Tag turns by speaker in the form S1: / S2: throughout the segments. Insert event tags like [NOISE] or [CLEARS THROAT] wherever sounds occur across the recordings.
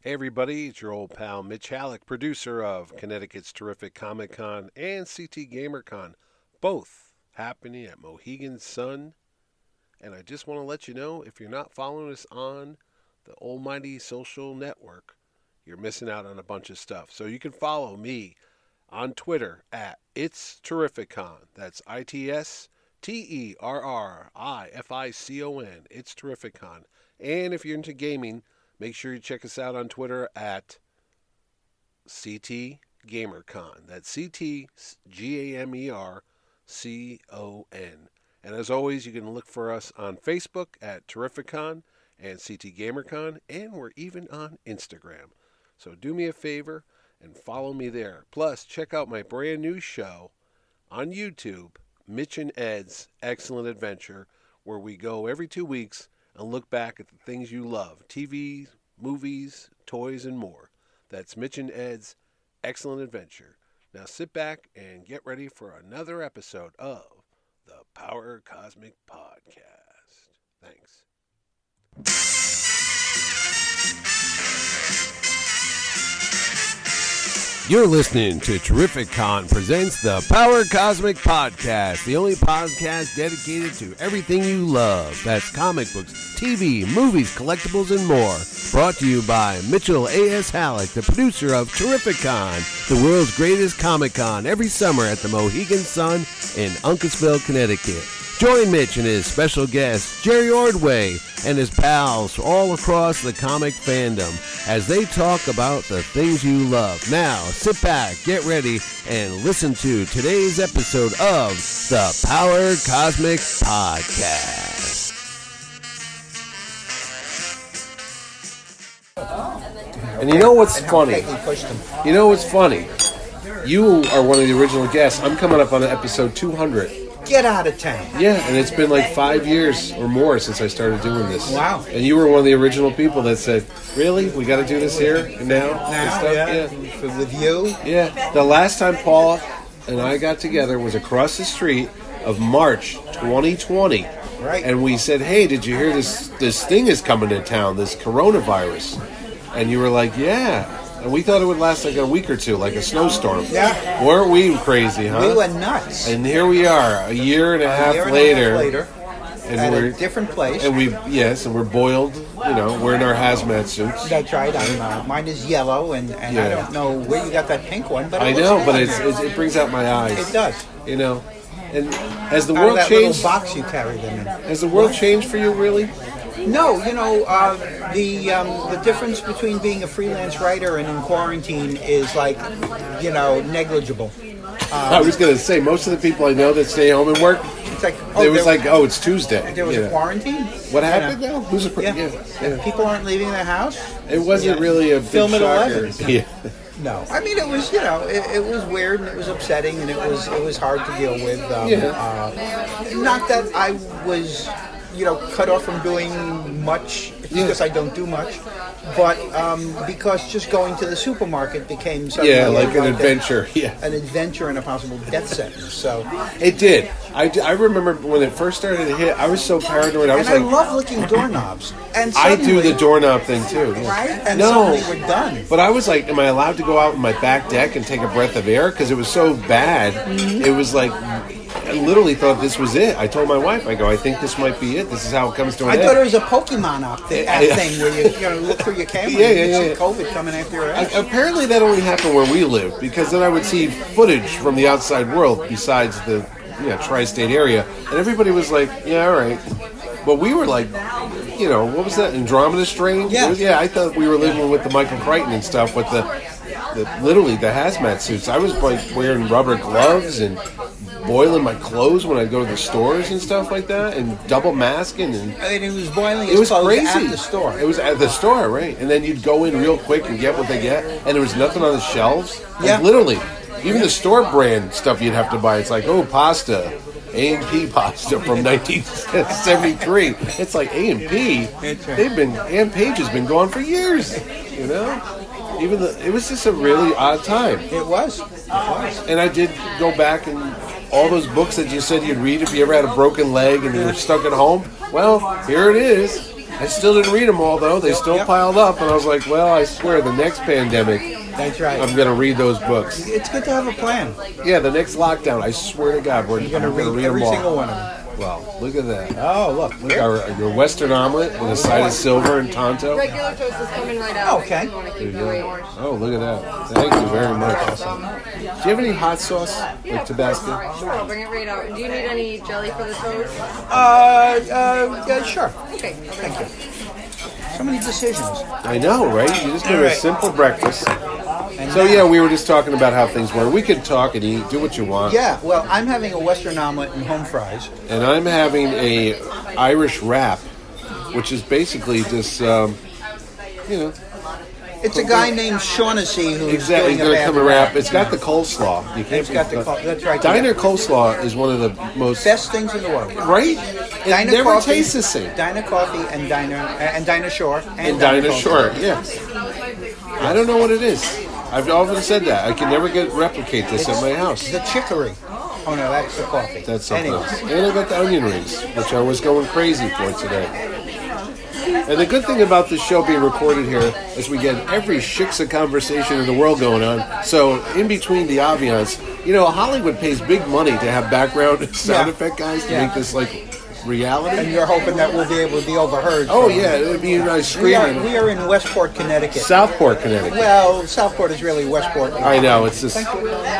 S1: Hey, everybody, it's your old pal Mitch Halleck, producer of Connecticut's Terrific Comic Con and CT GamerCon, both happening at Mohegan Sun. And I just want to let you know if you're not following us on the almighty social network, you're missing out on a bunch of stuff. So you can follow me on Twitter at It's Terrificon. That's I T S T E R R I F I C O N. It's Terrificon. And if you're into gaming, Make sure you check us out on Twitter at CT GamerCon. That's C T G A M E R C O N. And as always, you can look for us on Facebook at Terrificon and CT GamerCon, and we're even on Instagram. So do me a favor and follow me there. Plus, check out my brand new show on YouTube, Mitch and Ed's Excellent Adventure, where we go every two weeks and look back at the things you love TV, movies, toys, and more. That's Mitch and Ed's Excellent Adventure. Now sit back and get ready for another episode of the Power Cosmic Podcast. Thanks. You're listening to Terrific Con presents the Power Cosmic Podcast, the only podcast dedicated to everything you love. That's comic books, TV, movies, collectibles, and more. Brought to you by Mitchell A.S. Halleck, the producer of Terrific Con, the world's greatest Comic Con, every summer at the Mohegan Sun in Uncasville, Connecticut. Join Mitch and his special guest, Jerry Ordway, and his pals all across the comic fandom as they talk about the things you love. Now, sit back, get ready, and listen to today's episode of the Power Cosmic Podcast. And you know what's funny? You know what's funny? You are one of the original guests. I'm coming up on episode 200.
S2: Get out of town.
S1: Yeah, and it's been like five years or more since I started doing this.
S2: Wow.
S1: And you were one of the original people that said, "Really, we got to do this here and now." and
S2: Now,
S1: stuff?"
S2: yeah,
S1: yeah,
S2: for the view.
S1: yeah. The last time Paul and I got together was across the street of March 2020.
S2: Right.
S1: And we said, "Hey, did you hear this? This thing is coming to town. This coronavirus." And you were like, "Yeah." And we thought it would last like a week or two, like a snowstorm.
S2: Yeah.
S1: Weren't we crazy, huh?
S2: We were nuts.
S1: And here we are, a year and a half
S2: year and a half
S1: later,
S2: later,
S1: and
S2: at
S1: we're
S2: a different place.
S1: and we yes, and we're boiled. You know, we're in our hazmat suits.
S2: That's right. I'm, uh, mine is yellow, and, and I
S1: Yeah.
S2: don't know where you got that pink one, but it
S1: I
S2: looks
S1: know,
S2: good.
S1: but it's, it's it brings out my eyes.
S2: it does.
S1: You know, and as the
S2: Out of
S1: world
S2: that
S1: changed,
S2: little box you carry them in.
S1: has the world changed for you really?
S2: No, you know uh, the um, the difference between being a freelance writer and in quarantine is like, you know, negligible.
S1: I was gonna say most of the people I know that stay home and work,
S2: It's like oh,
S1: it was
S2: there,
S1: like oh it's Tuesday.
S2: there was
S1: you
S2: a
S1: know.
S2: quarantine.
S1: What
S2: You
S1: happened
S2: know.
S1: though? Who's a
S2: Yeah.
S1: yeah, yeah.
S2: people aren't leaving their house.
S1: It wasn't
S2: Yeah.
S1: really a big
S2: Film at
S1: shocker. [LAUGHS]
S2: 11.
S1: Yeah.
S2: No, I mean it was you know it, it was weird and it was upsetting and it was it was hard to deal with. Um,
S1: Yeah.
S2: uh, not that I was you know cut off from doing much because I don't do much, but um, because just going to the supermarket became something
S1: Yeah,
S2: I
S1: like an
S2: a-
S1: adventure. [LAUGHS] Yeah.
S2: an adventure and a possible death sentence. So,
S1: It did. I, d- I remember when it first started to hit, I was so paranoid. I was
S2: and I
S1: like,
S2: love licking doorknobs. And
S1: I do
S2: suddenly-
S1: the doorknob thing too. yeah.
S2: right, and
S1: No.
S2: suddenly we're done.
S1: But I was like, am I allowed to go out in my back deck and take a breath of air? Because it was so bad. It was like, I literally thought this was it. I told my wife, I go, I think this might be it. This is how it comes to an
S2: I
S1: end.
S2: thought it was a Pokemon op thing,
S1: Yeah,
S2: app
S1: yeah.
S2: thing where you, you know, look through your [LAUGHS] camera
S1: Yeah,
S2: and
S1: yeah,
S2: you
S1: yeah.
S2: see COVID coming after your ass.
S1: A- Apparently, that only happened where we live because then I would see footage from the outside world besides the you know, tri state area. And everybody was like, yeah, all right. But we were like, you know, what was that? Andromeda Strain?
S2: Yeah.
S1: yeah, I thought we were living with the Michael Crichton and stuff with the, the literally the hazmat suits. I was like wearing rubber gloves and boiling my clothes when I go to the stores and stuff like that and double masking and
S2: I mean, it was boiling.
S1: it was
S2: clothes
S1: crazy.
S2: at the store.
S1: It was at the store, right? And then you'd go in real quick and get what they get, and there was nothing on the shelves. Like,
S2: Yeah.
S1: literally, even the store brand stuff you'd have to buy. It's like, oh, pasta, A and P [LAUGHS] pasta from 1973. It's like A and P.
S2: That's right.
S1: They've been Ann Page has been gone for years. You know, even the it was just a really odd time.
S2: It was. It was.
S1: And I did go back and all those books that you said you'd read if you ever had a broken leg and you were stuck at home. Well, here it is.
S3: I still didn't read them all though. They still
S2: Yep.
S3: piled up, and I was like, well, I swear, the next pandemic,
S2: That's right.
S3: I'm gonna read those books.
S2: Um, it's good to have a plan.
S3: Yeah, the next lockdown, I swear to God, we're
S2: You're
S3: I'm
S2: going to
S3: gonna
S2: read
S3: read
S2: every
S3: them all.
S2: single one of them.
S3: Wow, look at that.
S2: Oh, look. we're-
S3: Our, your Western omelet with a side of silver and tonto.
S4: Regular toast is coming right out.
S2: Okay.
S4: You wanna keep
S3: There you
S4: going.
S3: go. Oh, look at that. Thank you very much. Do you have any hot sauce like Tabasco?
S4: Sure, I'll bring it right out. Do you need any jelly for the toast?
S2: Uh, uh, yeah, sure.
S4: Okay, I'll bring it.
S2: So many decisions.
S3: I know, right? You just do
S2: All
S3: a
S2: right.
S3: simple breakfast. So yeah, we were just talking about how things were. We could talk and eat, do what you want.
S2: Yeah, well, I'm having a Western omelet and home fries.
S3: and I'm having a Irish wrap, which is basically just um, you know
S2: It's a guy named Shaughnessy who's
S3: exactly
S2: doing a
S3: going to
S2: bad
S3: come and
S2: rap.
S3: wrap. It's got the coleslaw. You can't
S2: It's got the
S3: beat
S2: col- that's right.
S3: Diner coleslaw is one of the most
S2: Best things in the world.
S3: right. It
S2: Diner
S3: never
S2: coffee,
S3: tastes the same.
S2: Diner coffee and diner uh, and diner shore and,
S3: And Diner
S2: coffee.
S3: Shore, yes. I don't know what it is. I've often said that I can never get replicate this at my house.
S2: The chicory. Oh no, that's the coffee.
S3: That's something
S2: Anyways.
S3: else. And I got the onion rings, which I was going crazy for today. And the good thing about this show being recorded here is we get every shiksa conversation in the world going on. So in between the ambiance, you know, Hollywood pays big money to have background [LAUGHS] sound
S2: Yeah.
S3: effect guys to
S2: Yeah.
S3: make this like reality.
S2: And you're hoping that we'll be able to be overheard.
S3: Oh
S2: so-
S3: yeah, it would be nice
S2: We are,
S3: screaming.
S2: we are in Westport, Connecticut.
S3: Southport, Connecticut.
S2: well, Southport is really Westport.
S3: I know it's just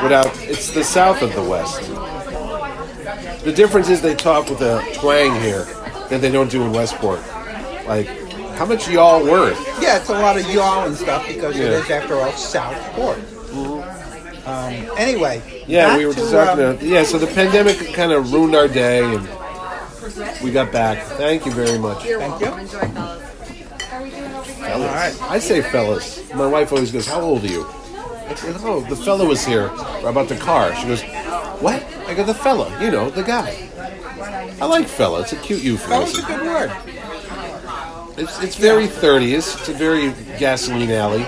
S3: without. It's the south of the west. The difference is they talk with a twang here that they don't do in Westport. Like, how much y'all worth?
S2: Yeah, it's a lot of y'all and stuff because it
S3: Yeah. Mm-hmm.
S2: is, after all, Southport. Um, anyway,
S3: Yeah,
S2: back
S3: we were
S2: to,
S3: just talking.
S2: um,
S3: about, yeah, so the pandemic kind of ruined our day, and we got back. Thank you very much.
S4: You're
S2: Thank
S4: welcome.
S2: you.
S4: Enjoy, fellas. Are we doing over here?
S3: All right. I say fellas. My wife always goes, "How old are you?" I said, "Oh, the fellow was here about the car." She goes, "What?" I go, "The fella, you know, the guy." I like fella. It's a cute
S2: That was
S3: euphemism.
S2: a good word.
S3: It's, it's very 30s. It's a very gasoline alley.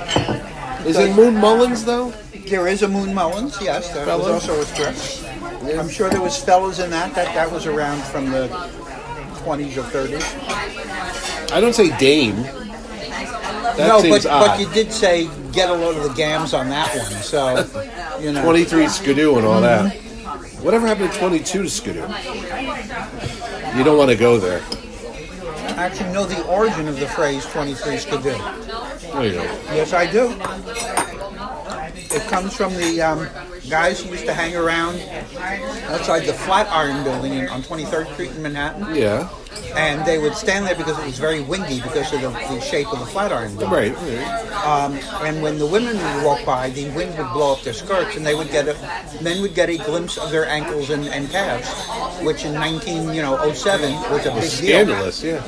S3: Is it Moon Mullins, though?
S2: There is a Moon Mullins, yes. That was
S3: Fellas.
S2: also a strip. I'm sure there was fellows in that. That that was around from the 20s or 30s.
S3: I don't say Dame. That
S2: no,
S3: seems
S2: but
S3: odd.
S2: but you did say get a load of the gams on that one. So, you know,
S3: 23 Skidoo and all that. Whatever happened to 22 to Skidoo? You don't want to go there.
S2: actually know the origin of the phrase 23 skidoo.
S3: No, you don't.
S2: Yes, I do. It comes from the um, guys who used to hang around outside the Flatiron Building in, on 23rd Street in Manhattan,
S3: Yeah.
S2: and they would stand there because it was very windy because of the, the shape of the Flatiron Building.
S3: Right. right.
S2: Um, and when the women would walk by, the wind would blow up their skirts, and they would get a, men would get a glimpse of their ankles and, and calves, which in 19 you know 07 was a big deal.
S3: Scandalous, yeah.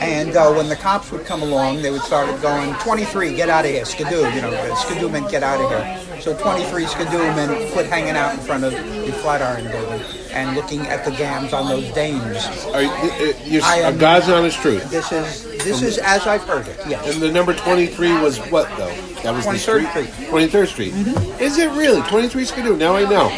S2: And uh, when the cops would come along, they would start going 23, get out of here, skidoo. You know, skidoo meant get out of here. So 23 skidoo meant quit hanging out in front of the Flatiron Building and looking at the gams on those dames.
S3: Are, you- uh, you're,
S2: I am-
S3: God's honest truth.
S2: This is this is as I've heard it. Yes.
S3: And the number 23 was what, though? That was the
S2: 23rd
S3: street? 23rd Street. Is it really? 23 Skidoo. Now I know.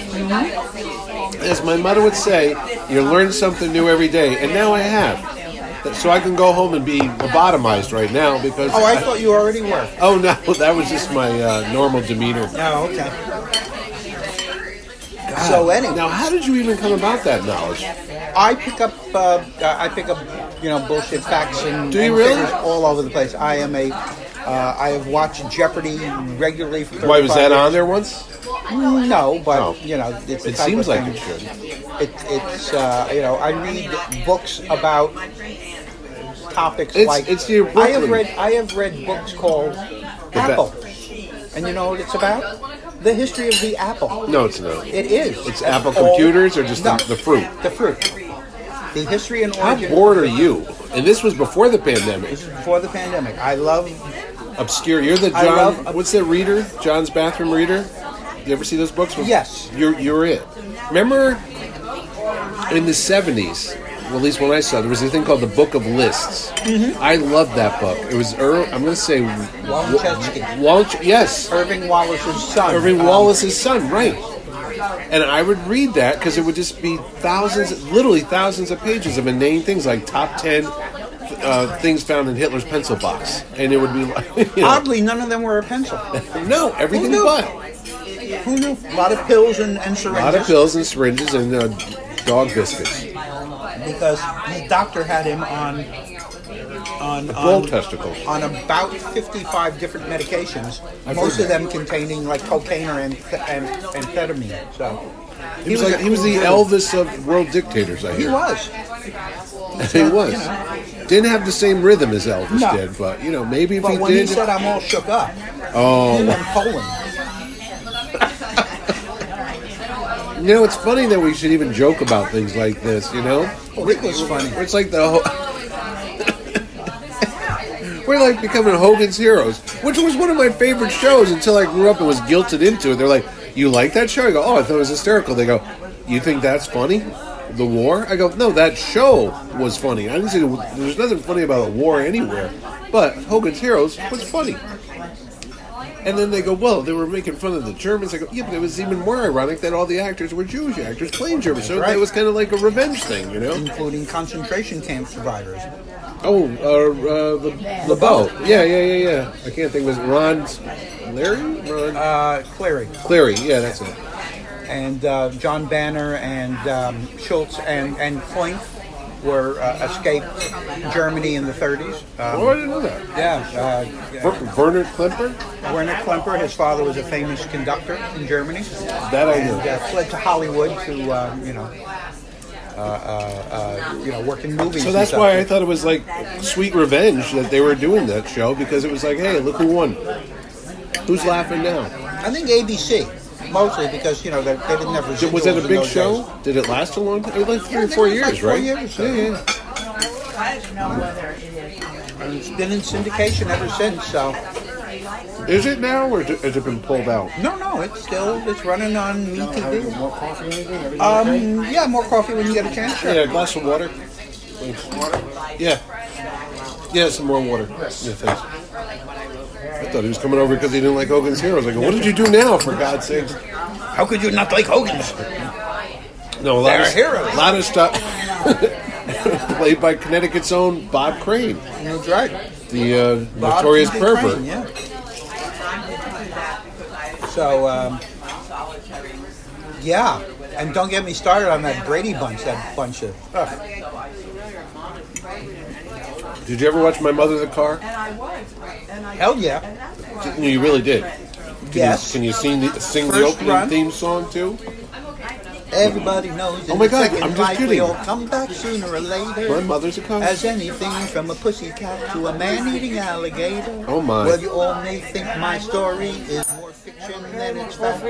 S3: As my mother would say, you learn something new every day. And now I have. So I can go home and be lobotomized right now because.
S2: Oh, I thought you already were.
S3: Oh, no. [LAUGHS] That was just my uh, normal demeanor.
S2: Oh, okay. So anyway,
S3: Now, how did you even come about that knowledge?
S2: I pick up, uh, I pick up, you know, bullshit facts and,
S3: Do you
S2: and
S3: really?
S2: figures all over the place. I am a, uh, I have watched Jeopardy regularly. For
S3: Why was
S2: 35
S3: that on there once?
S2: years. No, but
S3: Oh.
S2: you know, it's the
S3: It
S2: type
S3: seems
S2: of
S3: like
S2: thing-
S3: it should.
S2: It, it's uh, you know, I read books about topics
S3: It's-
S2: like
S3: it's your
S2: I have
S3: Brooklyn.
S2: read I have read books called
S3: ba-
S2: Apple, and you know what it's about? The history of the apple.
S3: No, it's not.
S2: It is.
S3: It's
S2: That's
S3: Apple
S2: all-
S3: computers or just
S2: No.
S3: the, the fruit?
S2: The fruit. The history and
S3: How
S2: origin.
S3: bored are you? And this was before the pandemic.
S2: This is before the pandemic. I love.
S3: Obscure. You're the
S2: I
S3: John.
S2: love-
S3: what's that reader? John's bathroom reader. You ever see those books? With-
S2: Yes.
S3: You're you're it. Remember in the seventies. Well, at least when I saw, it, there was a thing called the Book of Lists.
S2: Mm-hmm.
S3: I loved that book. It was Earl. I'm going to say
S2: Walchewski.
S3: Walch. Yes,
S2: Irving Wallace's son.
S3: Irving
S2: Um,
S3: Wallace's son, right? And I would read that because it would just be thousands, literally thousands of pages of inane things like top ten uh, things found in Hitler's pencil box, and it would be like, [LAUGHS] you know,
S2: Oddly, none of them were a pencil.
S3: no, everything
S2: Who knew?
S3: but
S2: Who knew? A lot of pills and, and
S3: a
S2: syringes.
S3: lot of pills and syringes and uh, dog biscuits,
S2: Because the doctor had him on on
S3: bull
S2: on,
S3: testicles.
S2: on about 55 different medications,
S3: I've
S2: most
S3: heard
S2: of
S3: that.
S2: them containing like cocaine or anth- and, amphetamine. So
S3: He was like
S2: a-
S3: he was the
S2: he
S3: Elvis of world dictators. I
S2: He
S3: hear
S2: was.
S3: he was. Didn't have the same rhythm as Elvis
S2: No.
S3: did, but you know maybe if
S2: But
S3: he
S2: when he
S3: did,
S2: said, "I'm all shook up," him
S3: oh,
S2: and Poland.
S3: you know it's funny that we should even joke about things like this. You know,
S2: Oh, it was funny.
S3: It's like the whole. [LAUGHS] We're like becoming Hogan's Heroes, which was one of my favorite shows until I grew up and was guilted into it. They're like, "You like that show?" I go, "Oh, I thought it was hysterical." They go, "You think that's funny?" The war? I go, "No, that show was funny." I didn't see there's nothing funny about a war anywhere, but Hogan's Heroes was funny. And then they go, well, they were making fun of the Germans. I go, yeah, but it was even more ironic that all the actors were Jewish actors playing Germans. So
S2: right.
S3: it was kind of like a revenge thing, you know?
S2: Including concentration camp survivors.
S3: Oh, uh, uh, the LeBeau. Yeah, yeah, yeah, yeah. I can't think. Was it Ron Larry? Ron
S2: Uh, Clary
S3: Clary. Yeah, that's it.
S2: and uh, John Banner and um, Schultz and and Klink were uh, escaped Germany in the 30s.
S3: Oh, I
S2: Um,
S3: didn't know that.
S2: yeah, uh,
S3: Ver- Werner Klemper.
S2: Werner Klemper, his father was a famous conductor in Germany.
S3: That I
S2: and
S3: knew.
S2: uh, fled to Hollywood to uh, you know, uh, uh, uh, you know, work in movies.
S3: So
S2: and
S3: that's
S2: stuff.
S3: why I thought it was like sweet revenge that they were doing that show because it was like, hey, look who won. Who's laughing now?
S2: I think ABC mostly because you know they, they didn't have
S3: Did- Was that
S2: residuals
S3: a
S2: in
S3: big
S2: those
S3: show?
S2: days.
S3: Did it last a long time? It was like three
S2: I
S3: or
S2: think
S3: four
S2: it was
S3: years,
S2: like four
S3: right?
S2: years.
S3: Yeah, yeah.
S2: And it's been in syndication ever since. So
S3: Is it now, or d- has it been pulled out?
S2: no, no, it's still it's running on MeTV. More coffee, um, yeah, more coffee when you get a chance. Sure.
S3: Yeah, a glass of water. Thanks. Yeah. Yeah, some more water. Yeah, thanks. I thought he was coming over because he didn't like Hogan's Heroes. I go, what did you do now, for God's sake?
S2: How could you not like Hogan's?
S3: No, a lot
S2: They're
S3: of
S2: heroes.
S3: A lot of stuff [LAUGHS] played by Connecticut's own Bob Crane,
S2: That's right.
S3: the uh,
S2: Bob
S3: notorious
S2: P.
S3: pervert.
S2: Crane, yeah. So, um, yeah, and don't get me started on that Brady bunch. That bunch of uh, ugh.
S3: Did you ever watch My Mother the Car?
S2: hell yeah,
S3: No, you really did. Can
S2: yes.
S3: You, can you sing the, sing the
S2: First
S3: opening
S2: run.
S3: theme song too?
S2: Everybody knows. in
S3: Oh my
S2: the
S3: God,
S2: second
S3: I'm just
S2: life
S3: kidding.
S2: We all come back sooner or
S3: My
S2: later.
S3: Mother's a Car.
S2: As anything from a pussycat to a man-eating alligator.
S3: Oh my.
S2: Well, you all may think my story is more fiction than it's fact,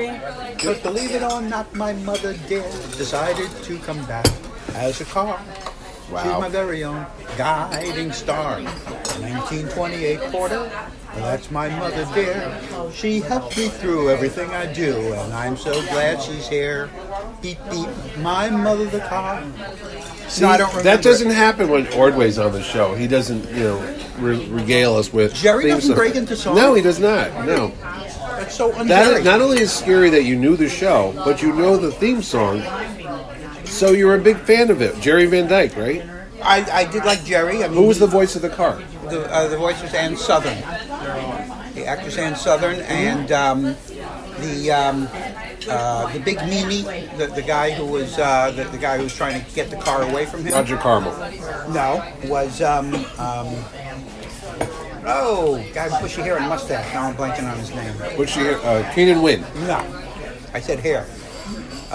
S2: but believe it or not, my mother did decided to come back as a car. She's
S3: Wow.
S2: my very own guiding star. 1928 Porter. Well, that's my mother dear. She helped me through everything I do, and I'm so glad she's here. Beep beep, my mother the car.
S3: See, that doesn't happen when Ordway's on the show. He doesn't, you know, re- regale us with.
S2: Jerry
S3: theme
S2: doesn't
S3: songs.
S2: break into song.
S3: No, he does not. No,
S2: That's so
S3: that
S2: unfair.
S3: not only is scary that you knew the show, but you know the theme song, so you're a big fan of it. Jerry Van Dyke, right?
S2: I, I did like Jerry. I mean,
S3: Who was the voice of the car?
S2: the, uh, the voice was Ann Southern, the actress Ann Southern, and um, the um, uh, the big Mimi, the, the guy who was uh, the, the guy who was trying to get the car away from him.
S3: Roger Carmel.
S2: No, was um, um, oh, guy with bushy hair and mustache. Now I'm blanking on his name.
S3: What's she? Uh, Keenan Wynn.
S2: No, I said hair.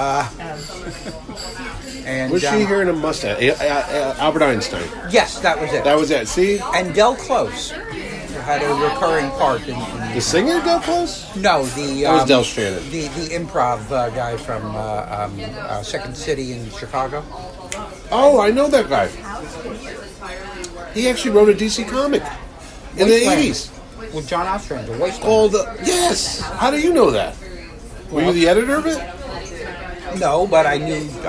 S2: Uh, [LAUGHS] and
S3: Was
S2: um,
S3: she here in a mustache? Uh, uh, uh, Albert Einstein.
S2: Yes, that was it.
S3: That was it. See,
S2: and Del Close had a recurring part in. in
S3: the singer got close.
S2: No, the
S3: That was
S2: um,
S3: Del Shannon.
S2: The the improv uh, guy from uh, um, uh, Second City in Chicago.
S3: Oh, I know that guy. He actually wrote a DC comic in the
S2: Wasteland.
S3: eighties.
S2: with John Ostrander. Wasteland.
S3: all the yes. How do you know that? Were you the editor of it?
S2: No, but I knew I,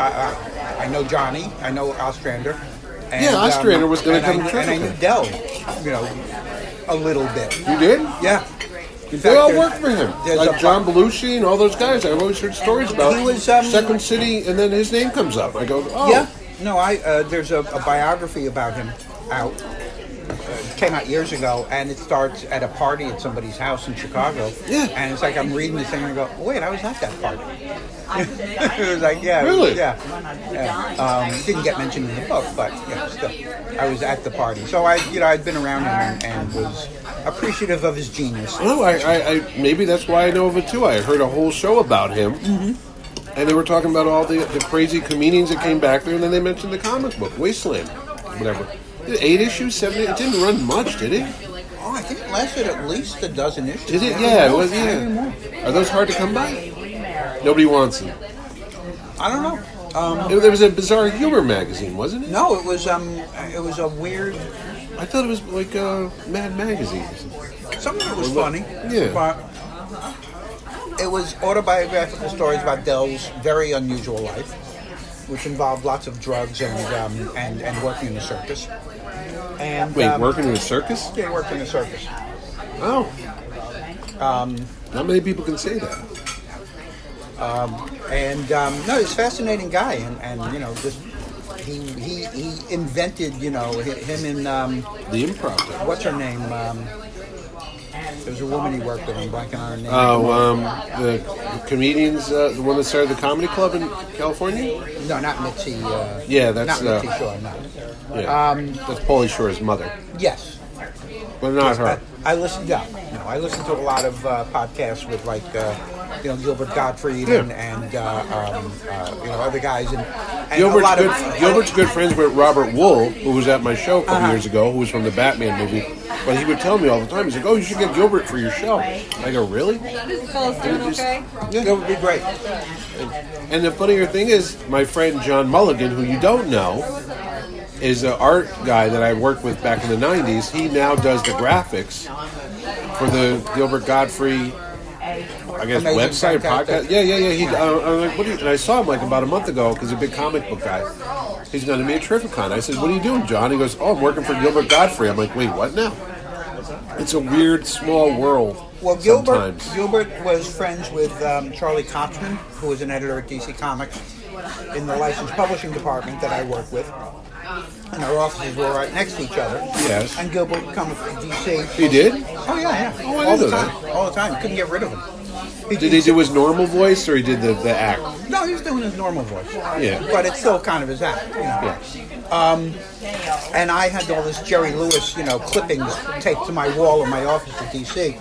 S2: I, I know Johnny. I know Ostrander. And, um,
S3: Yeah, Ostrander was gonna
S2: and
S3: come
S2: I,
S3: to
S2: and I knew
S3: Trinidad.
S2: Del, you know, a little bit.
S3: You did.
S2: Yeah, In
S3: They
S2: fact,
S3: all
S2: there-
S3: worked for him,
S2: there's
S3: like
S2: a-
S3: John Belushi and all those guys. I've always heard stories about.
S2: He was, um,
S3: Second City, and then his name comes up. I go, oh,
S2: Yeah, no, I uh, there's a, a biography about him out, it came out years ago, and it starts at a party at somebody's house in Chicago.
S3: Yeah.
S2: And it's like I'm reading the thing and I go, wait, I was at that party. [LAUGHS] it was like, yeah,
S3: Really?
S2: yeah. yeah. Um, didn't get mentioned in the book, but you know, still, I was at the party. So I, you know, I'd been around him and, and was appreciative of his genius.
S3: No, I, I, I maybe that's why I know of it too. I heard a whole show about him,
S2: Mm-hmm.
S3: and they were talking about all the, the crazy comedians that came back there, and then they mentioned the comic book Wasteland, whatever. Did it Eight issues, seven. It didn't run much, did it?
S2: Oh, I think it lasted at least a dozen issues.
S3: Did it? Yeah, it was. Yeah. Are those hard to come by? Nobody wants them.
S2: I don't know. Um,
S3: It, there was a bizarre humor magazine, wasn't it?
S2: no, it was um, it was a weird.
S3: I thought it was like uh, Mad Magazine. or something.
S2: Some of it was
S3: Well,
S2: funny,
S3: yeah.
S2: but it was autobiographical stories about Dell's very unusual life, which involved lots of drugs and um, and, and working in a circus. And
S3: Wait,
S2: um,
S3: working in a circus?
S2: Yeah, worked in a circus.
S3: Oh. Um, Not many people can say that.
S2: And um, no, he's a fascinating guy, and, and you know, just he, he he invented you know hi- him and um,
S3: The improv. Guy.
S2: what's her name? Um, there was a woman he worked with. I'm blanking on her name.
S3: Oh, um, the the comedians, uh, the one that started the comedy club in California?
S2: no, not Mitzi. Uh,
S3: Yeah, that's,
S2: not
S3: uh,
S2: Mitzi Shore. No. Um,
S3: Yeah. That's Paulie Shore's mother,
S2: Yes,
S3: but
S2: [LAUGHS]
S3: not her.
S2: I, I listen. Yeah, no, I listen to a lot of uh, podcasts with like uh, you know Gilbert Gottfried and, and uh, um, uh, you know other guys and, and a
S3: Gilbert's
S2: lot
S3: good,
S2: [LAUGHS] of
S3: Gilbert's good friends with Robert Wool, who was at my show a couple
S2: Uh-huh.
S3: years ago, who was from the Batman movie. But he would tell me all the time, he's like, oh, you should get Gilbert for your show. I go, really?
S4: Phil's doing okay.
S2: It would be great.
S3: And the funnier thing is, my friend John Mulligan, who you don't know, is an art guy that I worked with back in the 90s. He now does the graphics for the Gilbert Godfrey, I guess,
S2: Amazing Fantastic.
S3: website, podcast. Yeah, yeah, yeah. He, I, I'm like, what are you? And I saw him like about a month ago because he's a big comic book guy. He's going to be a Terrificon. I said, what are you doing, John? He goes, oh, I'm working for Gilbert Godfrey. I'm like, wait, what now? It's a weird, small world.
S2: Well, Gilbert
S3: sometimes.
S2: Gilbert was friends with um, Charlie Kotzman, who was an editor at DC Comics in the licensed publishing department that I work with. And our offices were right next to each other.
S3: Yes.
S2: And Gilbert would come to DC.
S3: He did?
S2: Oh yeah, yeah.
S3: Oh, I
S2: all
S3: didn't
S2: the
S3: know
S2: time. All the time. Couldn't get rid of him.
S3: Did he do his normal voice or he did the, the act?
S2: No, he was doing his normal voice.
S3: Yeah.
S2: But it's still kind of his act, you know. Um, and I had all this Jerry Lewis, you know, clippings taped to my wall in my office at DC.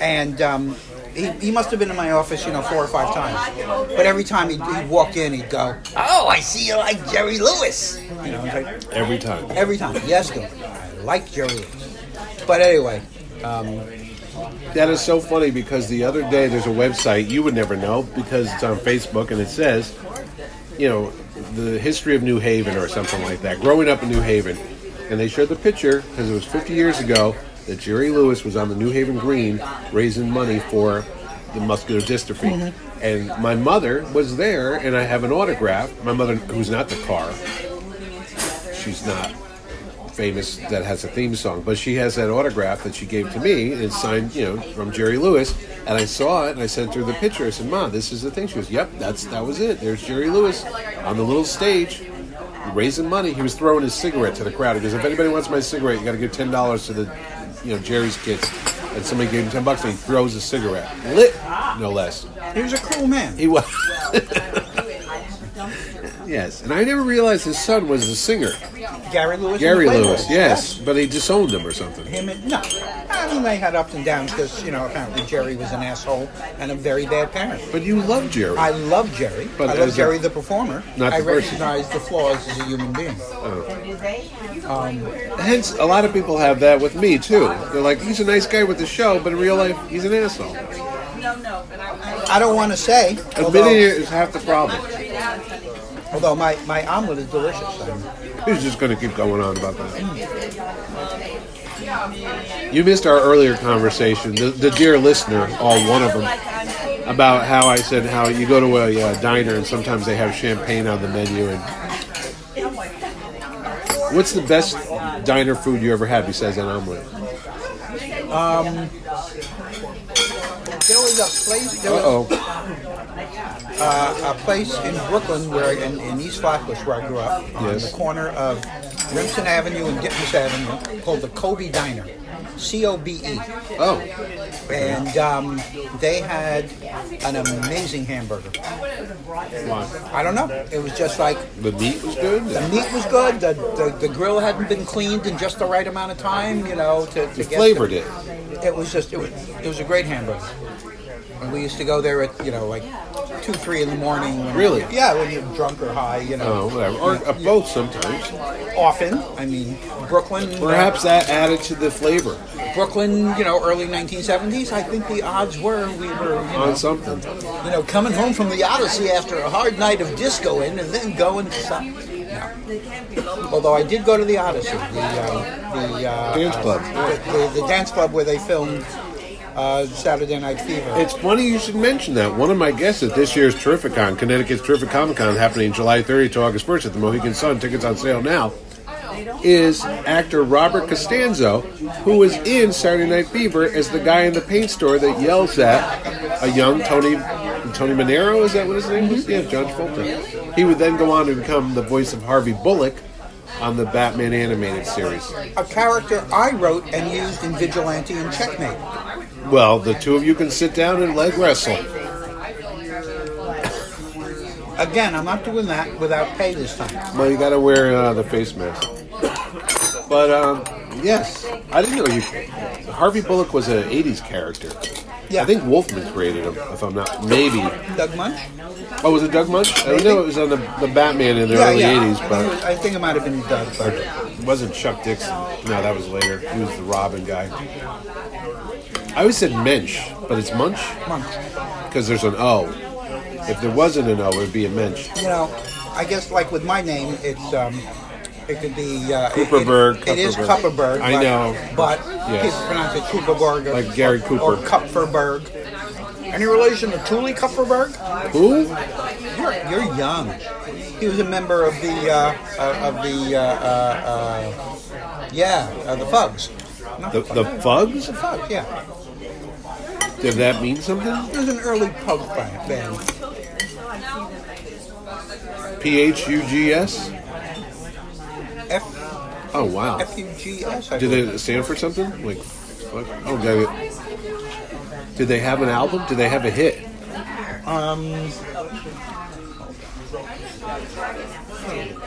S2: And um, he, he must have been in my office, you know, four or five times. But every time he'd, he'd walk in, he'd go, Oh, I see you like Jerry Lewis. You know, it's like,
S3: Every time.
S2: every time. Yes, Gil, I like Jerry Lewis. But anyway, um,
S3: That is so funny because the other day there's a website you would never know because it's on Facebook and it says, you know, the history of New Haven or something like that. Growing up in New Haven, and they showed the picture because it was 50 years ago that Jerry Lewis was on the New Haven Green raising money for the muscular dystrophy. And my mother was there, and I have an autograph. My mother, who's not the car, she's not famous that has a theme song, but she has that autograph that she gave to me and it's signed, you know, from Jerry Lewis. And I saw it and I sent her the picture. I said, "Ma, this is the thing." She goes, "Yep, that's that was it. There's Jerry Lewis on the little stage." Raising money, he was throwing his cigarette to the crowd. He goes, "If anybody wants my cigarette, you got to give ten dollars to the, you know, Jerry's kids." And somebody gave him ten bucks, and he throws a cigarette, lit, no less.
S2: he was a cool man.
S3: He was. [LAUGHS] yes, and I never realized his son was the singer.
S2: Gary Lewis. and the
S3: Gary
S2: Playboys.
S3: Lewis, yes, but he disowned him or something.
S2: him and no. I mean, they had ups and downs because you know apparently Jerry was an asshole and a very bad parent.
S3: But you love Jerry.
S2: I love Jerry.
S3: But
S2: I
S3: as
S2: love
S3: a-
S2: Jerry the performer.
S3: Not
S2: I
S3: the person.
S2: recognize the flaws as a human being.
S3: Hence, a lot of people have that with me too. They're like, he's a nice guy with the show, but in real life, he's an asshole.
S2: I don't want to say,
S3: Admitting
S2: although,
S3: it is half the problem.
S2: although my, my omelet is delicious. I'm-
S3: He's just going to keep going on about that. You missed our earlier conversation, the, the dear listener, all one of them, about how I said how you go to a uh, diner and sometimes they have champagne on the menu. And what's the best diner food you ever had besides an omelet?
S2: There was a place. There
S3: Uh
S2: was
S3: oh.
S2: a place in Brooklyn where in, in East Flatbush where I grew up on
S3: Yes.
S2: the corner of Remsen Avenue and Gittins Avenue called the Kobe Diner. C O B E.
S3: Oh.
S2: And um, they had an amazing hamburger. I don't know. It was just like
S3: The meat was good.
S2: the meat was good, the, the, the grill hadn't been cleaned in just the right amount of time, you know, to, to
S3: You
S2: get the-
S3: flavored it.
S2: it was just it was it was a great hamburger. And we used to go there at you know like two three in the morning. When
S3: Really?
S2: yeah, when you're drunk or high, you
S3: Oh,
S2: know.
S3: whatever. Or uh, both sometimes.
S2: Often, I mean, Brooklyn. uh,
S3: Perhaps that added to the flavor
S2: Brooklyn, you know, early 1970s. I think the odds were we were you know,
S3: on something.
S2: you know coming home from the Odyssey after a hard night of discoing and then going to some. no. Although I did go to the Odyssey, the uh, the uh,
S3: Dance
S2: uh,
S3: club.
S2: the, the, the dance club where they filmed uh, Saturday Night Fever.
S3: It's funny you should mention that. One of my guests at this year's Terrificon, Connecticut's Terrific Comic Con, happening July 30th to August 1st at the Mohegan Sun, tickets on sale now, is actor Robert Costanzo, who was in Saturday Night Fever as the guy in the paint store that yells at a young Tony Tony Monero. Is that what his name was? Yeah, John Travolta. He would then go on to become the voice of Harvey Bullock on the Batman animated series.
S2: a character I wrote and used in Vigilante and Checkmate.
S3: Well, the two of you can sit down and leg wrestle.
S2: Again, I'm not doing that without pay this time.
S3: Well, you got to wear uh, the face mask. But um, yes, I didn't know you. Harvey Bullock was an '80s character.
S2: Yeah.
S3: I think Wolfman created him, if I'm not maybe.
S2: Doug Munch?
S3: Oh, was it Doug Munch? I don't know. It was on the, the Batman in the early
S2: I,
S3: '80s,
S2: think it was-
S3: but
S2: I think it might have been Doug. But
S3: it wasn't Chuck Dixon. No, that was later. He was the Robin guy. I always said Mensch, but it's Munch
S2: Munch.
S3: because there's an O. If there wasn't an O, it would be a Mensch.
S2: You know, I guess like with my name, it's um, it could be uh, it-
S3: Cooperberg,
S2: It, it is
S3: Kupferberg.
S2: Kupferberg.
S3: I
S2: but-
S3: know.
S2: but
S3: Yes.
S2: people pronounce it Cooperberg, or,
S3: Like Gary Cooper.
S2: or Kupferberg. Any relation to Thule Kupferberg?
S3: Who?
S2: You're, you're young. He was a member of the uh, uh, of the uh, uh, uh, yeah uh, the Fugs. Not
S3: The, the Fugs?
S2: The Fugs, yeah.
S3: Did that mean something?
S2: It was an early punk ba- band.
S3: P H U G S?
S2: F
S3: Oh wow!
S2: F U G S. I
S3: Did
S2: believe.
S3: it stand for something? Like, fuck? oh, got it. Did they have an album? Did they have a hit?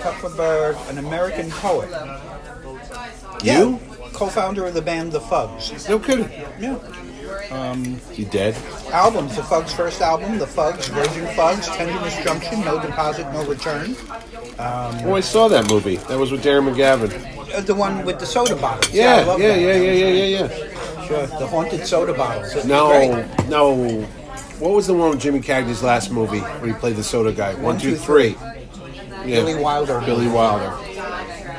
S2: Kupferberg, an American poet.
S3: You?
S2: Yeah, co-founder of the band The Fugs.
S3: No kidding.
S2: Yeah. Um,
S3: You dead?
S2: Albums: The Fugs' first album, The Fugs, Virgin Fugs, Tenderness Junction, No Deposit, No Return.
S3: Oh, I saw that movie. That was with Darren McGavin.
S2: Uh, the one with the soda bottles. I
S3: Yeah,
S2: love
S3: yeah,
S2: that.
S3: yeah, yeah, yeah, yeah, yeah.
S2: Sure, the haunted soda bottles. It was
S3: No,
S2: great.
S3: no. What was the one with Jimmy Cagney's last movie where he played the soda guy? One, two, three. Yeah.
S2: Billy Wilder.
S3: Billy Wilder.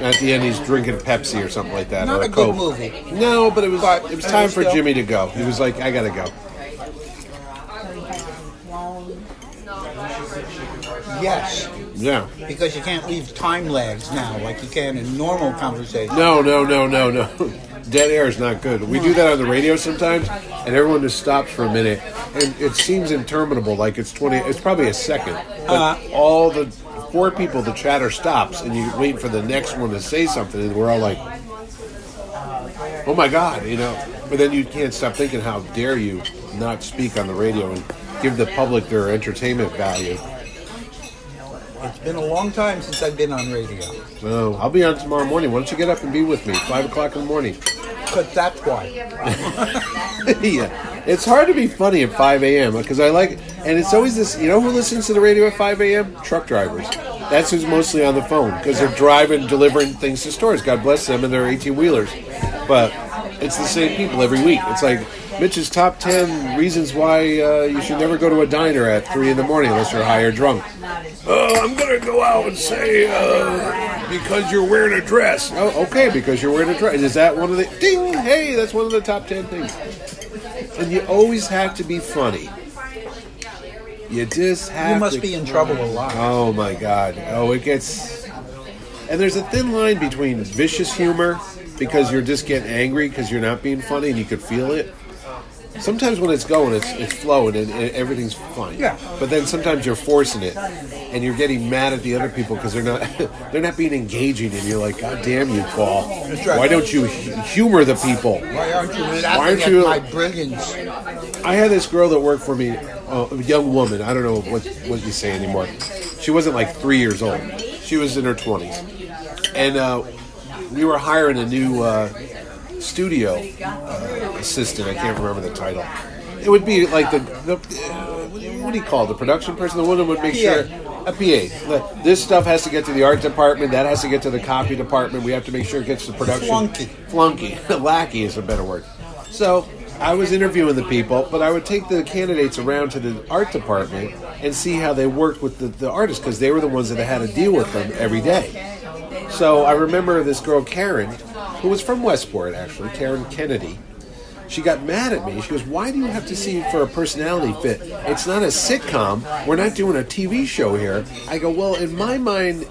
S3: At the end, he's drinking Pepsi or something like that.
S2: Not
S3: or
S2: a
S3: a
S2: good
S3: Coke.
S2: movie.
S3: No, but it was
S2: But
S3: it was
S2: it
S3: time
S2: was
S3: for
S2: still-
S3: Jimmy to go. He was like, I gotta go.
S2: Yes,
S3: Yeah.
S2: because you can't leave time lags now like you can in normal conversation.
S3: No, no, no, no, no. Dead air is not good. We do that on the radio sometimes, and everyone just stops for a minute, and it seems interminable. Like it's twenty. It's probably a second, but
S2: Uh-huh.
S3: all the four people, the chatter stops, and you wait for the next one to say something, and we're all like, "Oh my god," you know. But then you can't stop thinking, "How dare you not speak on the radio and give the public their entertainment value?"
S2: It's been a long time since I've been on radio,
S3: So I'll be on tomorrow morning. Why don't you get up and be with me? Five o'clock in the morning. [LAUGHS]
S2: but that's why.
S3: yeah, it's hard to be funny at 5 a.m. because I like, and it's always this. You know who listens to the radio at 5 a.m.? Truck drivers. That's who's mostly on the phone because they're driving, delivering things to stores. God bless them and their 18 wheelers. But it's the same people every week. It's like Mitch's top 10 reasons why uh, you should never go to a diner at 3 in the morning unless you're high or drunk. Oh, I'm gonna go out and say uh, because you're wearing a dress. Oh, okay, because you're wearing a dress. Is that one of the ding? Hey, that's one of the top 10 things and you always have to be funny. You just have.
S2: You must
S3: to-
S2: be in trouble a lot.
S3: Oh my god! Oh, it gets. And there's a thin line between vicious humor, because you're just getting angry because you're not being funny and you could feel it, Sometimes when it's going, it's it's flowing and, and everything's fine.
S2: Yeah.
S3: But then sometimes you're forcing it, and you're getting mad at the other people because they're not [LAUGHS] they're not being engaging, and you're like, God damn you, Paul!
S2: right.
S3: Why don't you hu- humor the people?
S2: Why aren't you laughing
S3: Why aren't
S2: at
S3: you-
S2: my brilliance?
S3: I had this girl that worked for me, uh, a young woman. I don't know what what you say anymore. She wasn't like three years old. She was in her twenties, and uh, we were hiring a new uh, studio uh, assistant. I can't remember the title. It would be like the, the uh, what do you call it? the production person? The woman would make
S2: PA.
S3: sure a PA. Like, This stuff has to get to the art department. That has to get to the copy department. We have to make sure it gets to production.
S2: Flunky.
S3: Flunky. [LAUGHS] Lackey is a better word. So I was interviewing the people, but I would take the candidates around to the art department and see how they worked with the, the artists because they were the ones that had to deal with them every day. So I remember this girl, Karen, who was from Westport, actually, Karen Kennedy. She got mad at me. She goes, Why do you have to see for a personality fit? It's not a sitcom. We're not doing a TV show here. I go, Well, in my mind,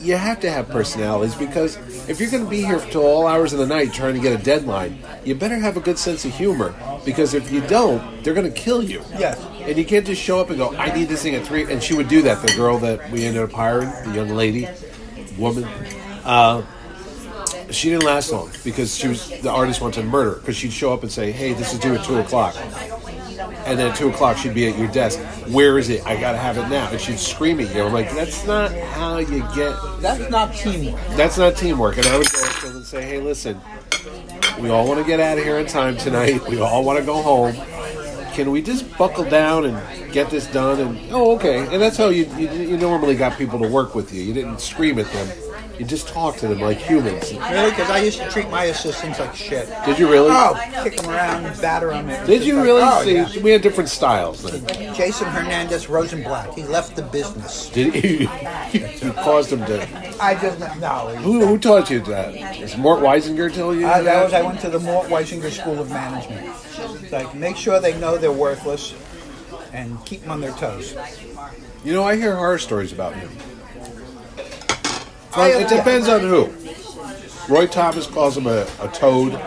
S3: you have to have personalities because if you're going to be here till all hours of the night trying to get a deadline, you better have a good sense of humor because if you don't, they're going to kill you.
S2: Yes.
S3: And you can't just show up and go, I need this thing at three. And she would do that, the girl that we ended up hiring, the young lady, woman she didn't last long because she was the artist wanted to murder because she'd show up and say, "Hey, this is due at two o'clock," and then at two o'clock she'd be at your desk. Where is it? I gotta have it now, and she'd scream at you. I'm like, "That's not how you get.
S2: That's not teamwork.
S3: That's not teamwork." And I would go up to them and say, "Hey, listen, we all want to get out of here in time tonight. We all want to go home. Can we just buckle down and get this done?" And oh, okay. And that's how you you, you normally got people to work with you. You didn't scream at them. You just talked to them like humans.
S2: Really? Because I used to treat my assistants like shit.
S3: Did you really?
S2: Oh, kick them around, batter them.
S3: Did you really
S2: Oh,
S3: see?
S2: yeah.
S3: We had different styles then.
S2: Jason Hernandez Rosenblatt. He left the business.
S3: Did you? [LAUGHS] you caused him to.
S2: I just no. he-
S3: Who, who taught you that? Does Mort Weisinger tell you?
S2: I, Uh, that was I went to the Mort Weisinger School of Management. It's like make sure they know they're worthless, and keep them on their toes.
S3: You know, I hear horror stories about him.
S2: I- uh,
S3: it depends on who. Roy Thomas calls him a, a toad.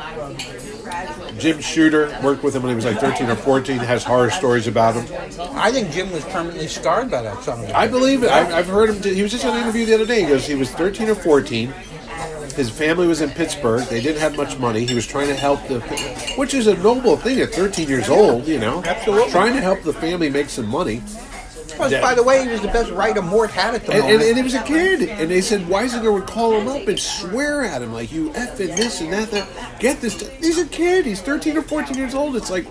S3: Jim Shooter worked with him when he was like 13 or 14, has horror stories about him.
S2: I think Jim was permanently scarred by that song.
S3: I believe it. I, I've heard him. Do, he was just on an interview the other day. He goes, he was 13 or 14. His family was in Pittsburgh. They didn't have much money. He was trying to help the, which is a noble thing at 13 years old, you know.
S2: Absolutely.
S3: Trying to help the family make some money.
S2: Plus, by the way, he was the best writer Mort had at the
S3: And, and,
S2: moment.
S3: and he was a kid. And they said Weisinger would call him up and swear at him, like, you effing this and that. that. Get this. d-" He's a kid. He's 13 or 14 years old. It's like,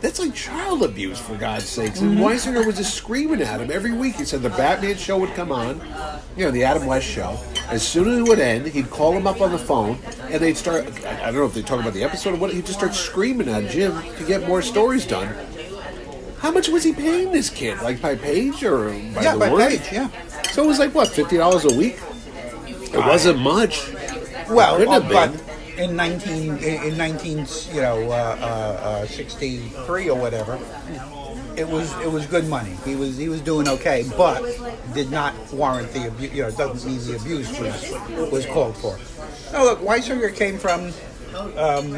S3: that's like child abuse, for God's sakes. And Weisinger was just screaming at him every week. He said the Batman show would come on, you know, the Adam West show. As soon as it would end, he'd call him up on the phone, and they'd start. I I don't know if they talk about the episode or what. He'd just start screaming at Jim to get more stories done. How much was he paying this kid? Like by page or by
S2: yeah,
S3: the
S2: by
S3: word?
S2: page, yeah.
S3: So it was like what fifty dollars a week. It wasn't much.
S2: Well,
S3: Couldn't
S2: uh,
S3: have
S2: but
S3: been.
S2: in nineteen in in nineteen you know uh, uh, uh, sixty three or whatever, it was it was good money. He was he was doing okay, but did not warrant the abuse. You know, doesn't mean the abuse was was called for. Now look, Weisinger came from um,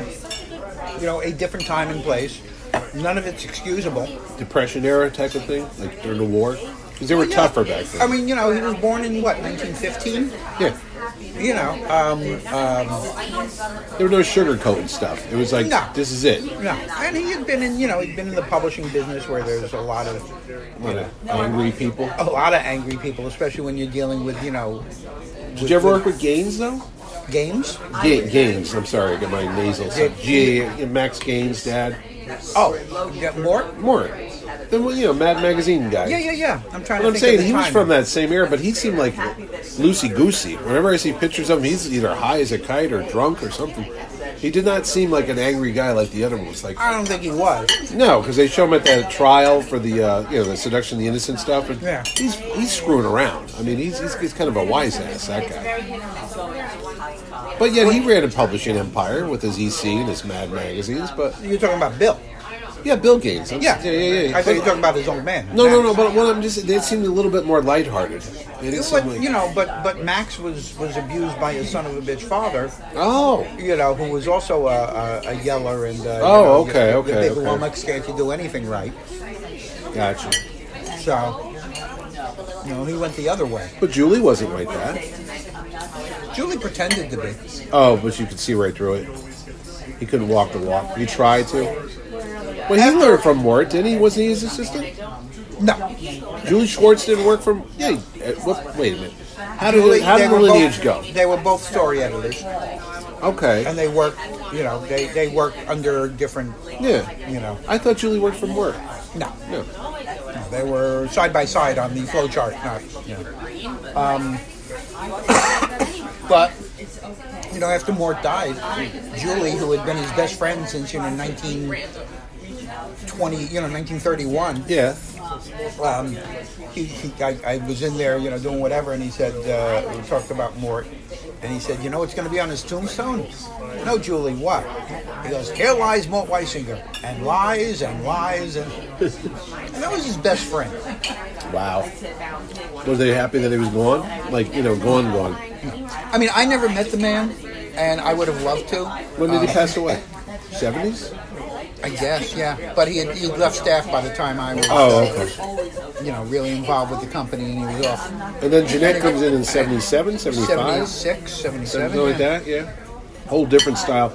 S2: you know a different time and place. None of it's excusable.
S3: Depression era type of thing, like during the war, because they were
S2: Yeah.
S3: tougher back
S2: I
S3: then.
S2: mean, you know, he was born in what 1915.
S3: Yeah,
S2: You know, um, um,
S3: there were no sugarcoating stuff. It was like
S2: No.
S3: this is it.
S2: no, and he had been in you know he'd been in the publishing business where there's a lot of
S3: A lot of angry people.
S2: a lot of angry people, especially when you're dealing with you know
S3: Did you ever work with Gaines though?
S2: games.
S3: Ga- Gaines. I'm sorry, I got my nasal. So, G. Max Gaines' dad.
S2: Oh, yeah, more?
S3: More. Then well, you know, Mad Magazine guy.
S2: Yeah, yeah, yeah. I'm trying to.
S3: I'm
S2: think
S3: saying
S2: of the
S3: he was
S2: time.
S3: from that same era, but he seemed like loosey goosey. Whenever I see pictures of him, he's either high as a kite or drunk or something. He did not seem like an angry guy like the other one was. Like
S2: I don't think he was.
S3: no, because they show him at that trial for the uh, you know the seduction, of the innocent stuff. And
S2: Yeah.
S3: he's he's screwing around. I mean, he's, he's he's kind of a wise ass that guy. But yet he ran a publishing empire with his EC E and his Mad magazines. But
S2: You're talking about Bill.
S3: Yeah, Bill Gates. I'm-
S2: Yeah.
S3: yeah, yeah, yeah.
S2: I thought you were talking about his old man.
S3: no, no, no.
S2: Max.
S3: But what I'm just they seemed a little bit more lighthearted. They didn't seem
S2: But,
S3: like-
S2: you know, but but Max was was abused by his son of a bitch father.
S3: oh,
S2: You know, who was also a, a, a yeller and uh, you
S3: Oh,
S2: know,
S3: okay,
S2: the,
S3: okay,
S2: the big
S3: okay.
S2: lummox scared to do anything right.
S3: gotcha.
S2: So, you know, he went the other way.
S3: But Julie wasn't like that.
S2: Julie pretended to be.
S3: Oh, but you could see right through it. He couldn't walk the walk. He tried to. Well, he learned from Mort, didn't he? Wasn't he his assistant?
S2: No,
S3: Julie Schwartz didn't work from. Yeah. he- uh, What, wait a minute. How did
S2: Julie-
S3: it, how
S2: they
S3: did the
S2: were
S3: lineage
S2: both,
S3: go?
S2: They were both story editors,
S3: Okay.
S2: and they worked. You know, they they worked under different.
S3: Yeah.
S2: You know,
S3: I thought Julie worked from Mort.
S2: no,
S3: No.
S2: no, they were side by side on the flow chart. Not, you know. um, but you know, after Mort died, Julie, who had been his best friend since you know 1920, you know, 1931.
S3: Yeah.
S2: um, he, he, I, I was in there, you know, doing whatever, and he said, uh, we talked about Mort, and he said, you know what's going to be on his tombstone? No, Julie, what? He goes, here lies Mort Weisinger, and lies and lies, and, [LAUGHS] and that was his best friend.
S3: Wow. Were they happy that he was gone? Like you know, gone, gone.
S2: I mean, I never met the man, and I would have loved to.
S3: When did he
S2: Um,
S3: pass away? Seventies.
S2: I guess, yeah. But he had, he had left staff by the time I was,
S3: Oh, okay.
S2: you know, really involved with the company, and he was off
S3: And then Jeanette comes in in 77, 75?
S2: 76, 77.
S3: Something like
S2: yeah.
S3: that, yeah. Whole different style.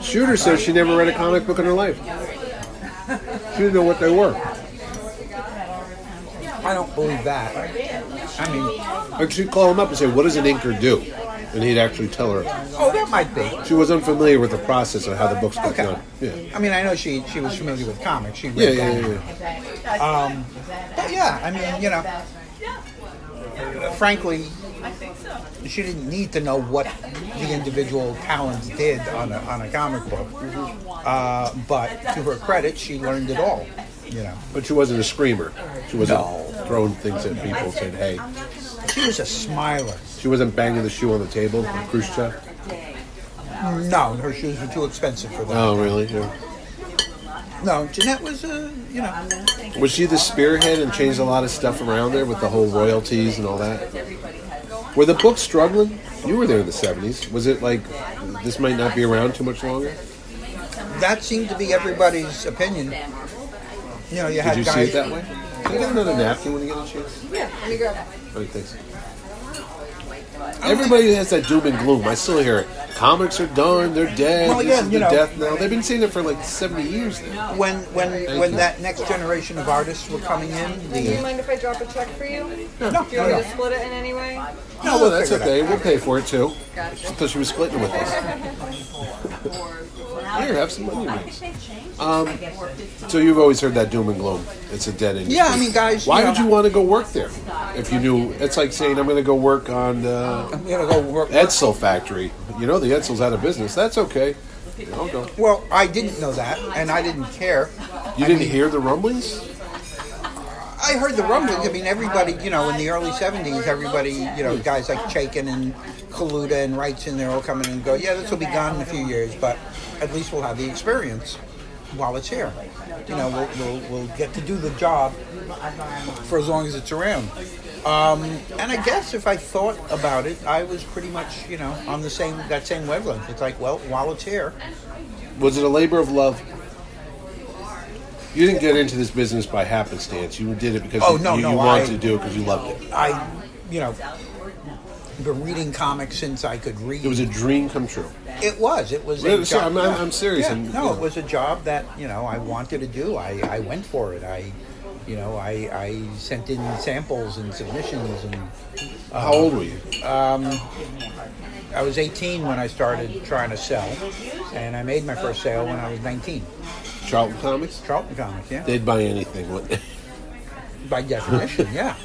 S3: Shooter says she never read a comic book in her life. She didn't know what they were.
S2: I don't believe that. I mean,
S3: Like she'd call him up and say, "What does an inker do?" And he'd actually tell her.
S2: Oh, that might be.
S3: She was unfamiliar with the process of how the books got
S2: Okay.
S3: done. Yeah.
S2: I mean, I know she she was familiar with comics. She read
S3: Yeah, yeah,
S2: them.
S3: yeah, yeah.
S2: But yeah, I mean, you know, frankly, she didn't need to know what the individual talents did on a, on a comic book. Uh, but to her credit, she learned it all. You know,
S3: But she wasn't a screamer. She wasn't throwing things at people and saying, "Hey."
S2: she was a smiler.
S3: She wasn't banging the shoe on the table like Khrushchev.
S2: No, her shoes were too expensive for that.
S3: Oh, really? Yeah.
S2: No, Jeanette was a you know.
S3: Was she the spearhead and changed a lot of stuff around there with the whole royalties and all that? Were the books struggling? You were there in the 70s. Was it like this might not be around too much longer?
S2: That seemed to be everybody's opinion. You know, you had
S3: Did you
S2: guys.
S3: see it that way? Can you get another napkin when you get a chance?
S4: Let me grab that.
S3: Oh, thanks. Everybody has that doom and gloom. I still hear it. Comics are done. They're dead.
S2: Well,
S3: this
S2: yeah,
S3: is
S2: you
S3: the
S2: know.
S3: death knell. They've been saying it for like 70 years now.
S2: when when
S3: Thank
S2: when
S3: you.
S2: that next generation of artists were coming in,
S4: Do you
S2: the
S4: mind if I drop a check for you?
S2: no, no,
S4: Do you want me
S2: no.
S4: to split it in any way?
S3: No,
S2: we'll
S3: that's
S2: figure it
S3: okay. We'll pay for it too. I just thought she was splitting it with us. Here, have some money. Max. Um, so you've always heard that doom and gloom. It's a dead industry.
S2: Yeah, I mean, guys,
S3: Why
S2: you
S3: would
S2: know-
S3: you want to go work there if you knew? It's like saying I'm going to go work on the
S2: I'm gonna go work.
S3: Edsel factory. You know the Edsel's out of business. That's okay. Yeah, I'll go.
S2: Well, I didn't know that, and I didn't care.
S3: You didn't hear the rumblings?
S2: I heard the rumblings. I mean, everybody, you know, in the early '70s, everybody, you know, guys like Chaikin and Kaluda and Wrights and they're all coming and go. Yeah, this will be gone in a few years, but at least we'll have the experience while it's here. You know, we'll we'll, we'll get to do the job for as long as it's around. Um, and I guess if I thought about it, I was pretty much, you know, on the same that same wavelength. It's like, well, while it's here,
S3: Was it a labor of love? You didn't get into this business by happenstance. You did it because
S2: Oh,
S3: you,
S2: no,
S3: you,
S2: no,
S3: you wanted
S2: I-
S3: to do it because you loved it.
S2: I, you know, been reading comics since I could read.
S3: It was a dream come true.
S2: It was. It was.
S3: Yeah,
S2: A
S3: so
S2: job.
S3: I'm- I'm- I'm serious,
S2: Yeah,
S3: and, you
S2: no, it
S3: know.
S2: was a job that you know I wanted to do. I, I went for it. I, you know, I I sent in samples and submissions, and
S3: How old were you?
S2: I was 18 when I started trying to sell, and I made my first sale when I was 19.
S3: Charlton Comics?
S2: Charlton Comics, yeah,
S3: They'd buy anything, wouldn't they? [LAUGHS]
S2: by definition, yeah.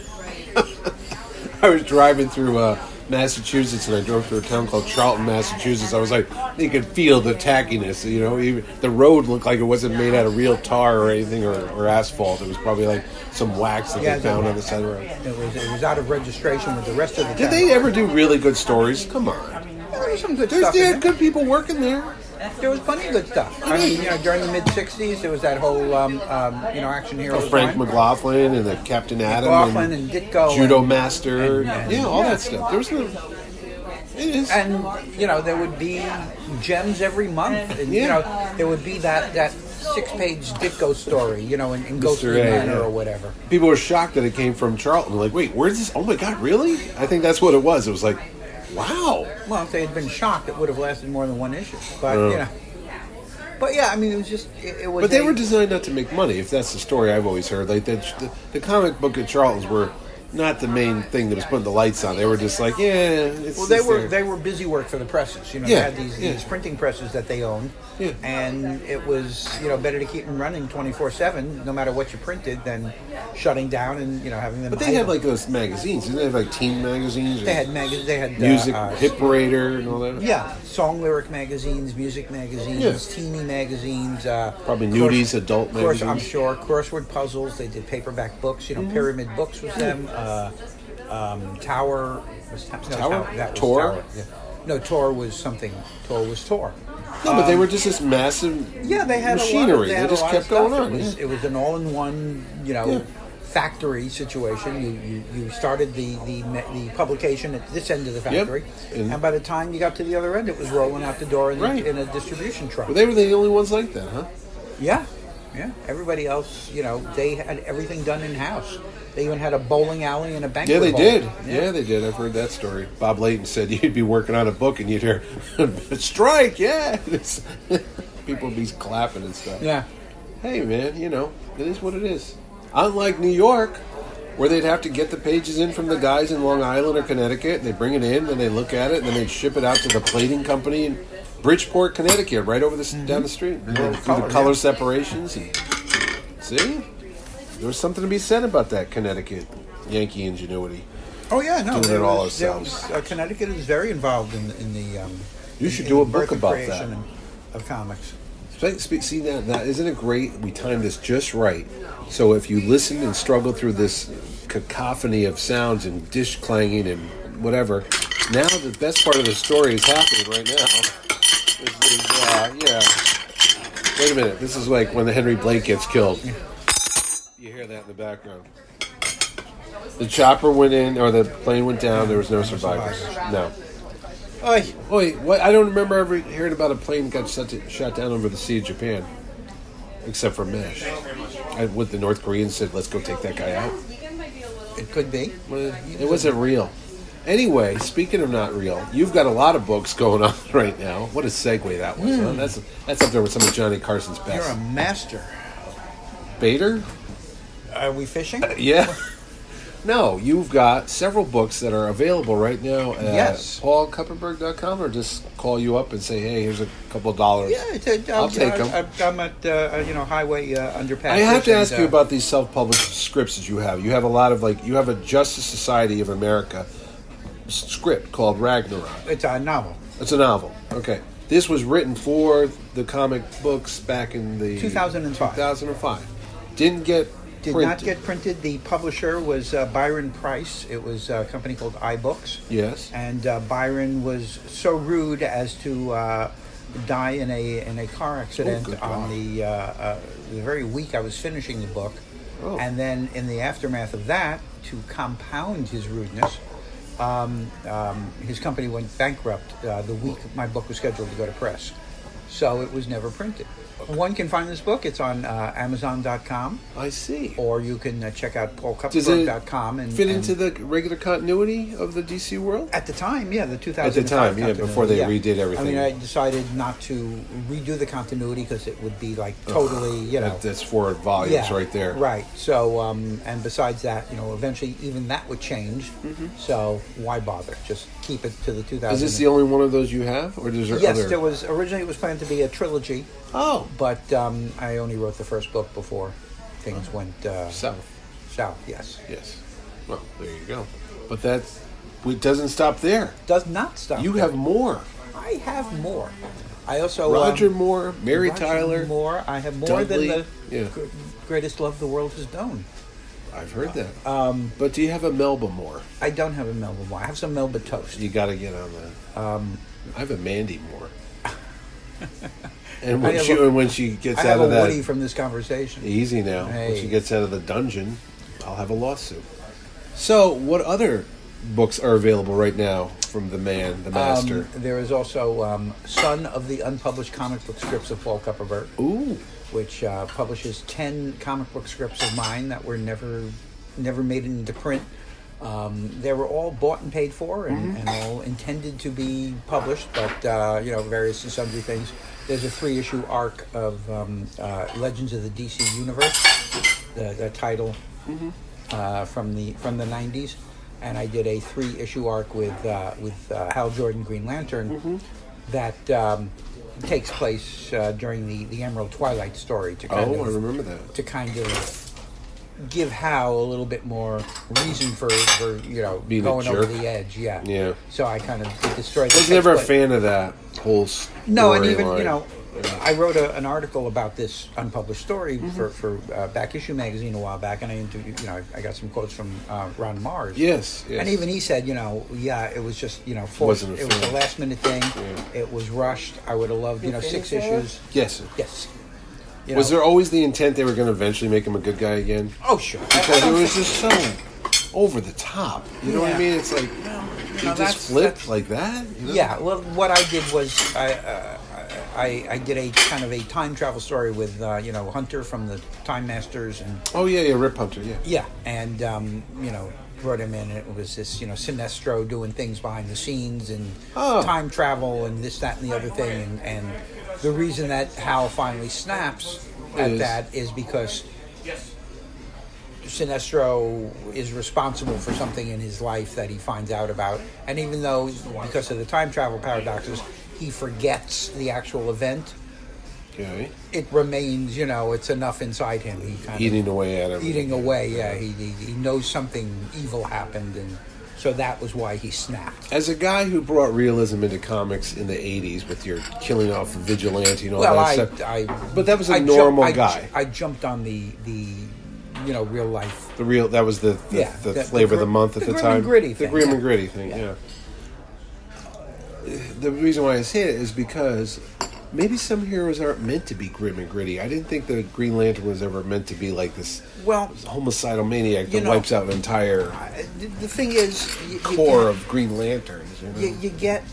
S3: I was driving through uh, Massachusetts, and I drove through a town called Charlton, Massachusetts. I was like, you could feel the tackiness. You know, even, the road looked like it wasn't made out of real tar or anything or, or asphalt. It was probably like some wax that
S2: Yeah,
S3: they found
S2: the-
S3: on the side of the road.
S2: It was it was out of registration with the rest of the.
S3: Did
S2: town.
S3: they ever do really good stories? Come on,
S2: There was some good
S3: there's
S2: stuff.
S3: they
S2: in
S3: had
S2: there.
S3: good people working there.
S2: There was plenty of good stuff. I mean, you know, during the mid '60s, there was that whole, um, um, you know, action hero.
S3: Frank McLaughlin and the Captain Adam
S2: McLaughlin
S3: and
S2: and Ditko.
S3: Judo
S2: and-
S3: Master.
S2: and-
S3: yeah, all
S2: yeah.
S3: that stuff. There's no. It is.
S2: and you know there would be gems every month and you
S3: Yeah.
S2: know there would be that that six page Ditko story you know in, in Ghostly
S3: A,
S2: Manor
S3: yeah.
S2: or whatever
S3: People were shocked that it came from Charlton. Like, wait, where's this? Oh my God, really? I think that's what it was. It was like, wow.
S2: well if they had been shocked it would have lasted more than one issue but
S3: Yeah.
S2: you know but yeah I mean it was just it, it was
S3: Oh. But they
S2: a-
S3: were designed not to make money. If that's the story I've always heard, like that, the, the comic book at Charlton's were not the main thing that was putting the lights on. They were just like, yeah, it's
S2: well they
S3: just
S2: were
S3: there.
S2: they were busy work for the presses you know
S3: Yeah,
S2: they had these,
S3: yeah.
S2: these printing presses that they owned
S3: Yeah.
S2: and it was you know better to keep them running 24 7 no matter what you printed than shutting down and you know having them
S3: But they
S2: idle.
S3: had like those magazines. Didn't they have like teen magazines? Or
S2: they had mag- they had uh,
S3: music,
S2: uh,
S3: Hip Raider, and all that.
S2: Yeah, song lyric magazines, music magazines,
S3: Yeah.
S2: teeny magazines. Uh,
S3: Probably
S2: course-
S3: nudies, adult
S2: course, I'm
S3: magazines.
S2: sure. Crossword puzzles. They did paperback books. You know, Pyramid Books was them. Uh, um, Tower. Was, no,
S3: Tower?
S2: That was
S3: Tor?
S2: Tower. Yeah. No, Tor was something. Tor was Tor.
S3: No, but they were just this massive
S2: um, Yeah, they had A lot of,
S3: machinery.
S2: they had
S3: they
S2: a
S3: just
S2: lot
S3: kept
S2: of stuff.
S3: going on.
S2: It was, it was an all-in-one, you know,
S3: Yeah.
S2: factory situation. You, you you started the the ma- the publication at this end of the factory,
S3: And-
S2: and by the time you got to the other end, it was rolling out the door in,
S3: Right.
S2: a, in a distribution truck.
S3: But they were the only ones like that, huh?
S2: yeah, yeah. Everybody else, you know, they had everything done in house. They even had a bowling alley and a banquet.
S3: Yeah, they
S2: hall.
S3: did. Yeah. they did. I've heard that story. Bob Layton said [LAUGHS] you'd be working on a book and you'd hear [LAUGHS] strike. Yeah, [LAUGHS] people would be clapping and stuff.
S2: Yeah.
S3: Hey, man, you know it is what it is. Unlike New York, where they'd have to get the pages in from the guys in Long Island or Connecticut, and they bring it in, then they look at it, and then they ship it out to the plating company in Bridgeport, Connecticut, right over the s down the street, and then through
S2: color,
S3: the color
S2: yeah.
S3: separations. And, see, there was something to be said about that Connecticut Yankee ingenuity.
S2: Oh yeah, no.
S3: Doing
S2: there
S3: it all
S2: was- there
S3: ourselves.
S2: was- uh, Connecticut is very involved in the, in the. Um,
S3: You
S2: in-
S3: should
S2: in
S3: do a
S2: the
S3: book
S2: birth and
S3: about that.
S2: creation and- Of comics.
S3: Spe- spe- See that that isn't it great? We timed this just right. So if you listen and struggle through this cacophony of sounds and dish clanging and whatever, now the best part of the story is happening right now. This is, uh, yeah. Wait a minute. This is like when the Henry Blake gets killed. You hear that in the background. The chopper went in, or the plane went down. There was no survivors. No.
S2: Oy.
S3: Wait, what? I don't remember ever hearing about a plane got shut, shot down over the sea of Japan, except for Mesh. I, what the North Koreans said, let's go take that guy out.
S2: It could be.
S3: Well, it wasn't real. Anyway, speaking of not real, you've got a lot of books [LAUGHS] going on right now. What a segue that was. huh? That's that's up there with some of Johnny Carson's
S2: Hmm. You're a
S3: best.
S2: master.
S3: Bader?
S2: Are we fishing?
S3: Yeah. [LAUGHS] No, you've got several books that are available right now at
S2: Yes.
S3: paulkuppenberg.com or just call you up and say, hey, here's a couple of dollars.
S2: Yeah, it's a,
S3: I'll take 'em.
S2: I, am at uh, you know highway uh, underpass.
S3: I have to
S2: and,
S3: ask
S2: uh,
S3: you about these self-published scripts that you have. You have a lot of like you have a Justice Society of America s- script called Ragnarok.
S2: It's a novel.
S3: It's a novel. Okay. This was written for the comic books back in the
S2: 2005.
S3: 2005. Didn't get
S2: Did
S3: printed.
S2: not get printed. The publisher was uh, Byron Price. It was a company called iBooks.
S3: Yes.
S2: And uh, Byron was so rude as to uh, die in a in a car accident
S3: Oh, good
S2: on
S3: God.
S2: the, uh, uh, the very week I was finishing the book,
S3: Oh.
S2: and then in the aftermath of that, to compound his rudeness. Um, um, his company went bankrupt uh, the week my book was scheduled to go to press, so it was never printed. One can find this book. It's on uh, Amazon.com,
S3: I see.
S2: or you can uh, check out
S3: Does it
S2: PaulKupferberg.com and
S3: fit
S2: and-
S3: into the regular continuity of the DC world?
S2: at the time, yeah, the 2000
S3: time, yeah, before they redid everything.
S2: I mean, I decided not to redo the continuity because it would be like totally, you know,
S3: That- that's four volumes right there.
S2: right. So, um, and besides that, you know, eventually even that would change. So why bother? Just keep it to the 2000.
S3: Is this the only one of those you have, or is there
S2: Yes,
S3: other?
S2: there was originally it was planned to be a trilogy,
S3: Oh,
S2: but um, I only wrote the first book before things went uh,
S3: south.
S2: South, yes,
S3: Yes. Well, there you go. But that's it doesn't stop there.
S2: does not stop.
S3: You
S2: there.
S3: have more.
S2: I have more. I also
S3: Roger
S2: um,
S3: Moore, Mary
S2: Roger
S3: Tyler.
S2: Moore. I have more
S3: Dudley.
S2: than the
S3: Yeah.
S2: gr- greatest love the world has known.
S3: I've heard that. Um, but do you have a Melba Moore?
S2: I don't have a Melba Moore. I have some Melba toast. [LAUGHS]
S3: You got to get on that. Um, I have a Mandy Moore.
S2: I
S3: And when
S2: have
S3: she
S2: a-
S3: and when she gets
S2: I
S3: out
S2: have a
S3: of that
S2: Woody from this conversation.
S3: easy now, when she
S2: Hey.
S3: gets out of the dungeon, I'll have a lawsuit. So, what other books are available right now from the man, the master?
S2: Um, there is also um, Son of the Unpublished Comic Book Scripts of Paul Kupperberg,
S3: Ooh,
S2: which uh, publishes 10 comic book scripts of mine that were never never made into print. Um, they were all bought and paid for and, and all intended to be published, but, uh, you know, various and sundry things. There's a three issue arc of um, uh, Legends of the DC Universe, the, the title uh, from the from the 90s, and I did a three issue arc with uh, with uh, Hal Jordan Green Lantern
S3: Mm-hmm.
S2: that um, takes place uh, during the the Emerald Twilight story to kind
S3: oh, I
S2: of
S3: remember that.
S2: to kind of give Hal a little bit more reason for for you know
S3: Being a
S2: going over
S3: jerk.
S2: the edge. Yeah,
S3: Yeah.
S2: So I kind of did the story.
S3: I was never a fan of that whole storyline.
S2: No, and even you know, I wrote a, an article about this unpublished story for, for uh, Back Issue magazine a while back, and I interviewed, you know I got some quotes from uh, Ron Mars.
S3: Yes, yes.
S2: and even he said, you know, yeah, it was just you know forced.
S3: Wasn't
S2: It,
S3: a
S2: was
S3: fan.
S2: a last minute thing. It was rushed. I would have loved you know six issues.
S3: Yes.
S2: Yes. You
S3: Was
S2: know.
S3: there always the intent they were going to eventually make him a good guy again?
S2: Oh sure.
S3: Because it was just so over the top. You know what I
S2: Yeah.
S3: mean? It's like he just
S2: that's-
S3: flipped
S2: that's-
S3: like that. you know?
S2: Yeah, well, what I did was I, uh, I I did a kind of a time travel story with uh, you know Hunter from the Time Masters and
S3: Oh yeah, yeah, Rip Hunter. Yeah.
S2: Yeah, and um, you know, brought him in, and it was this, you know, Sinestro doing things behind the scenes and
S3: Oh.
S2: time travel and this, that, and the other thing. And, and the reason that Hal finally snaps at
S3: Is-
S2: that is because Sinestro is responsible for something in his life that he finds out about, and even though because of the time travel paradoxes, he forgets the actual event.
S3: Okay.
S2: It remains, you know, it's enough inside him. He kind of
S3: Eating away at him.
S2: eating away. Yeah, he, he, he knows something evil happened, and so that was why he snapped.
S3: As a guy who brought realism into comics in the '80s with your killing off vigilante and all
S2: Well,
S3: that
S2: I,
S3: stuff,
S2: I,
S3: but that was Oh, a
S2: a
S3: normal guy.
S2: I, jumped on the the you know real life.
S3: the real that was the the,
S2: Yeah,
S3: the,
S2: the- the
S3: flavor of the
S2: gr-
S3: month at
S2: the
S3: the,
S2: grim
S3: time.
S2: and gritty
S3: the
S2: thing,
S3: grim
S2: yeah.
S3: and gritty thing. Yeah. The reason why I say it is because maybe some heroes aren't meant to be grim and gritty. I didn't think the Green Lantern was ever meant to be like this
S2: Well,
S3: homicidal maniac that
S2: You know,
S3: wipes out an entire
S2: the, the thing is, you, you-
S3: core of Green Lanterns. You know?
S2: you, you get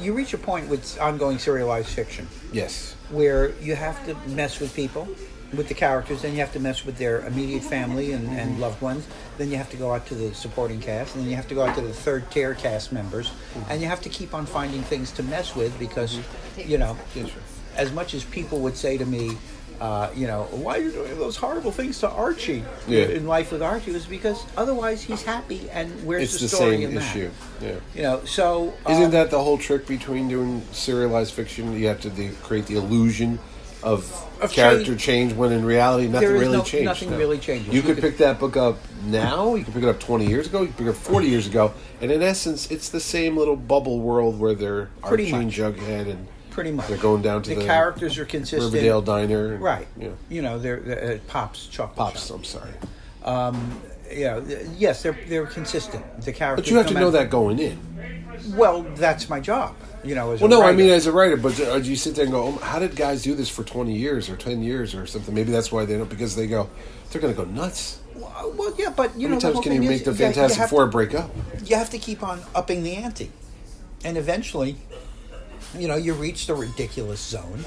S2: you reach a point with ongoing serialized fiction
S3: yes.
S2: where you have to mess with people, with the characters, then you have to mess with their immediate family and, and loved ones. Then you have to go out to the supporting cast, and then you have to go out to the third tier cast members, and you have to keep on finding things to mess with because, you know, as much as people would say to me, uh, you know, why are you doing those horrible things to Archie
S3: Yeah.
S2: in life with Archie? Is because otherwise he's happy, and where's
S3: It's
S2: the
S3: the
S2: story
S3: same
S2: in that?
S3: issue. Yeah.
S2: You know, so
S3: Isn't
S2: um,
S3: that the whole trick between doing serialized fiction? You have to do, create the illusion of,
S2: Of
S3: character
S2: change.
S3: change, when in reality nothing
S2: There is
S3: really
S2: no-
S3: changed.
S2: nothing really changes. You
S3: You, could
S2: could-
S3: pick that book up now. You could pick it up twenty years ago. You could pick it up forty years ago, and in essence, it's the same little bubble world where they're
S2: Pretty
S3: Archie and
S2: much.
S3: Jughead, and
S2: pretty much
S3: they're going down to the,
S2: characters are consistent.
S3: Riverdale diner, and,
S2: Right.
S3: Yeah,
S2: You know, they're, they're uh, pops, chocolate
S3: pops.
S2: shop.
S3: I'm sorry,
S2: Yeah. th- Yes, they're they're consistent. The characters.
S3: but you have to
S2: no
S3: know
S2: matter-
S3: that going in.
S2: Well, that's my job. You know, as
S3: Well,
S2: a
S3: no, I
S2: writer.
S3: mean as a writer, but do you sit there and go, oh, "How did guys do this for twenty years or ten years or something?" Maybe that's why they don't because they go, they're going to go nuts.
S2: well, Uh, well, yeah, but you
S3: How many
S2: know, the
S3: times
S2: whole
S3: can you
S2: thing
S3: make
S2: is,
S3: the
S2: yeah,
S3: Fantastic
S2: you have
S3: Four break up?
S2: To, you have to keep on upping the ante, and eventually. You know, you reach the ridiculous zone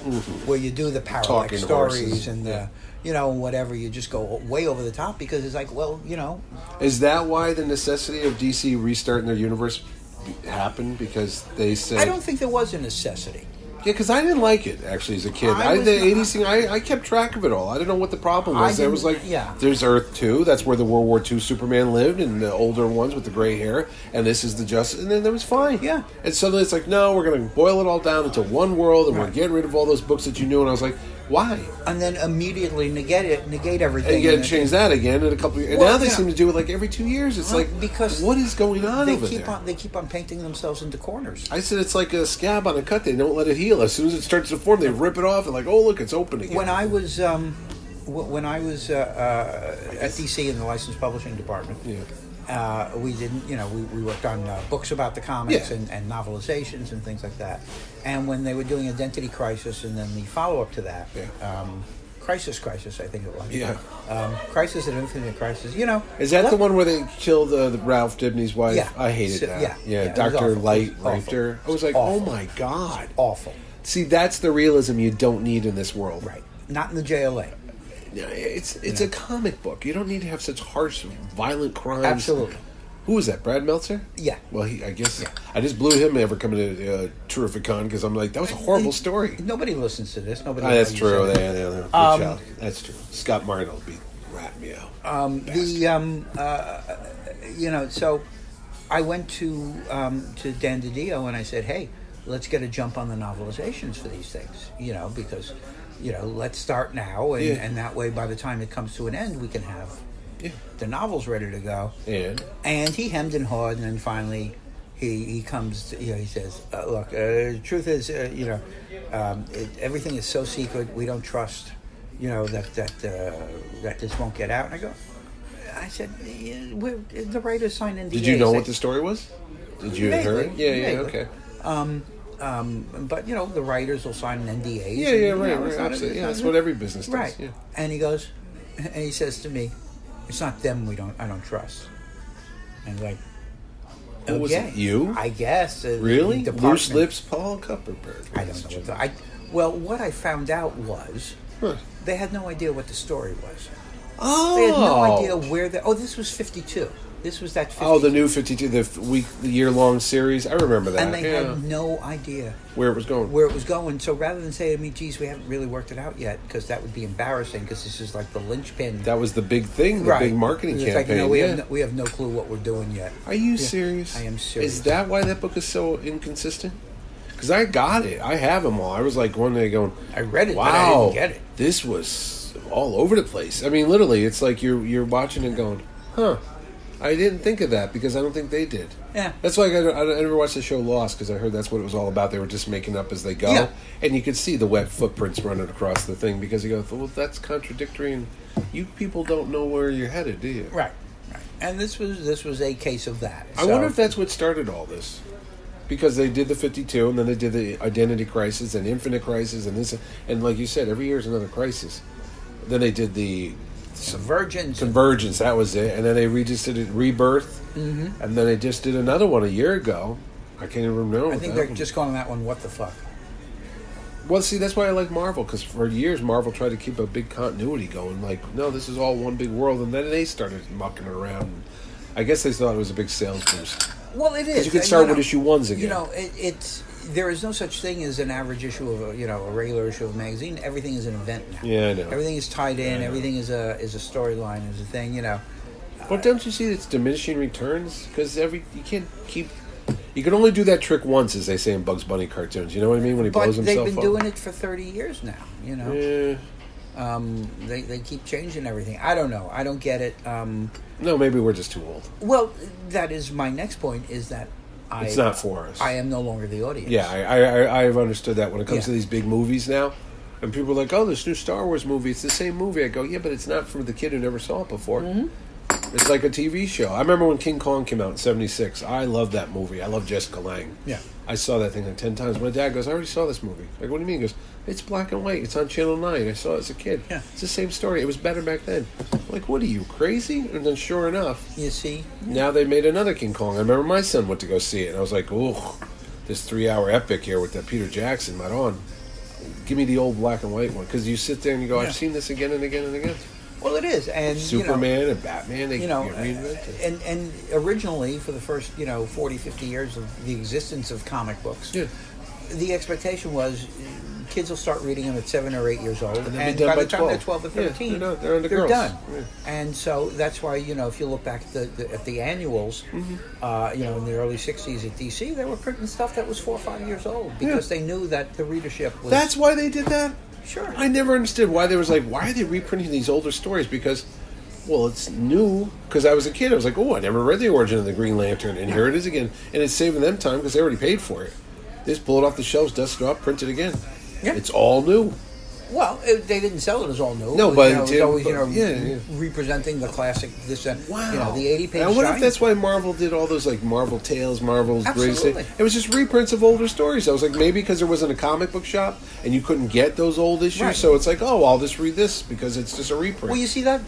S2: where you do the
S3: Mm-hmm. Talking
S2: parallax
S3: horses.
S2: stories and the, you know, whatever. You just go way over the top because it's like, well, you know,
S3: Is that why the necessity of DC restarting their universe be- happened because they said?
S2: I don't think there was a necessity.
S3: Yeah, because I didn't like it actually as a kid.
S2: I
S3: I,
S2: was
S3: the
S2: not-
S3: eighties thing, I, I kept track of it all. I didn't know what the problem
S2: I
S3: was. I, was like,
S2: didn't- yeah.
S3: there's Earth Two. That's where the World War Two Superman lived, and the older ones with the gray hair. And this is the Justice, and then that was fine.
S2: Yeah.
S3: And suddenly it's like, no, we're going to boil it all down into one world, and we're
S2: Right.
S3: getting rid of all those books that you knew. And I was like, why?
S2: And then immediately negate it, negate everything.
S3: And you got
S2: and-
S3: to change that again in a couple. Of, and
S2: Well,
S3: now they
S2: yeah.
S3: seem to do it like every two years. It's
S2: Well,
S3: like
S2: because
S3: what is going on
S2: they
S3: over
S2: keep
S3: there?
S2: on they keep on painting themselves into corners.
S3: I said it's like a scab on a cut. They don't let it heal. As soon as it starts to form, they rip it off and like, oh look, it's open again.
S2: When I was um, w- when I was uh, uh, at DC in the licensed publishing department,
S3: yeah.
S2: Uh, we didn't, you know, we, we worked on uh, books about the comics
S3: Yeah.
S2: and, and novelizations and things like that. And when they were doing Identity Crisis and then the follow up to that,
S3: Yeah.
S2: um, Crisis Crisis, I think it was.
S3: Yeah.
S2: Um, Crisis and Infinite Crisis, you know.
S3: Is that
S2: let-
S3: the one where they killed uh, the Ralph Dibney's wife?
S2: Yeah.
S3: I hated
S2: So-
S3: that.
S2: yeah, yeah, it was
S3: Doctor
S2: awful. It
S3: Light
S2: was
S3: raped
S2: awful.
S3: her. I was like,
S2: Awful.
S3: oh my god.
S2: Awful.
S3: See, that's the realism you don't need in this world.
S2: Right. Not in the JLA.
S3: Yeah, It's it's a comic book. You don't need to have such harsh, violent crimes.
S2: Absolutely.
S3: Who was that? Brad Meltzer?
S2: Yeah.
S3: Well, he, I guess I just blew him ever coming to uh, Terrific Con because I'm like, that was a horrible story.
S2: Nobody listens to this. Nobody.
S3: Ah, that's
S2: knows you said
S3: true.
S2: that.
S3: They, they, they, good
S2: Um, Uh,
S3: shout. that's true. Scott Martin will be rat me out.
S2: the um, uh, you know so I went to um, to Dan DiDio and I said, hey, let's get a jump on the novelizations for these things, you know, because you know let's start now, and,
S3: Yeah.
S2: and that way by the time it comes to an end, we can have
S3: yeah.
S2: the novels ready to go.
S3: And
S2: And he hemmed and hawed, and then finally he, he comes, to, you know, he says, uh, Look, uh, the truth is, uh, you know, um, it, everything is so secret, we don't trust, you know, that, that, uh, that this won't get out. And I go, I said, "Yeah, we're, the writers signed NDAs.
S3: did you know
S2: They-
S3: what the story was? Did you
S2: Vaguely,
S3: hear it? Yeah, yeah,
S2: vaguely.
S3: okay.
S2: Um, but, you know, the writers will sign an NDA.
S3: Yeah, yeah, right, right, absolutely. Yeah, that's what every business does.
S2: Right.
S3: Yeah.
S2: And he goes, and he says to me, "It's not them we don't I don't trust." And like,
S3: Who was it, you?
S2: I guess uh, the
S3: Really?
S2: department-
S3: Loose lips, Paul Kupperberg.
S2: I don't know. What the, I well, what I found out was
S3: Huh.
S2: they had no idea what the story was.
S3: Oh,
S2: They had no idea where the oh this was fifty two. This was that 52.
S3: Oh, the new 52, the f- week, the year long series. I remember that.
S2: and they
S3: yeah.
S2: had no idea
S3: Where it was going.
S2: where it was going. So rather than say to me, "Geez, we haven't really worked it out yet," because that would be embarrassing. Because this is like the linchpin.
S3: that was the big thing, the big marketing
S2: It's
S3: campaign.
S2: Like, no, we,
S3: yeah.
S2: have no, we have no clue what we're doing yet.
S3: Are you serious?
S2: I am serious.
S3: Is that why that book is so inconsistent? Because I got it. I have them all. I was like one day going,
S2: I read it,
S3: Wow,
S2: but I didn't get it."
S3: This was all over the place. I mean, literally, it's like you're you're watching and going, huh. I didn't think of that because I don't think they did.
S2: Yeah.
S3: that's why I, don't- I, don't- I never watched the show Lost because I heard that's what it was all about. They were just making up as they go,
S2: Yeah.
S3: and you could see the wet footprints running across the thing because you go, "Well, that's contradictory, and you people don't know where you're headed, do you?"
S2: Right. Right. And this was this was a case of that.
S3: I
S2: So-
S3: wonder if that's what started all this. Because they did the 52, and then they did the identity crisis, and infinite crisis, and this, and like you said, every year is another crisis. Then they did the
S2: subvergence.
S3: convergence, that was it, and then they re- just did it, rebirth, mm-hmm. and then they just did another one a year ago. I can't even remember.
S2: I
S3: what
S2: think
S3: that
S2: they're
S3: one-
S2: just calling that one "What the fuck."
S3: well. See, that's why I like Marvel because for years Marvel tried to keep a big continuity going. Like, no, this is all one big world, and then they started mucking around. I guess they thought it was a big sales boost.
S2: Well, it is.
S3: you could
S2: And,
S3: start with
S2: know,
S3: issue ones again.
S2: You know, it, it's there is no such thing as an average issue of a, you know a regular issue of a magazine. Everything is an event now.
S3: Yeah, I know.
S2: Everything is tied in. Everything is a is a storyline. Is a thing. You know.
S3: But don't you see it's diminishing returns? Because every you can't keep. You can only do that trick once, as they say in Bugs Bunny cartoons. You know what I mean? When he
S2: But
S3: blows
S2: they've
S3: himself
S2: been
S3: up. Eh,
S2: doing it for thirty years now. You know.
S3: Yeah.
S2: Um, they they keep changing everything. I don't know. I don't get it. Um,
S3: No, maybe we're just too old.
S2: Well, that is my next point. Is that I,
S3: It's not for us.
S2: I am no longer the audience.
S3: Yeah, I, I, I, I've understood that when it comes
S2: Yeah.
S3: to these big movies now. And people are like, oh, this new Star Wars movie, it's the same movie. I go, yeah, but it's not for the kid who never saw it before.
S2: Mm-hmm.
S3: It's like a TV show. I remember when King Kong came out in 76. I loved that movie. I love Jessica Lange.
S2: Yeah.
S3: I saw that thing like 10 times. My dad goes, I already saw this movie. I go, what do you mean? He goes, it's black and white. It's on Channel 9. I saw it as a kid.
S2: Yeah.
S3: It's the same story. It was better back then. I'm like, what are you, crazy? And then sure enough,
S2: You see,
S3: now they made another King Kong. I remember my son went to go see it, and I was like, "Ooh, this three-hour epic here with that Peter Jackson, right on." Give me the old black and white one because you sit there and you go,
S2: Yeah.
S3: "I've seen this again and again and again."
S2: well, it is, and
S3: Superman and Batman, they
S2: You know, you know
S3: get
S2: uh,
S3: reinvented.
S2: and and originally for the first you know 40, 50 years of the existence of comic books,
S3: yeah,
S2: the expectation was uh, kids will start reading them at seven or eight years old,
S3: And
S2: and,
S3: they'll be done
S2: by,
S3: by
S2: the time
S3: 12.
S2: they're twelve or
S3: Yeah,
S2: thirteen,
S3: they're done. They're on the girls.
S2: done.
S3: Yeah.
S2: And so that's why you know if you look back at the, the at the annuals,
S3: Mm-hmm.
S2: uh, you know in the early '60s at DC, they were printing stuff that was four or five years old because they knew that the readership was
S3: that's why they did that.
S2: Sure.
S3: I never understood why they was like, why are they reprinting these older stories? Because, well, it's new. Because I was a kid, I was like, oh, I never read the origin of the Green Lantern, and here it is again, and it's saving them time because they already paid for it. They just pull it off the shelves, dust it up, print it again.
S2: Yeah.
S3: It's all new.
S2: Well, it, they didn't sell it as all new.
S3: No,
S2: It was,
S3: but
S2: you know, it was
S3: it-
S2: always you know
S3: but- yeah, yeah.
S2: representing the classic. This uh,
S3: Wow.
S2: you know the eighty page.
S3: And I wonder if that's why Marvel did all those like Marvel Tales, Marvel's Greatest.
S2: Absolutely.
S3: It was just reprints of older stories. I was like, maybe because there wasn't a comic book shop and you couldn't get those old issues,
S2: Right.
S3: so it's like, oh, I'll just read this because it's just a reprint.
S2: Well, you see that,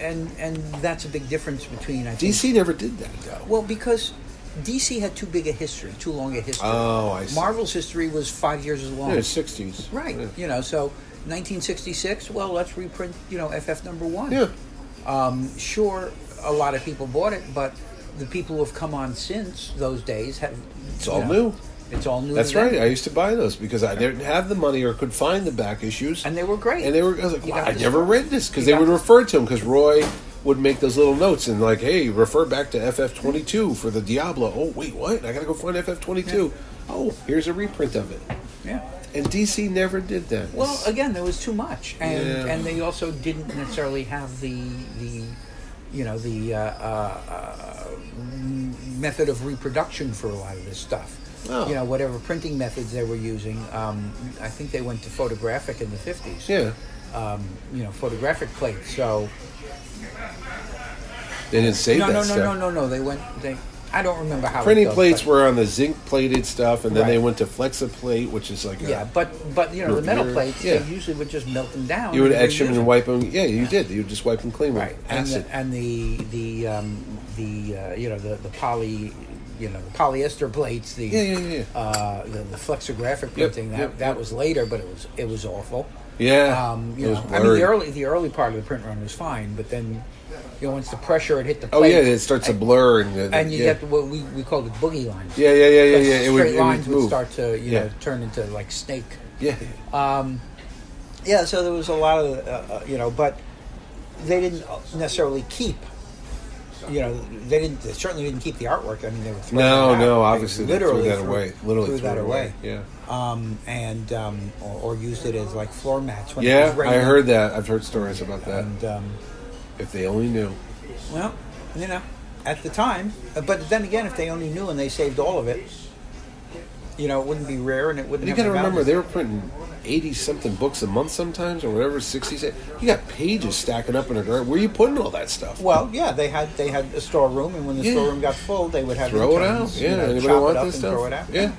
S2: and and that's a big difference between I think,
S3: DC never did that though.
S2: Well, because DC had too big a history, too long a history.
S3: Oh, I see.
S2: Marvel's history was five years as long.
S3: Yeah, sixties.
S2: Right.
S3: Yeah.
S2: You know, so 1966. Well, let's reprint. You know, FF number one.
S3: Yeah.
S2: Um, sure, a lot of people bought it, but the people who have come on since those days have. It's
S3: all new.
S2: It's all new.
S3: That's
S2: to them.
S3: right. I used to buy those because I didn't have the money or could find the back issues,
S2: And they were great.
S3: And they were. I was like,
S2: You
S3: wow,
S2: got
S3: I
S2: this-
S3: never read this because
S2: you
S3: they
S2: got
S3: would
S2: this-
S3: refer to him because Roy would make those little notes and like, hey, refer back to FF twenty two for the Diablo. Oh wait, what? I gotta go find FF twenty two. Oh, here's a reprint of it.
S2: Yeah.
S3: And DC never did that.
S2: Well, uh, again, there was too much, and
S3: Yeah.
S2: and they also didn't necessarily have the the you know the uh, uh, uh, m- method of reproduction for a lot of this stuff.
S3: Oh.
S2: You know, whatever printing methods they were using, um, I think they went to photographic in the fifties.
S3: yeah,
S2: Um, you know, photographic plates. So
S3: they didn't save
S2: no,
S3: that
S2: no, no,
S3: stuff.
S2: no, no, no. They went. They. I don't remember how it
S3: Printing
S2: goes,
S3: plates
S2: but-
S3: were on the zinc plated stuff, and then
S2: Right.
S3: they went to flexiplate, which is like a-
S2: Yeah, but but you know the metal
S3: Revered.
S2: plates.
S3: Yeah.
S2: They usually would just melt them down.
S3: you would
S2: and
S3: etch them
S2: reuse
S3: and wipe them. Yeah, you did. You would just wipe them clean with
S2: Right, and
S3: acid.
S2: the, and the the um, the uh, you know the the poly you know the polyester plates the
S3: Yeah, yeah, yeah, yeah.
S2: Uh, the, the flexographic printing that
S3: yep,
S2: that
S3: yep.
S2: was later but it was it was awful
S3: yeah,
S2: um,
S3: it
S2: you
S3: was
S2: know I mean
S3: blurry.
S2: the early the early part of the print run was fine but then you know once the pressure had hit the
S3: Oh
S2: plate,
S3: yeah, it starts to blur and the,
S2: and you
S3: yeah.
S2: get what we, we called the boogie lines
S3: yeah, yeah, yeah, yeah, yeah. It
S2: straight
S3: would, it would
S2: lines
S3: move.
S2: start to you
S3: yeah.
S2: know turn into like snake
S3: Yeah,
S2: yeah so there was a lot of uh, uh, you know but they didn't necessarily keep you know they didn't they certainly didn't keep the artwork i mean they were throwing
S3: no,
S2: it out.
S3: no.
S2: They
S3: Obviously, they threw that away. Literally
S2: threw that away,
S3: Yeah,
S2: um and um or, or used it as like floor mats when it
S3: yeah.
S2: was
S3: I
S2: raining.
S3: heard that. I've heard stories about that.
S2: and um
S3: If they only knew.
S2: well you know at the time uh, but then again if they only knew and they saved all of it you know it wouldn't be rare and it wouldn't
S3: You
S2: have
S3: got to
S2: the value.
S3: remember, they were printing eighty something books a month sometimes, or whatever, sixty. You got pages stacking up in a garden. Where are you putting all that stuff?
S2: Well, yeah, they had they had a storeroom, and when the
S3: Yeah.
S2: storeroom got full, they would have
S3: throw it out.
S2: interns,
S3: Yeah.
S2: you know,
S3: Anybody
S2: chop it
S3: want
S2: up
S3: this
S2: and
S3: stuff?
S2: Throw it out.
S3: Yeah.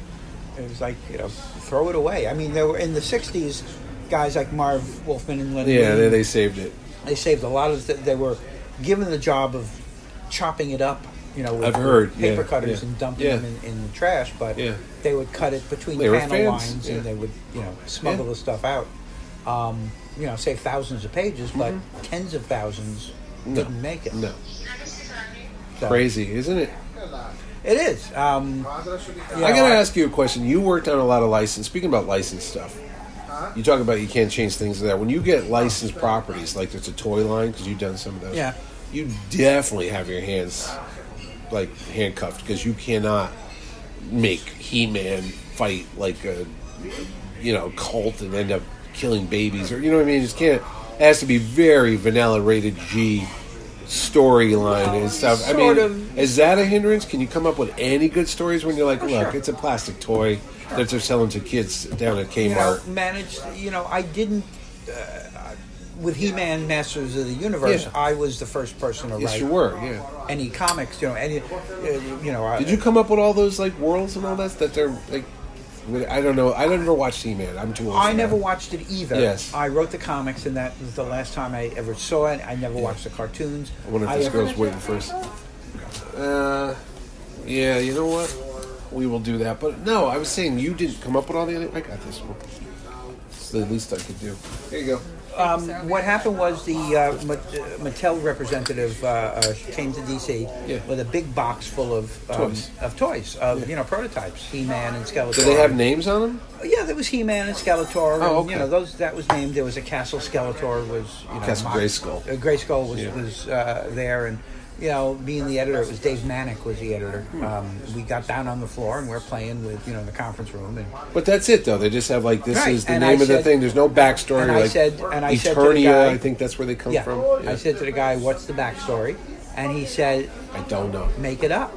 S2: it was like you know, throw it away. I mean, there were in the '60s, guys like Marv Wolfman and Lynn.
S3: Yeah.
S2: Reed,
S3: They, they saved it.
S2: they saved a lot of. Th- they were given the job of chopping it up. You know, with
S3: I've heard, yeah,
S2: paper cutters
S3: yeah,
S2: and dumping
S3: yeah.
S2: them in, in the trash, but
S3: Yeah.
S2: they would cut it between
S3: They were
S2: panel
S3: fans,
S2: lines,
S3: yeah.
S2: and they would you know smuggle
S3: Yeah.
S2: the stuff out. Um, you know, save thousands of pages, but tens of thousands didn't make it.
S3: Mm-hmm. No.
S2: So-
S3: Crazy, isn't it?
S2: It is. Um, you
S3: I
S2: know,
S3: gotta ask you a question. You worked on a lot of license. Speaking about license stuff, you talk about you can't change things and that. When you get licensed properties, like there's a toy line because you've done some of those.
S2: Yeah.
S3: you definitely have your hands like handcuffed because you cannot make He-Man fight like a you know cult and end up killing babies or you know what I mean. You just can't. It has to be very vanilla rated G storyline and stuff. I mean,
S2: sort of.
S3: is that a hindrance? Can you come up with any good stories when you're like, look,
S2: sure.
S3: it's a plastic toy that they're selling to kids down at
S2: you know,
S3: Kmart?
S2: managed. You know, I didn't. Uh, with He-Man, Masters of the Universe,
S3: Yeah.
S2: I was the first person to
S3: yes,
S2: write
S3: you were. Yeah.
S2: any comics. You know, any. Uh, you know, I-
S3: Did you come up with all those like worlds and all that that they're like? I don't know. I never watched He-Man. I'm too old.
S2: I
S3: for
S2: never
S3: that.
S2: watched it either.
S3: Yes.
S2: I wrote the comics, and that was the last time I ever saw it. I never watched the cartoons.
S3: I wonder if this
S2: ever-
S3: girl's waiting first. Uh, yeah, you know what? We will do that. But no, I was saying you didn't come up with all the. I got this one. It's the least I could do. There you go.
S2: Um, what happened was the uh, Mat- uh, Mattel representative uh, uh, came to DC
S3: Yeah.
S2: with a big box full of um,
S3: Toys.
S2: of toys, of you know prototypes, He-Man and Skeletor.
S3: Do they have names on them?
S2: Yeah, there was He-Man and Skeletor.
S3: Oh,
S2: and,
S3: okay.
S2: You know, those that was named. There was a Castle Skeletor was you know,
S3: Castle
S2: Mox-
S3: Grayskull.
S2: Uh, Grayskull was
S3: Yeah.
S2: was uh, there, and you know, being the editor, it was Dave Manick was the editor.
S3: Hmm.
S2: Um, we got down on the floor and we're playing with you know the conference room, and,
S3: But that's it, though. They just have like this
S2: Right,
S3: is the
S2: and
S3: name
S2: I
S3: of the
S2: said-
S3: thing. There's no backstory.
S2: and I
S3: like
S2: said- and I said to the
S3: Eternia.
S2: guy-
S3: I think that's where they come
S2: yeah,
S3: from. Yeah.
S2: I said to the guy, "What's the backstory?" And he said,
S3: I don't know.
S2: "Make it up."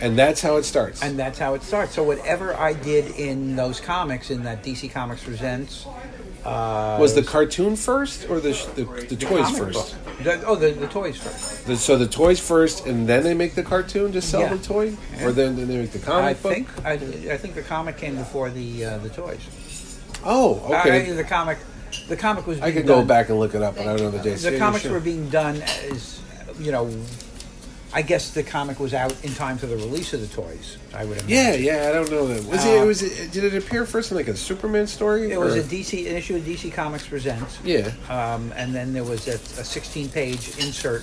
S3: And that's how it starts.
S2: And that's how it starts. So whatever I did in those comics, in that DC Comics Presents, Uh,
S3: Was the cartoon first or the sh- the, the toys
S2: comic
S3: first?
S2: book. The- oh, the, the toys first.
S3: The- so the toys first, and then they make the cartoon to sell
S2: Yeah.
S3: the toy, or then, then they make the comic
S2: I
S3: book.
S2: think I, I think the comic came before the uh, the toys.
S3: Oh, okay.
S2: Uh, the comic, the comic was.
S3: I
S2: being
S3: could go
S2: done-
S3: back and look it up, but I don't know the dates.
S2: The
S3: Yeah,
S2: comics
S3: sure.
S2: were being done as you know. I guess the comic was out in time for the release of the toys. I would imagine.
S3: Yeah, yeah, I don't know that. Was
S2: Uh,
S3: it? Was it? Did it appear first in like a Superman story?
S2: It was
S3: or-
S2: a DC an issue of DC Comics Presents.
S3: Yeah.
S2: Um, and then there was a, a 16-page insert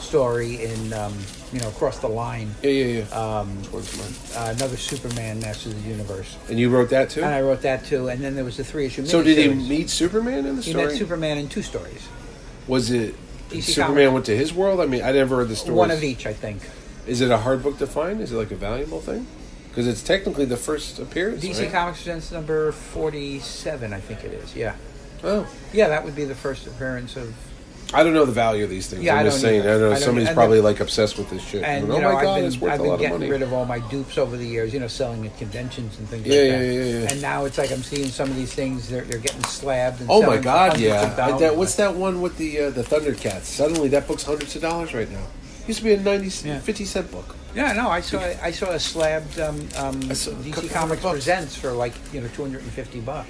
S2: story in um, you know across the line.
S3: Yeah, yeah, yeah. Um, Towards mine.
S2: Uh, another Superman Master of the Universe,
S3: And you wrote that too.
S2: and I wrote that too. And then there was the three-issue.
S3: so did he
S2: miniseries.
S3: meet Superman in the
S2: He
S3: story?
S2: met Superman in two stories,
S3: Was it
S2: DC
S3: Superman
S2: Comics.
S3: went to his world? I mean, I never read the story.
S2: one of each, I think.
S3: Is it a hard book to find? Is it like a valuable thing? Because it's technically the first appearance.
S2: DC
S3: right?
S2: Comics Presents number forty-seven, I think it is. Yeah,
S3: Oh,
S2: yeah, that would be the first appearance of.
S3: I don't know the value of these things.
S2: Yeah,
S3: I'm
S2: I
S3: just
S2: don't
S3: saying.
S2: either.
S3: I
S2: I
S3: know
S2: don't-
S3: somebody's
S2: and
S3: probably
S2: the-
S3: like obsessed with this shit.
S2: And
S3: oh
S2: you know,
S3: my god,
S2: I've been,
S3: it's worth
S2: I've
S3: a
S2: been
S3: lot of
S2: getting
S3: money.
S2: rid of all my dupes over the years. You know, selling at conventions and things
S3: Yeah,
S2: like
S3: yeah,
S2: that.
S3: yeah, yeah.
S2: And now it's like I'm seeing some of these things. They're, they're getting slabbed. And
S3: Oh my
S2: selling for
S3: god,
S2: hundreds
S3: yeah.
S2: of
S3: And that,
S2: dollars.
S3: what's that one with the uh, the Thundercats? Suddenly, that book's hundreds of dollars right now. Used to be a 90,
S2: Yeah.
S3: 50 cent book.
S2: Yeah, no, I saw I saw a slabbed um, um,
S3: I saw a couple
S2: DC
S3: hundred
S2: Comics
S3: bucks.
S2: Presents for like you know 250 bucks.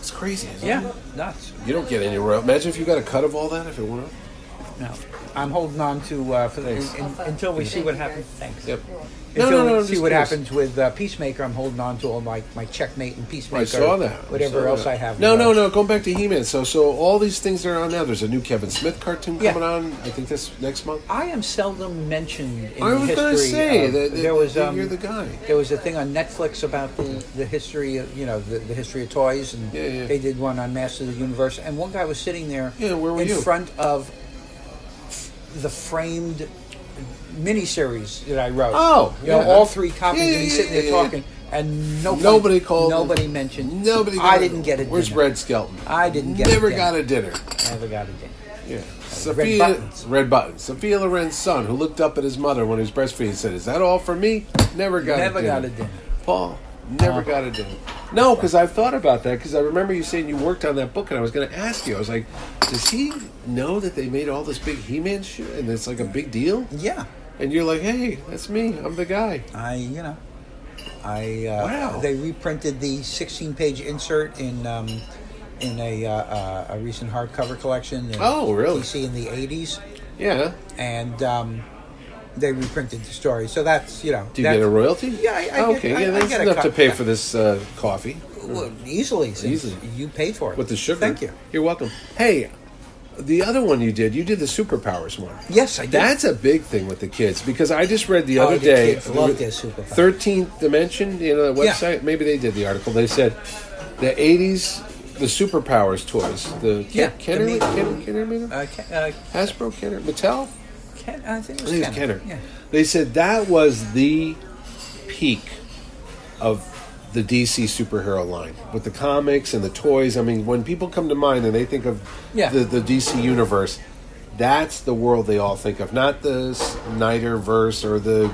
S3: It's crazy. Isn't
S2: Yeah,
S3: It?
S2: nuts.
S3: You don't get anywhere. else. Imagine if you got a cut of all that if it went up.
S2: No, I'm holding on to uh, for the,
S3: Thanks.
S2: in, until we see what happens. Thanks.
S3: Yep.
S2: Until we
S3: I'm
S2: see
S3: just
S2: what
S3: curious.
S2: happens with uh, Peacemaker. I'm holding on to all my, my checkmate and Peacemaker.
S3: I saw that. I
S2: Whatever
S3: saw
S2: else
S3: that.
S2: I have.
S3: No,
S2: left.
S3: no, no. Going back to He-Man. So, so all these things that are on now. There's a new Kevin Smith cartoon
S2: Yeah.
S3: coming on. I think this next month.
S2: I am seldom mentioned in
S3: I
S2: the
S3: was
S2: history.
S3: gonna say
S2: of-
S3: that, that-
S2: there was
S3: that
S2: um,
S3: you're the guy.
S2: there was a thing on Netflix about the, the history of you know the, the history of toys and
S3: Yeah, yeah.
S2: they did one on Master of the Universe and one guy was sitting there
S3: Yeah, where were
S2: in
S3: you?
S2: front of the framed miniseries that I wrote.
S3: Oh,
S2: you know
S3: yeah.
S2: all three copies
S3: Yeah,
S2: and he's
S3: yeah,
S2: sitting there
S3: yeah, yeah.
S2: talking and nobody
S3: Nobody called.
S2: nobody mentioned
S3: Nobody.
S2: I
S3: got-
S2: didn't get it.
S3: Where's
S2: dinner.
S3: Red Skelton?
S2: I didn't get a
S3: Never
S2: dinner.
S3: got a dinner.
S2: Never got a dinner.
S3: Yeah. Sophia,
S2: buttons.
S3: Red buttons. Sophia Loren's son, who looked up at his mother when he was breastfeeding, said, "Is that all for me?" Never got.
S2: Never
S3: a dinner.
S2: got a dinner.
S3: Paul never got a dinner. No, because I've thought about that. Because I remember you saying you worked on that book, and I was going to ask you. I was like, "Does he know that they made all this big He-Man shit, and it's like a big deal?"
S2: Yeah.
S3: And you're like, "Hey, that's me. I'm the guy."
S2: I, you know, I uh,
S3: Wow.
S2: they reprinted the 16-page insert in um, in a, uh, uh, a recent hardcover collection. In
S3: Oh, really?
S2: DC in the 80s,
S3: Yeah.
S2: and um, they reprinted the story. So that's you know,
S3: Do you get a royalty? Oh,
S2: Yeah, I- I get-
S3: okay.
S2: I-
S3: yeah,
S2: I
S3: that's
S2: get a
S3: enough
S2: cut.
S3: to pay for this uh, coffee
S2: well, easily since
S3: Easily.
S2: you paid for it
S3: with the sugar.
S2: Thank you.
S3: You're welcome. Hey, the other one you did, you did the superpowers one.
S2: Yes, I did.
S3: That's a big thing with the kids because I just read the
S2: Oh,
S3: other
S2: the
S3: day.
S2: kids love their superpowers.
S3: Thirteenth Dimension, you know, the
S2: Yeah.
S3: website. Maybe they did the article. They said the '80s, the superpowers toys. The Ken,
S2: Yeah,
S3: Kenner,
S2: the meat.
S3: Kenner, Kenner, made them?
S2: Uh, Ken, uh,
S3: Hasbro, Kenner, Mattel.
S2: Ken, I think it
S3: I
S2: was,
S3: think it was
S2: Kenner.
S3: Kenner.
S2: Yeah.
S3: They said that was the peak of the DC superhero line with the comics and the toys. I mean, when people come to mind and they think of
S2: Yeah.
S3: the, the DC universe, that's the world they all think of, not the Snyder verse or the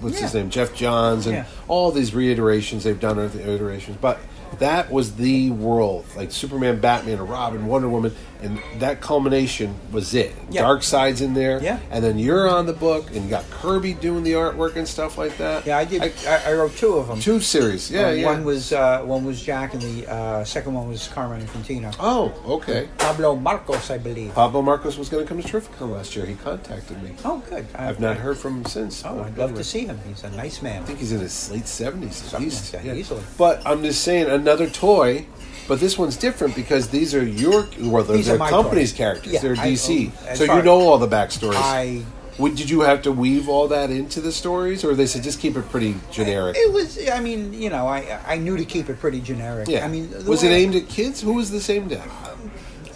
S3: what's his
S2: Yeah.
S3: name, Jeff Johns, and
S2: Yeah.
S3: all these reiterations they've done or the iterations, but. That was the world, like Superman, Batman, and Robin, Wonder Woman, and that culmination was it.
S2: Yeah.
S3: Dark side's in there,
S2: Yeah.
S3: and then you're on the book, and you got Kirby doing the artwork and stuff like that.
S2: Yeah, I did. I, I wrote two of them.
S3: two series. Yeah,
S2: Uh,
S3: yeah.
S2: One was uh, one was Jack, and the uh, second one was Carmen Infantino.
S3: oh, okay.
S2: Pablo Marcos, I believe.
S3: Pablo Marcos was going to come to Terrificon last year. He contacted me.
S2: Oh, good. I,
S3: I've not heard from him since.
S2: Oh, I'd love to see him. He's a nice man.
S3: I think he's in his late seventies at
S2: Something
S3: least.
S2: like that, easily.
S3: But I'm just saying, another toy. But this one's different because these are your well, they're,
S2: These are
S3: they're
S2: my
S3: company's
S2: toys.
S3: characters.
S2: Yeah,
S3: they're
S2: I-
S3: DC,
S2: oh, as
S3: so
S2: far-
S3: you know all the backstories.
S2: I-
S3: Would- did you have to weave all that into the stories, or they said just keep it pretty generic?
S2: It was. I mean, you know, I I knew to keep it pretty generic.
S3: yeah,
S2: I mean, the
S3: was it
S2: way I-
S3: aimed at kids? Who was this aimed at?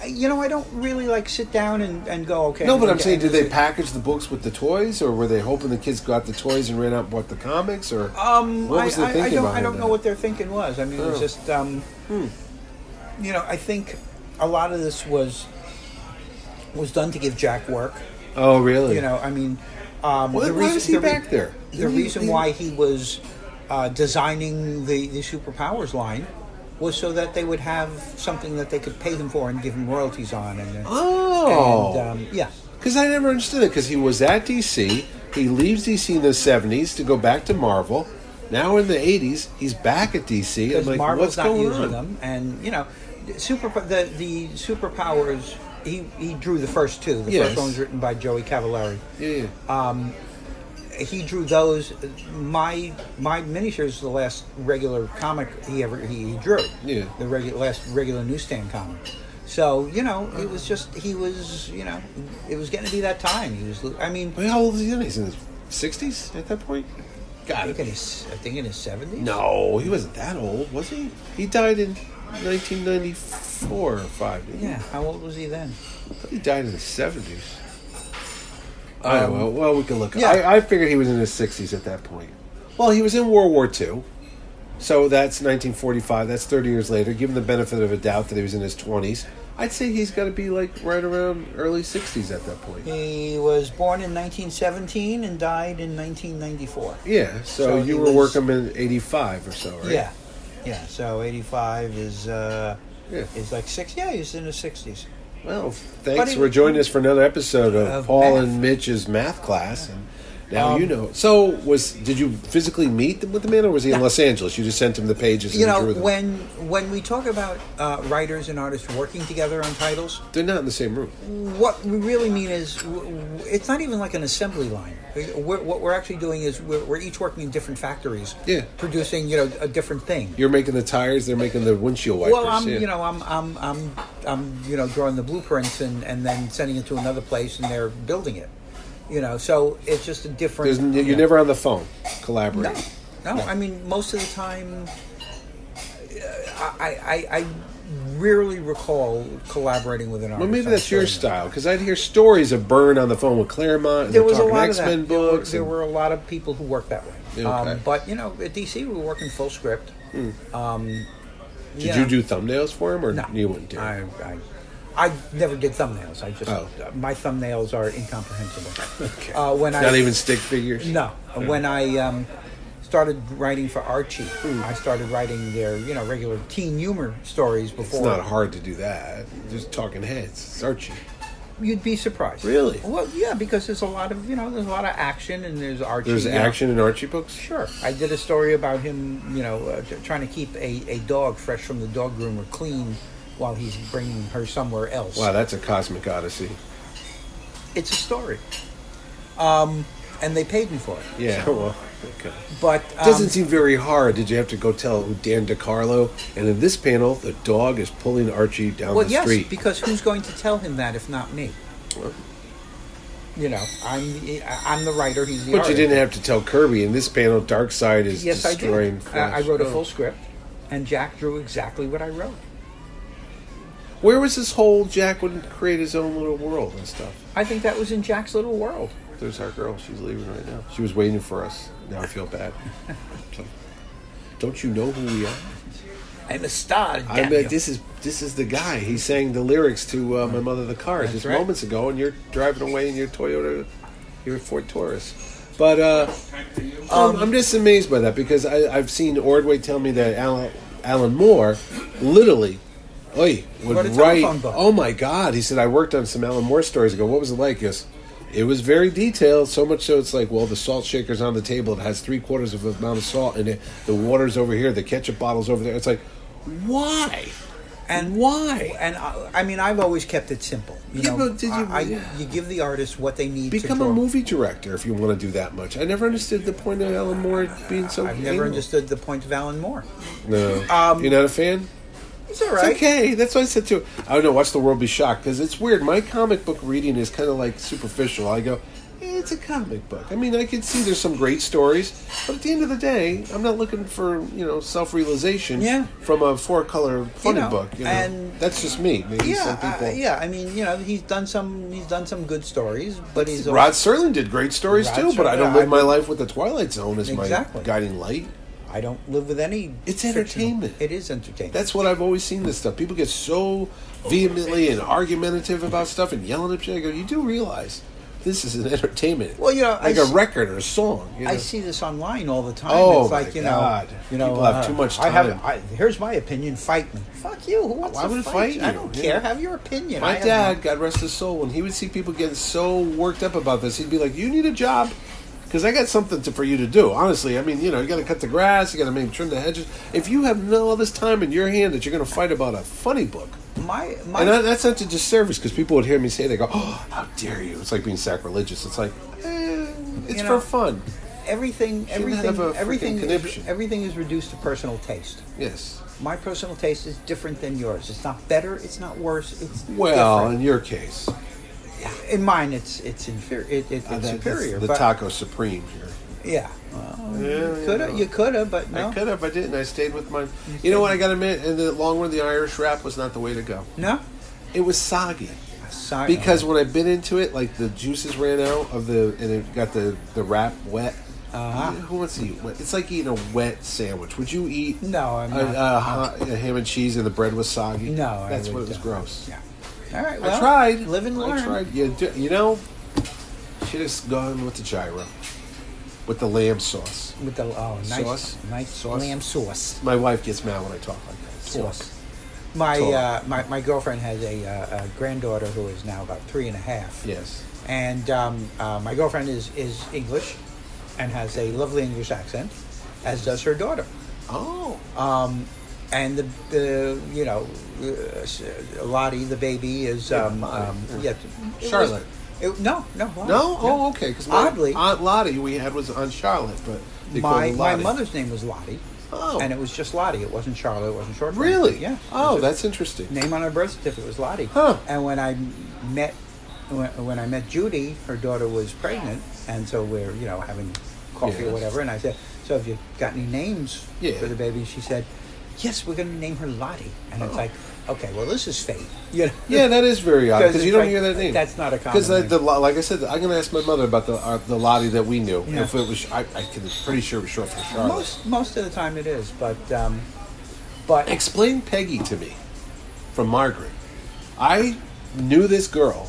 S2: You know, I don't really like sit down and, and go okay.
S3: No, but I'm
S2: okay,
S3: saying, did
S2: this
S3: they
S2: is-
S3: package the books with the toys, or were they hoping the kids got the toys and ran out and bought the comics, or
S2: Um,
S3: what
S2: I-
S3: was
S2: I,
S3: the
S2: I,
S3: thinking
S2: don't, I
S3: behind
S2: don't
S3: that?
S2: know what their thinking was. I mean, it was
S3: Oh.
S2: just, um, you know, I think a lot of this was was done to give Jack work.
S3: Oh, really?
S2: You know, I mean, um,
S3: Why-
S2: the
S3: why
S2: reason,
S3: was he
S2: the re-
S3: back there?
S2: The
S3: Didn't he-
S2: reason
S3: he-
S2: why he was uh, designing the the superpowers line was so that they would have something that they could pay him for and give him royalties on. And, uh,
S3: Oh.
S2: and um, yeah,
S3: Because I never understood it. Because he was at DC, he leaves DC in the '70s to go back to Marvel. Now in the '80s, he's back at DC. I'm
S2: because
S3: like,
S2: Marvel's
S3: what's
S2: not
S3: going
S2: using
S3: on?
S2: them, and you know, the super the the superpowers. He he drew the first two. The
S3: Yes.
S2: first one was written by Joey Cavallari.
S3: Yeah, yeah.
S2: He drew those. My my miniseries is the last regular comic he ever he, he drew.
S3: Yeah.
S2: The regu- last regular newsstand comic. So you know, it was just he was you know, it was getting to be that time. He was. I mean,
S3: But how old is he? He's in his '60s at that point.
S2: I
S3: God,
S2: think in his I think in his seventies.
S3: no, he wasn't that old, was he? He died in 1994 or five. Didn't he?
S2: Yeah. How old was he then?
S3: He died in the seventies. I don't know. Well, we can look.
S2: Um, yeah.
S3: I, I figured he was in his sixties at that point. Well, he was in World War II, so that's 1945. That's 30 years later. Given the benefit of a doubt that he was in his 20s, I'd say he's got to be like right around early 60s at that point.
S2: He was born in 1917 and died in 1994.
S3: Yeah. So,
S2: So he
S3: you were
S2: was-
S3: working in 85 or so, right?
S2: Yeah, yeah. So 85 is uh,
S3: Yeah.
S2: is like six. Yeah, he's in his 60s.
S3: Well, thanks
S2: he-
S3: for joining us for another episode of,
S2: Of
S3: Paul
S2: math. Um,
S3: and Mitch's math class. And now you know. So, was did you physically meet with the man, or was he in Los Angeles? You just sent him the pages.
S2: You
S3: and he
S2: know,
S3: drew them.
S2: when when we talk about uh, writers and artists working together on titles,
S3: they're not in the same room.
S2: what we really mean is w- w- it's not even like an assembly line. We're, what we're actually doing is we're, we're each working in different factories,
S3: Yeah.
S2: producing you know a different thing.
S3: You're making the tires. They're making the windshield wipers.
S2: Well, I'm
S3: yeah.
S2: you know I'm I'm I'm I'm you know drawing the blueprints and and then sending it to another place and they're building it. You know, so it's just a different.
S3: There's, n- you're
S2: you know.
S3: never on the phone. Collaborate.
S2: No, no. I mean, most of the time, uh, I I, I rarely recall collaborating with an artist.
S3: Well, maybe
S2: on
S3: that's your
S2: film.
S3: style because I'd hear stories of Byrne on the phone with Claremont. And
S2: There
S3: they're
S2: was a
S3: talking
S2: lot of
S3: X Men
S2: that. There were,
S3: books.
S2: there
S3: and-
S2: were a lot of people who worked that way.
S3: Yeah, okay.
S2: Um, but you know, at DC, we were working full script.
S3: Hmm.
S2: Um,
S3: did you do thumbnails for him, or
S2: No,
S3: you wouldn't do? it?
S2: I, I, I never did thumbnails. I just
S3: Oh.
S2: my thumbnails are incomprehensible.
S3: [LAUGHS] Okay.
S2: Uh, when
S3: not
S2: I
S3: even stick figures.
S2: no when I um, started writing for Archie, I started writing their you know regular teen humor stories before.
S3: It's not hard to do that. Just talking heads. It's Archie.
S2: You'd be surprised.
S3: Really?
S2: Well, yeah, because there's a lot of you know there's a lot of action and there's Archie.
S3: There's
S2: you know.
S3: action in Archie books?
S2: Sure. I did a story about him, you know, uh, t- trying to keep a, a dog fresh from the dog groomer clean while he's bringing her somewhere else.
S3: Wow, that's a cosmic odyssey.
S2: it's a story. Um, and they paid me for it. [LAUGHS]
S3: Yeah, well, okay.
S2: But um,
S3: Doesn't seem very hard. Did you have to go tell Dan DiCarlo? And in this panel, the dog is pulling Archie down
S2: well,
S3: the
S2: yes,
S3: street.
S2: because who's going to tell him that if not me? You know, I'm the, I'm the writer. He's the
S3: but you
S2: artist.
S3: didn't have to tell Kirby. In this panel, Dark Side is
S2: Yes, I
S3: destroying.
S2: did. Uh, I,
S3: Flash.
S2: I wrote a
S3: Oh.
S2: full script, and Jack drew exactly what I wrote.
S3: Where was this whole Jack would create his own little world and stuff?
S2: I think that was in Jack's little world.
S3: There's our girl. She's leaving right now. She was waiting for us. Now I feel bad. [LAUGHS] Don't you know who we are?
S2: I'm a star.
S3: I
S2: Daniel.
S3: bet this is this is the guy. He sang the lyrics to uh, "My Mother the Car" just
S2: right.
S3: moments ago, and you're driving away in your Toyota, your Ford Taurus. But uh, um, I'm just amazed by that because I, I've seen Ordway tell me that Alan, Alan Moore, literally, oi, would
S2: Wrote a
S3: write.
S2: telephone book.
S3: Oh my God! He said I worked on some Alan Moore stories ago. What was it like? He goes, it was very detailed, so much so it's like, well, the salt shaker's on the table. It has three quarters of the amount of salt in it. The water's over here. The ketchup bottle's over there. It's like, why?
S2: And
S3: why?
S2: And I, I mean, I've always kept it simple. You
S3: Yeah,
S2: know,
S3: but did you-
S2: I, I-
S3: yeah.
S2: you give the artist what they need.
S3: Become
S2: to
S3: a
S2: draw.
S3: movie director if you want to do that much. I never understood the point of Alan Moore being so.
S2: I've
S3: anal.
S2: never understood the point of Alan Moore.
S3: No, you're not a fan.
S2: It's all
S3: It's
S2: right.
S3: okay. That's what I said too. I don't know. Watch the world be shocked because it's weird. My comic book reading is kind of like superficial. I go, eh, it's a comic book. I mean, I can see there's some great stories, but at the end of the day, I'm not looking for you know self realization
S2: Yeah.
S3: from a four color funny
S2: know,
S3: book. You know?
S2: and-
S3: that's just me. Maybe some
S2: Yeah,
S3: people.
S2: uh, yeah. I mean, you know, he's done some. He's done some good stories, but he's also-
S3: Rod Serling did great stories
S2: Rod
S3: too, but I
S2: Serling,
S3: don't
S2: yeah,
S3: live
S2: I
S3: my
S2: mean-
S3: life with the Twilight Zone as my
S2: Exactly.
S3: guiding light.
S2: I don't live with any.
S3: It's
S2: fictional-
S3: entertainment.
S2: It is entertainment.
S3: That's what I've always seen. This stuff. People get so vehemently and argumentative about stuff and yelling at each other. I go, you do realize This is an entertainment.
S2: Well, you know, I
S3: like a
S2: s-
S3: record or a song. You know?
S2: I see this online all the time.
S3: Oh,
S2: it's like
S3: my
S2: you know,
S3: God.
S2: you know, uh,
S3: People have too much
S2: I have.
S3: time.
S2: I, here's my opinion. Fight me. Fuck you. Who wants
S3: Why
S2: to
S3: would it
S2: fight?
S3: fight
S2: I
S3: you?
S2: don't
S3: Yeah.
S2: care. Have your opinion. I
S3: My
S2: have
S3: dad, God rest his soul, when he would see people getting so worked up about this, he'd be like, "You need a job." Because I got something to, for you to do, honestly. I mean, you know, you got to cut the grass, you got to maybe trim the hedges. If you have no all this time in your hand that you're going to fight about a funny book,
S2: My my.
S3: and that, that's not to disservice, because people would hear me say, "They go, oh, how dare you!" It's like being sacrilegious. It's like, eh, it's
S2: You
S3: for
S2: know,
S3: fun.
S2: everything everything
S3: have a freaking
S2: everything is,
S3: conniption.
S2: everything is reduced to personal taste.
S3: Yes.
S2: My personal taste is different than yours. It's not better. It's not worse. It's
S3: Well,
S2: different.
S3: in your case, uh,
S2: in mine, it's it's inferior. It, it, it's
S3: that- that's
S2: superior.
S3: the
S2: but,
S3: taco supreme here.
S2: Yeah. Coulda, you coulda, but no.
S3: I could have. I didn't. I stayed with mine. You know what? I got to admit, in the long run, the Irish rap was not the way to go.
S2: No.
S3: It was soggy.
S2: Sorry.
S3: Because when I bit into it, like the juices ran out of the, and it got the the wrap wet.
S2: Uh-huh.
S3: Who wants to eat wet? It's like eating a wet sandwich. Would you eat?
S2: No, I'm
S3: a,
S2: not.
S3: a ha- a uh, ham and cheese and the bread was soggy.
S2: No, I
S3: that's what
S2: would
S3: it was
S2: not.
S3: gross.
S2: Yeah. All right. Well,
S3: I tried.
S2: Live and learn.
S3: I tried. You, do, you know, should have gone with the gyro, with the lamb sauce.
S2: With the oh, nice,
S3: Sauce?
S2: nice
S3: Sauce?
S2: lamb sauce.
S3: My wife gets mad when I talk like that.
S2: Sauce. My,
S3: Torque.
S2: uh, my my girlfriend has a, uh, a granddaughter who is now about three and a half.
S3: Yes.
S2: And um, uh, my girlfriend is is English, and has a lovely English accent, as does her daughter.
S3: Oh.
S2: Um, and the, the you know, uh, Lottie the baby is um,
S3: Lottie,
S2: um,
S3: yeah.
S2: yeah. it was-
S3: Charlotte.
S2: it- no, no, Lottie,
S3: no? Oh, okay. Because
S2: Oddly-
S3: Aunt Lottie we had was Aunt Charlotte, but they called
S2: my
S3: her
S2: my
S3: Lottie.
S2: mother's name was Lottie.
S3: Oh.
S2: And it was just Lottie. It wasn't Charlotte. It wasn't short. for
S3: Really?
S2: anything. Yeah.
S3: Oh,
S2: It was
S3: that's interesting.
S2: just- name on her birth certificate was Lottie.
S3: Huh.
S2: And when I met when, when I met Judy, her daughter was pregnant, and so we're you know having coffee or
S3: Yes.
S2: whatever, and I said, "So have you got any names
S3: Yeah.
S2: for the baby?" And she said, "Yes, we're going to name her Lottie." And it's
S3: Oh.
S2: like, okay, well, this is fate. You know?
S3: Yeah, that is very odd
S2: 'Cause
S3: because you
S2: it's
S3: don't
S2: like-
S3: hear that name.
S2: that's not a common
S3: Because
S2: name.
S3: the, lo- like I said, I'm going to ask my mother about the uh, the Lottie that we knew.
S2: Yeah.
S3: If it was, I, I can pretty sure it was short for Charlotte.
S2: most most of the time it is, but um, but
S3: Explain Peggy to me from Margaret. I knew this girl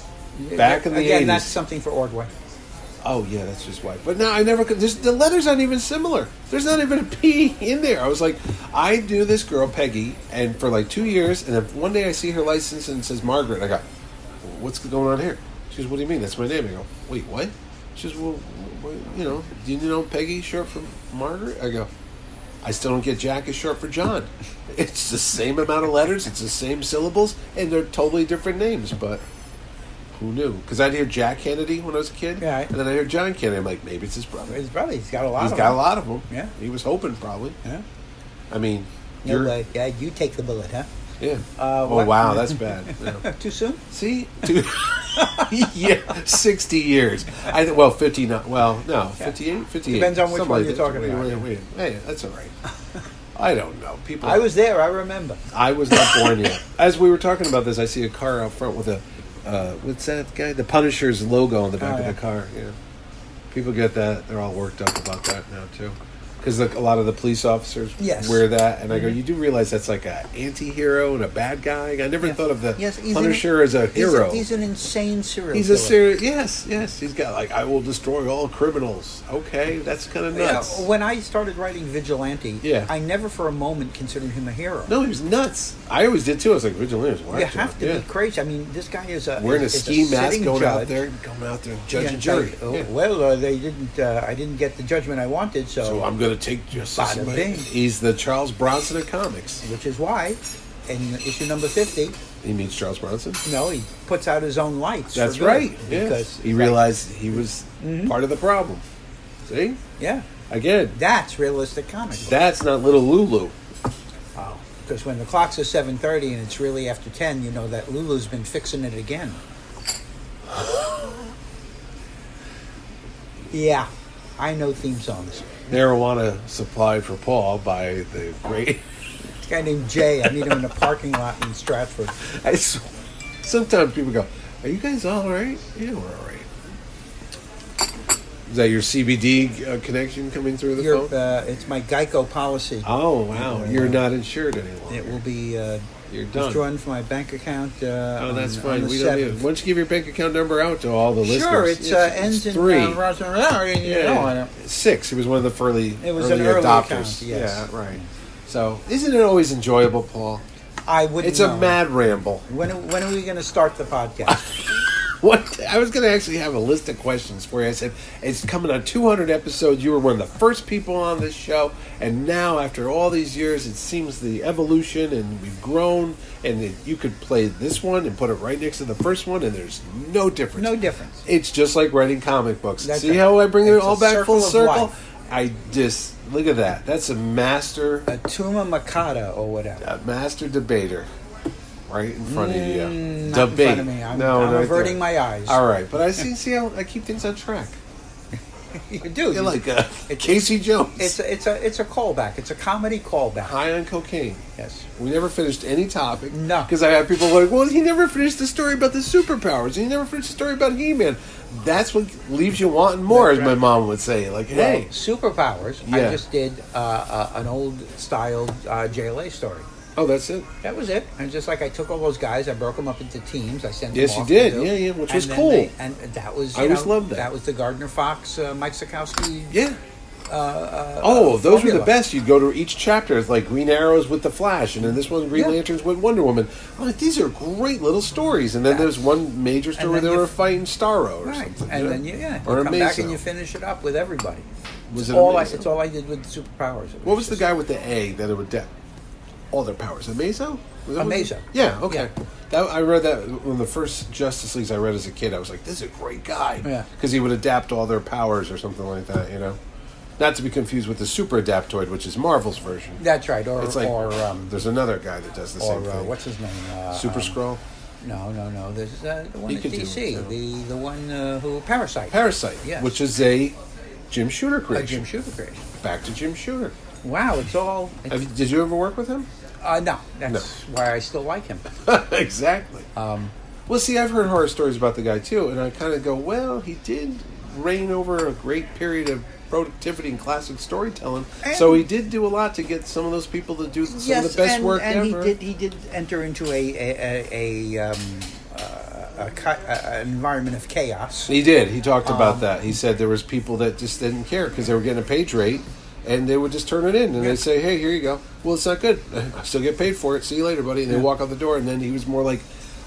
S3: back in the
S2: again,
S3: 80s.
S2: that's something for Ordway.
S3: Oh yeah, that's his wife. But now I never. could- There's, the letters aren't even similar. There's not even a P in there. I was like, I knew this girl Peggy, and for like two years, and then one day I see her license and it says Margaret. I go, what's going on here? She goes, what do you mean? That's my name. I go, wait, what? She goes, well, well, you know, do you know Peggy short for Margaret? I go, I still don't get Jack is short for John. [LAUGHS] It's the same amount of letters. It's the same syllables, and they're totally different names, but. Who knew? Because I'd hear Jack Kennedy when I was a kid,
S2: Yeah.
S3: and then I hear John Kennedy. I'm like, maybe it's his brother.
S2: His brother, he's got a lot.
S3: He's
S2: of
S3: got a
S2: them.
S3: lot of them.
S2: Yeah.
S3: he was hoping probably.
S2: Yeah.
S3: I mean,
S2: No
S3: you're-
S2: way. Yeah, you take the bullet, huh?
S3: yeah.
S2: Uh,
S3: oh
S2: what-
S3: wow, that's
S2: [LAUGHS]
S3: bad. Yeah.
S2: Too soon?
S3: See, Dude. [LAUGHS] yeah, sixty years. I th- well, fifty not. Well, no, 58, 58.
S2: Depends on which
S3: something
S2: one
S3: like
S2: you're
S3: that.
S2: talking
S3: Wait,
S2: about,
S3: Wait,
S2: yeah.
S3: wait, Hey, that's all right.
S2: [LAUGHS]
S3: I don't know. People,
S2: I was there. I remember.
S3: I was not born yet. As we were talking about this, I see a car out front with a uh, what's that guy? The Punisher's logo on the back
S2: Oh, yeah.
S3: of the car. Yeah, people get that. They're all worked up about that now too, because a lot of the police officers
S2: Yes. Mm-hmm.
S3: wear that. And I go, you do realize that's like a anti-hero and a bad guy. I never thought of the
S2: Yes, he's an-
S3: Punisher as a
S2: he's
S3: hero.
S2: He's, an insane serial.
S3: He's a
S2: killer.
S3: serious. Yes, yes. He's got like I will destroy all criminals. Okay, that's kind of
S2: Yeah,
S3: nuts.
S2: when I started writing Vigilante,
S3: Yeah.
S2: I never for a moment considered him a hero.
S3: no, he was nuts. I always did too. I was like, vigilantes. why
S2: you
S3: aren't
S2: have to
S3: Yeah.
S2: be crazy. I mean, this guy is a
S3: wearing a
S2: is- is
S3: ski mask,
S2: sitting
S3: going out
S2: judge.
S3: there, going out there, and judge
S2: Yeah,
S3: and
S2: it's
S3: jury.
S2: like, oh,
S3: Yeah.
S2: Well, uh, they didn't. Uh, I didn't get the judgment I wanted, so,
S3: So I'm going to take justice.
S2: Bada
S3: in my-
S2: bing.
S3: He's the Charles Bronson of comics.
S2: which is why, in issue number fifty,
S3: He meets Charles Bronson.
S2: no, he puts out his own lights. for
S3: That's
S2: good,
S3: right.
S2: Because Mm-hmm.
S3: Yes. He realized he was part of the problem. See?
S2: yeah,
S3: Again,
S2: that's realistic comics.
S3: that's not little Lulu.
S2: Because when the clock says seven thirty and it's really after ten, you know that Lulu's been fixing it again. yeah, I know theme songs.
S3: Marijuana supplied for Paul by the great. [LAUGHS]
S2: This guy named Jay, I meet him in a parking lot in Stratford.
S3: I s- sometimes people go, "Are you guys all right?" Yeah, we're all right. Is that your CBD uh, connection coming through the
S2: Your,
S3: phone?
S2: uh, it's my Geico policy.
S3: Oh wow, you're not insured anymore.
S2: It will be uh,
S3: You're
S2: Just
S3: done.
S2: joined for my bank account. Uh,
S3: Oh, that's
S2: on,
S3: fine.
S2: On the
S3: We don't need it.
S2: 7th.
S3: Why don't you give your bank account number out to all the listeners?
S2: Sure, it's, uh,
S3: Yes,
S2: ends
S3: it's
S2: in
S3: three.
S2: Uh, Ross- oh, you know, I don't-
S3: Six. It was one of the early,
S2: It was
S3: early
S2: an early
S3: adopters.
S2: account, yes.
S3: Yeah, right. So, isn't it always enjoyable, Paul?
S2: I wouldn't.
S3: It's
S2: know.
S3: a mad ramble.
S2: When when are we going to start the podcast?
S3: What I was going to actually have a list of questions for you. I said it's coming on 200 episodes. You were one of the first people on this show, and now after all these years, it seems the evolution and we've grown. And that you could play this one and put it right next to the first one, and there's no difference.
S2: No difference.
S3: It's just like writing comic books.
S2: That's
S3: See
S2: right.
S3: how I bring it
S2: It's
S3: all
S2: a
S3: back
S2: circle
S3: full
S2: of
S3: circle?
S2: life.
S3: I just look at that. That's a master,
S2: A Tuma Makata or whatever.
S3: a master debater, right in front of you.
S2: Mm, Not in
S3: Debate.
S2: front of me. I'm,
S3: no,
S2: I'm
S3: right
S2: averting
S3: there.
S2: my eyes.
S3: All right, but I see. See how I keep things
S2: [LAUGHS]
S3: on track.
S2: You do.
S3: You're
S2: you-
S3: like uh,
S2: It's-
S3: Casey Jones,
S2: It's a, it's a it's a callback. It's a comedy callback.
S3: high on cocaine.
S2: Yes.
S3: We never finished any topic.
S2: No.
S3: because I had people like, "Well, he never finished the story about the superpowers. He never finished the story about He-Man." That's what leaves you wanting more,
S2: That's
S3: as my
S2: right.
S3: mom would say. Like, hey,
S2: Well, superpowers.
S3: Yeah.
S2: I just did uh, uh, an old style uh, JLA story.
S3: oh, that's it.
S2: That was it. And just like I took all those guys, I broke them up into teams. I sent
S3: Yes,
S2: them.
S3: you
S2: off
S3: did.
S2: to do-
S3: Yeah, yeah, which
S2: and
S3: was
S2: then
S3: cool.
S2: they- and that was.
S3: I
S2: you
S3: always
S2: know,
S3: loved that.
S2: That was the Gardner Fox, uh, Mike Sikowski.
S3: Yeah. oh, those were the
S2: Uh, formula.
S3: best. You'd go to each chapter. It's like Green Arrows with the Flash, and then this one Green
S2: Yeah.
S3: Lanterns with Wonder Woman. I'm like, these are great little stories. And then there's one major story where
S2: then
S3: they
S2: you-
S3: were fighting Starro or
S2: Right,
S3: something.
S2: and
S3: you know?
S2: then you, yeah,
S3: or
S2: you come back
S3: Amazo.
S2: and you finish it up with everybody.
S3: Was
S2: It's
S3: it
S2: all I,
S3: Amazo?
S2: it's all I did with superpowers. It
S3: What was the
S2: just-
S3: guy with the A that it would de- all their powers? Amazo? Was that what it-
S2: Amazo.
S3: Yeah. Okay.
S2: Yeah.
S3: That, I read that one of the first Justice Leagues I read as a kid. I was like, "This is a great guy,"
S2: Yeah.
S3: because he would adapt all their powers or something like that. You know, not to be confused with the Super Adaptoid, which is Marvel's version.
S2: That's right. Or
S3: It's like
S2: or um,
S3: there's another guy that does the
S2: or
S3: same
S2: uh,
S3: thing.
S2: what's his name? Uh,
S3: Super
S2: um,
S3: Scroll,
S2: No, no, no. There's uh, the one
S3: He
S2: at
S3: could do it,
S2: DC.
S3: too.
S2: the the one uh, who Parasite.
S3: Parasite,
S2: Yes.
S3: which is a Jim Shooter
S2: a Jim
S3: creation.
S2: Shooter creation.
S3: Back to Jim Shooter.
S2: Wow, it's all. It's,
S3: Have you- did you ever work with him?
S2: uh, no, that's why I still like him.
S3: [LAUGHS] exactly.
S2: Um,
S3: Well, see, I've heard horror stories about the guy too, and I kind of go, well, he did reign over a great period of productivity and classic storytelling,
S2: And-
S3: so he did do a lot to get some of those people to do some of the best
S2: and,
S3: work
S2: and
S3: ever.
S2: he did he did enter into a a a, a, um, uh, a, ca- a, a environment of chaos.
S3: He did. He talked
S2: Oh.
S3: about that. He said there was people that just didn't care because they were getting a page rate, and they would just turn it in and they'd say, "Hey, here you go." Well, it's not good. [LAUGHS] I still get paid for it. See you later, buddy. And they walk out the door. And then he was more like,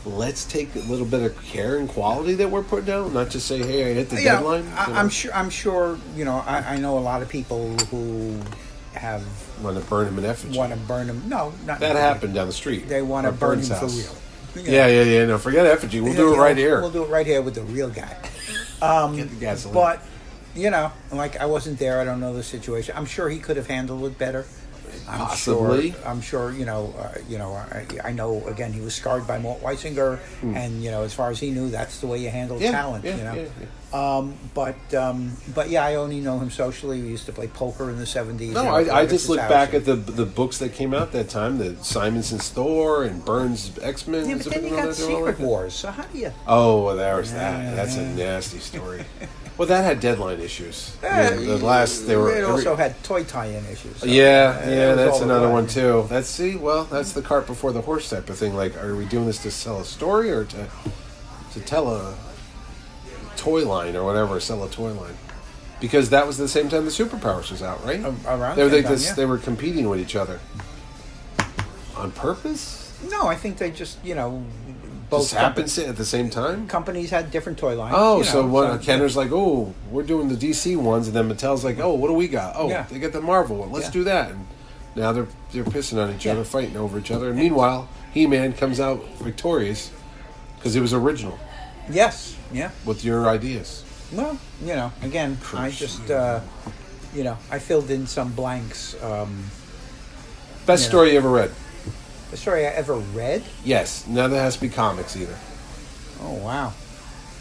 S3: "Let's take a little bit of care and quality that we're putting out, not just say, hey, I hit the
S2: Yeah,
S3: deadline.'
S2: I,
S3: you
S2: I'm
S3: know.
S2: sure. I'm sure. You know, I, I know a lot of people who have
S3: want to burn him in effigy.
S2: want to burn them. No, not
S3: that happened down the street.
S2: They want
S3: Our
S2: to burn
S3: Burns
S2: him for
S3: house.
S2: real.
S3: Yeah, yeah, yeah. No, forget effigy. We'll do
S2: Yeah,
S3: it
S2: yeah,
S3: right here.
S2: We'll do it right here with the real guy.
S3: Get the gasoline.
S2: But you know, like I wasn't there. I don't know the situation. I'm sure he could have handled it better. I'm
S3: Possibly.
S2: Sure, I'm sure. You know. Uh, you know. I, I know. Again, he was scarred by Mort Weisinger, and you know, as far as he knew, that's the way you handle
S3: Hmm. yeah,
S2: talent.
S3: yeah,
S2: you know.
S3: yeah, yeah.
S2: Um, but um, but yeah, I only know him socially. We used to play poker in the '70s.
S3: No,
S2: you know,
S3: I, I
S2: Fergus's
S3: just look
S2: house.
S3: back at the the books that came out that time, the Simonson's Thor and Burns X Men.
S2: Yeah, but then you got Secret Wars. So how do you?
S3: Oh, well, there's that. That's a nasty story. well, that had deadline issues.
S2: Eh,
S3: Yeah, the last they were.
S2: It
S3: every-
S2: also had toy tie-in issues. so,
S3: yeah,
S2: uh, it
S3: yeah,
S2: was
S3: that's
S2: all
S3: another
S2: over.
S3: one too. That's see, well, that's the cart before the horse type of thing. Like, are we doing this to sell a story or to to tell a toy line or whatever, sell a toy line? Because that was the same time the superpowers was out, right?
S2: A- around
S3: they, were
S2: the same
S3: like
S2: time,
S3: this-
S2: yeah.
S3: they were competing with each other on purpose.
S2: No, I think they just you know both
S3: Both
S2: companies,
S3: happens at the same time.
S2: companies had different toy lines.
S3: Oh,
S2: you
S3: so
S2: know,
S3: what? Kenner's like, oh, we're doing the DC ones, and then Mattel's like, oh, what do we got? Oh,
S2: Yeah.
S3: they got the Marvel one. Let's
S2: Yeah.
S3: do that. And now they're they're pissing on each
S2: Yeah.
S3: other, fighting over each other. And meanwhile, He Man comes out victorious because it was original
S2: Yes. Yeah.
S3: with your ideas.
S2: Well, you know, again, I just uh, you know I filled in some blanks. Um,
S3: Best
S2: Yeah.
S3: story you ever read?
S2: the story I ever read.
S3: Yes. Now that has to be comics either,
S2: Oh wow,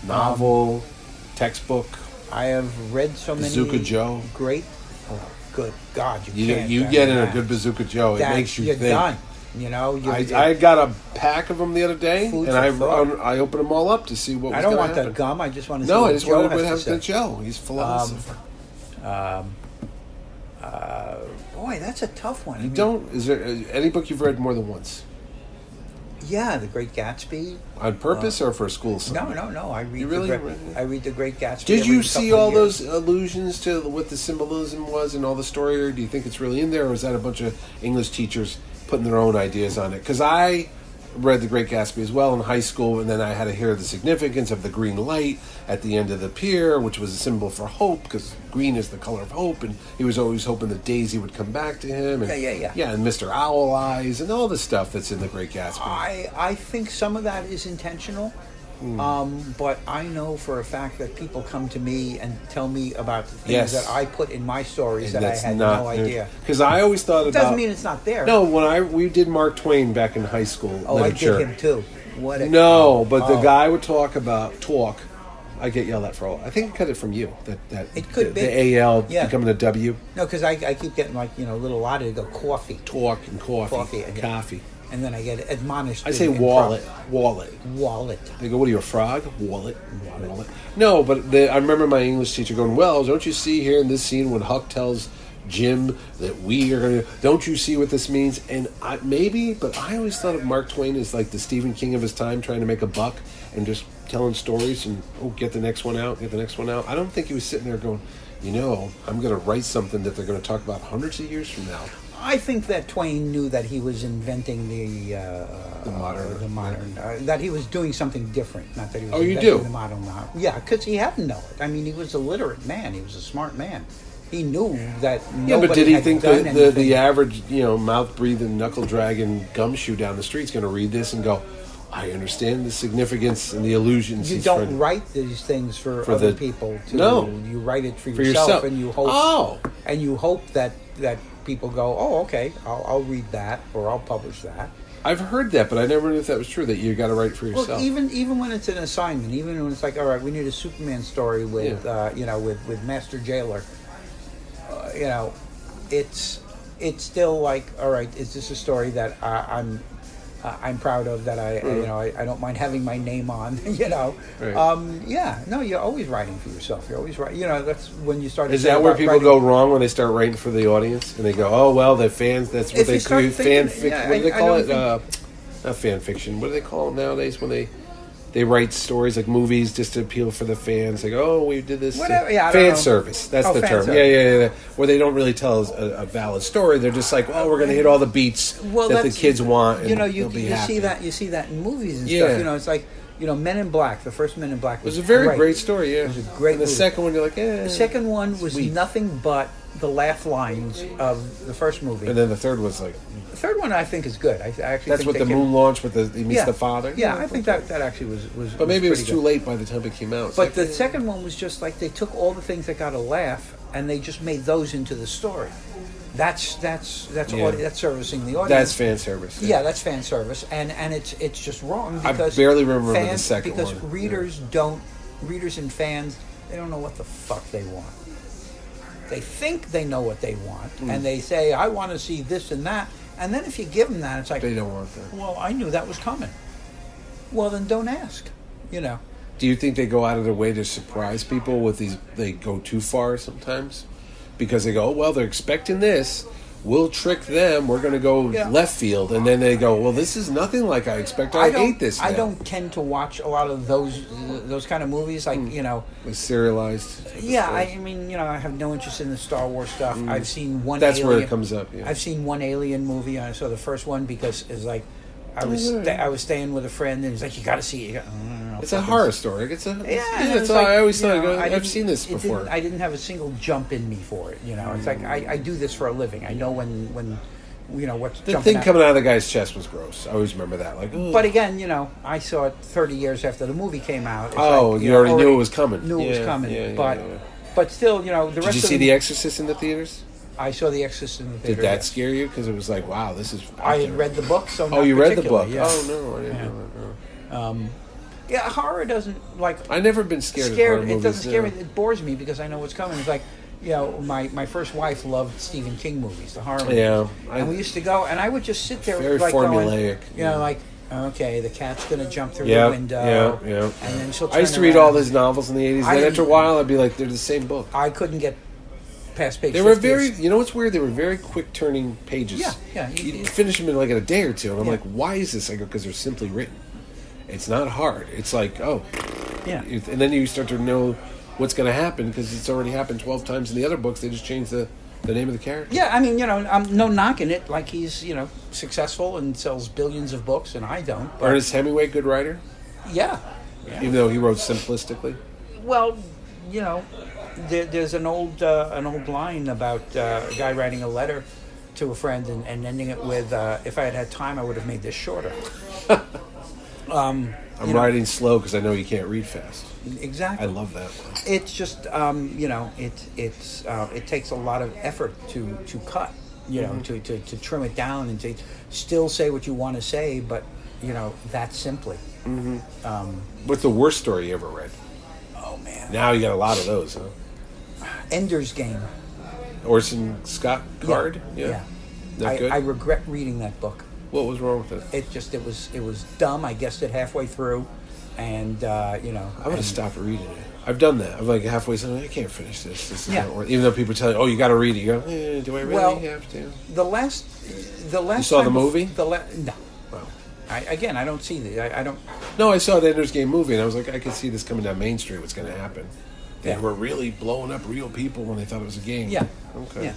S3: novel,
S2: Um,
S3: textbook.
S2: I have read so many.
S3: Bazooka Joe.
S2: Great. Oh, good God, you
S3: You know,
S2: can't.
S3: you
S2: I
S3: get
S2: mean,
S3: in a
S2: that-
S3: good Bazooka Joe, it
S2: that-
S3: makes you
S2: you're
S3: think.
S2: done. You know, you,
S3: I,
S2: you-
S3: I got a pack of them the other day,
S2: Food
S3: and I
S2: for thought.
S3: I opened them all up to see what.
S2: I
S3: was
S2: don't
S3: gonna
S2: want
S3: happen.
S2: the gum. I just want to. see
S3: No,
S2: what
S3: I just
S2: Joe
S3: wanted
S2: has to
S3: to have
S2: say. Um,
S3: good Joe. He's philosopher.
S2: Boy, that's a tough one. I mean,
S3: Don't is there uh, any book you've read more than once?
S2: Yeah, The Great Gatsby.
S3: On purpose
S2: Uh,
S3: or for school?
S2: No, no, no. I read.
S3: You really
S2: the
S3: read
S2: great,
S3: it?
S2: I read The Great Gatsby.
S3: Did
S2: every
S3: you see
S2: couple
S3: all
S2: of years.
S3: those allusions to what the symbolism was and all the story, or do you think it's really in there, or is that a bunch of English teachers putting their own ideas on it? Because I read The Great Gatsby as well in high school, and then I had to hear the significance of the green light at the end of the pier, which was a symbol for hope, because green is the color of hope, and he was always hoping that Daisy would come back to him. And,
S2: Yeah, yeah, yeah.
S3: Yeah, and Mr. Owl Eyes, and all the stuff that's in The Great Gatsby.
S2: I I think some of that is intentional,
S3: Hmm.
S2: um, but I know for a fact that people come to me and tell me about the
S3: Yes.
S2: things that I put in my stories that I had no idea.
S3: Because I always thought
S2: It
S3: about.
S2: doesn't mean it's not there.
S3: No, when I we did Mark Twain back in high school
S2: Oh,
S3: literature.
S2: I did him too. What? A,
S3: No, but the
S2: Oh.
S3: guy would talk about talk. I get yelled at for all. I think I cut it from you. That that
S2: It could
S3: the,
S2: be.
S3: the AL
S2: Yeah.
S3: becoming a W.
S2: No, because I, I keep getting like you know little latte to go coffee,
S3: Talk and coffee,
S2: Coffee, I get it.
S3: coffee.
S2: and then I get admonished.
S3: I
S2: in-
S3: say
S2: in
S3: wallet, wallet.
S2: pro- wallet.
S3: They go, "What are you, a frog? Wallet, wallet." No, but the, I remember my English teacher going, "Well, don't you see here in this scene when Huck tells Jim that we are going to? Don't you see what this means?" And I, maybe, but I always thought of Mark Twain as like the Stephen King of his time, trying to make a buck and just telling stories and oh, get the next one out, get the next one out. I don't think he was sitting there going, "You know, I'm going to write something that they're going to talk about hundreds of years from now."
S2: I think that Twain knew that he was inventing the uh,
S3: The modern-
S2: the modern, uh, that he was doing something different. Not that he was
S3: Oh, you
S2: inventing
S3: do?
S2: the modern novel. Yeah, because he had to know it. I mean, he was a literate man. He was a smart man. He knew that.
S3: Yeah, but
S2: nobody
S3: did he
S2: had
S3: think
S2: done
S3: the, the, the
S2: anything.
S3: average, you know, mouth breathing, knuckle dragging gumshoe down the street's going to read this and go, I understand the significance and the illusions.
S2: you
S3: he's
S2: don't
S3: trying to-"
S2: write these things for,
S3: For
S2: other
S3: the-
S2: people to
S3: No.
S2: you write it for,
S3: For
S2: yourself,
S3: yourself.
S2: and you hope
S3: Oh.
S2: and you hope that that people go oh okay I'll, I'll read that or I'll publish that
S3: I've heard that, but I never knew if that was true that you got to write for yourself.
S2: Well, even even when it's an assignment, even when it's like, all right, we need a Superman story with
S3: Yeah.
S2: uh, you know with with Master Jailer, uh, you know, it's it's still like, all right, is this a story that I, I'm uh, I'm proud of that I you know I, I don't mind having my name on [LAUGHS] you know,
S3: Mm-hmm. Right.
S2: um, yeah, no, you're always writing for yourself. You're always writing. You know, that's when you start. to
S3: Is
S2: say
S3: that where
S2: about
S3: people
S2: writing-
S3: go wrong when they start writing for the audience and they go, "Oh well, the fans." That's what
S2: If
S3: they
S2: you start
S3: call
S2: thinking-
S3: fan fiction.
S2: yeah,
S3: what do they
S2: I- I
S3: call
S2: don't
S3: it? Uh, not fan fiction. What do they call it nowadays when they they write stories like movies just to appeal for the fans? Like, oh, we did this.
S2: Whatever, yeah, I don't
S3: fan
S2: know.
S3: service. That's
S2: Oh,
S3: the
S2: fan
S3: term.
S2: service.
S3: Yeah, yeah, yeah, yeah. Where they don't really tell us a, a valid story. They're just like, "Oh, we're going to hit all the beats
S2: well,
S3: that the
S2: that's-
S3: kids want." And
S2: you know, you,
S3: they'll be
S2: you
S3: happy.
S2: see that you see that in movies and
S3: Yeah.
S2: stuff. You know, it's like you know, Men in Black. The first Men in Black
S3: It was a very great,
S2: great
S3: story. Yeah,
S2: It was a great
S3: And the
S2: movie.
S3: second one, you're like, eh.
S2: The second one was
S3: Sweet.
S2: nothing but the laugh lines of the first movie.
S3: and then the third was like,
S2: the third one I think is good. I, I actually
S3: that's
S2: think
S3: what
S2: they
S3: the
S2: can-
S3: moon launch with the he meets
S2: yeah.
S3: the father.
S2: Yeah, I think that that actually was was.
S3: But maybe it was
S2: pretty
S3: too
S2: good.
S3: late by the time it came out. It's
S2: But
S3: like,
S2: the second one was just like they took all the things that got a laugh and they just made those into the story. That's that's that's
S3: Yeah.
S2: audi- that's servicing the audience.
S3: that's fan service.
S2: Yeah, that's fan service, and and it's it's just wrong
S3: I
S2: because
S3: barely remember the
S2: fans,
S3: second
S2: because
S3: one.
S2: readers don't readers and fans they don't know what the fuck they want. They think they know what they want,
S3: Mm.
S2: and they say I want to see this and that, and then if you give them that, it's like,
S3: they don't want that.
S2: well, I knew that was coming. Well, then don't ask. You know,
S3: Do you think they go out of their way to surprise people with these? They go too far sometimes because they go, oh, well, they're expecting this. We'll trick them. We're going to go
S2: Yeah.
S3: left field, and then they go, well, this is nothing like I expected. I,
S2: I don't.
S3: hate this.
S2: I
S3: now."
S2: don't tend to watch a lot of those those kind of movies. Like
S3: Mm.
S2: you know,
S3: Like serialized. type of
S2: Yeah,
S3: story.
S2: I, I mean, you know, I have no interest in the Star Wars stuff. I've seen one.
S3: Mm. That's
S2: alien,
S3: where it comes up, yeah.
S2: I've seen one Alien movie. And I saw the first one because it's like, I was
S3: Oh, yeah.
S2: sta- I was staying with a friend, and he's like, "You got to see it." You gotta, "Mm, I don't know,
S3: It's a
S2: fucking
S3: horror
S2: see
S3: story. It's a. it's-
S2: it." Yeah,
S3: yeah,
S2: and it
S3: that's
S2: was
S3: all.
S2: like,
S3: I always
S2: you
S3: thought. I
S2: know,
S3: go,
S2: I
S3: I've
S2: didn't-
S3: seen this
S2: it didn't-
S3: before.
S2: I didn't have a single jump in me for it. You know, it's like I, I do this for a living. I know when when you know what's
S3: the
S2: jumping
S3: thing
S2: out.
S3: coming out of the guy's chest was gross. I always remember that. Like, "Oh, "Ugh."
S2: But again, you know, I saw it 30 years after the movie came out. It's
S3: Oh,
S2: like,
S3: you already knew it was coming.
S2: Knew it was
S3: Yeah,
S2: coming,
S3: yeah, yeah,
S2: but
S3: yeah.
S2: but still, you know, the
S3: did
S2: rest
S3: you
S2: of
S3: see The Exorcist in the theaters?
S2: I saw The Exorcist in the
S3: Did
S2: theater.
S3: that
S2: yes.
S3: scare you? Because it was like, wow, this is.
S2: I had read the book, so
S3: Oh,
S2: not
S3: you read the book.
S2: particularly,
S3: Oh
S2: Yeah.
S3: no, I didn't. know that, no.
S2: yeah, horror doesn't like
S3: I never been scared. of horror
S2: scared. It
S3: movies,
S2: doesn't scare
S3: no.
S2: me. It bores me because I know what's coming. It's like, you know, my, my first wife loved Stephen King movies, the horror movies.
S3: Yeah, I-
S2: and we used to go, and I would just sit there,
S3: Very
S2: like
S3: formulaic,
S2: Going, you
S3: yeah.
S2: know, like okay, the cat's gonna jump through
S3: Yeah,
S2: the window.
S3: yeah, yeah.
S2: And then she'll.
S3: I used to
S2: turn
S3: read all
S2: around.
S3: his novels in the eighties.
S2: I
S3: Then after a
S2: didn't-
S3: while, I'd be like, they're the same book.
S2: I couldn't get past page.
S3: They were
S2: 50
S3: very,
S2: is-
S3: you know what's weird? They were very quick turning pages.
S2: Yeah, yeah.
S3: You, would finish them in like in a day or two, and I'm
S2: Yeah.
S3: like, why is this? I go, because they're simply written. It's not hard. It's like, oh,
S2: yeah.
S3: it- and then you start to know what's going to happen because it's already happened 12 times in the other books. They just changed the, the name of the character.
S2: Yeah, I mean, you know, I'm no knocking it. Like he's, you know, successful and sells billions of books, and I don't. But
S3: Ernest Hemingway, good writer,
S2: yeah,
S3: even though he wrote simplistically.
S2: well, you know, there, there's an old uh, an old line about uh, a guy writing a letter to a friend and, and ending it with, uh, "If I had had time, I would have made this shorter."
S3: I'm
S2: You know-
S3: writing slow because I know you can't read fast. I
S2: Exactly.
S3: love that one.
S2: it's just um, you know it it's uh, it takes a lot of effort to to cut you know to,
S3: Mm-hmm.
S2: to, to trim it down and to still say what you want to say but you know that simply
S3: What's the worst story you ever read?
S2: oh man
S3: Now you got a lot of those, huh?
S2: Ender's Game
S3: Orson Scott Card?
S2: yeah,
S3: Not
S2: I,
S3: good?
S2: I regret reading that book
S3: what was wrong with it?
S2: it just it was it was dumb I guessed it halfway through and uh, you know
S3: I would have
S2: and-
S3: stopped reading it. I've done that. I'm like halfway through, I can't finish this. this is
S2: Yeah.
S3: not worth-" Even though people tell you, oh, you got to read it. You go, eh, do I really
S2: Well-
S3: have to?
S2: the last the last
S3: saw the
S2: time bef-
S3: movie?
S2: the la- no
S3: Wow.
S2: I, again I don't see the I, I don't
S3: No, I saw the Ender's Game movie, and I was like, I could see this coming down Main Street. What's going to happen? They
S2: Yeah.
S3: were really blowing up real people when they thought it was a game.
S2: yeah
S3: Okay.
S2: yeah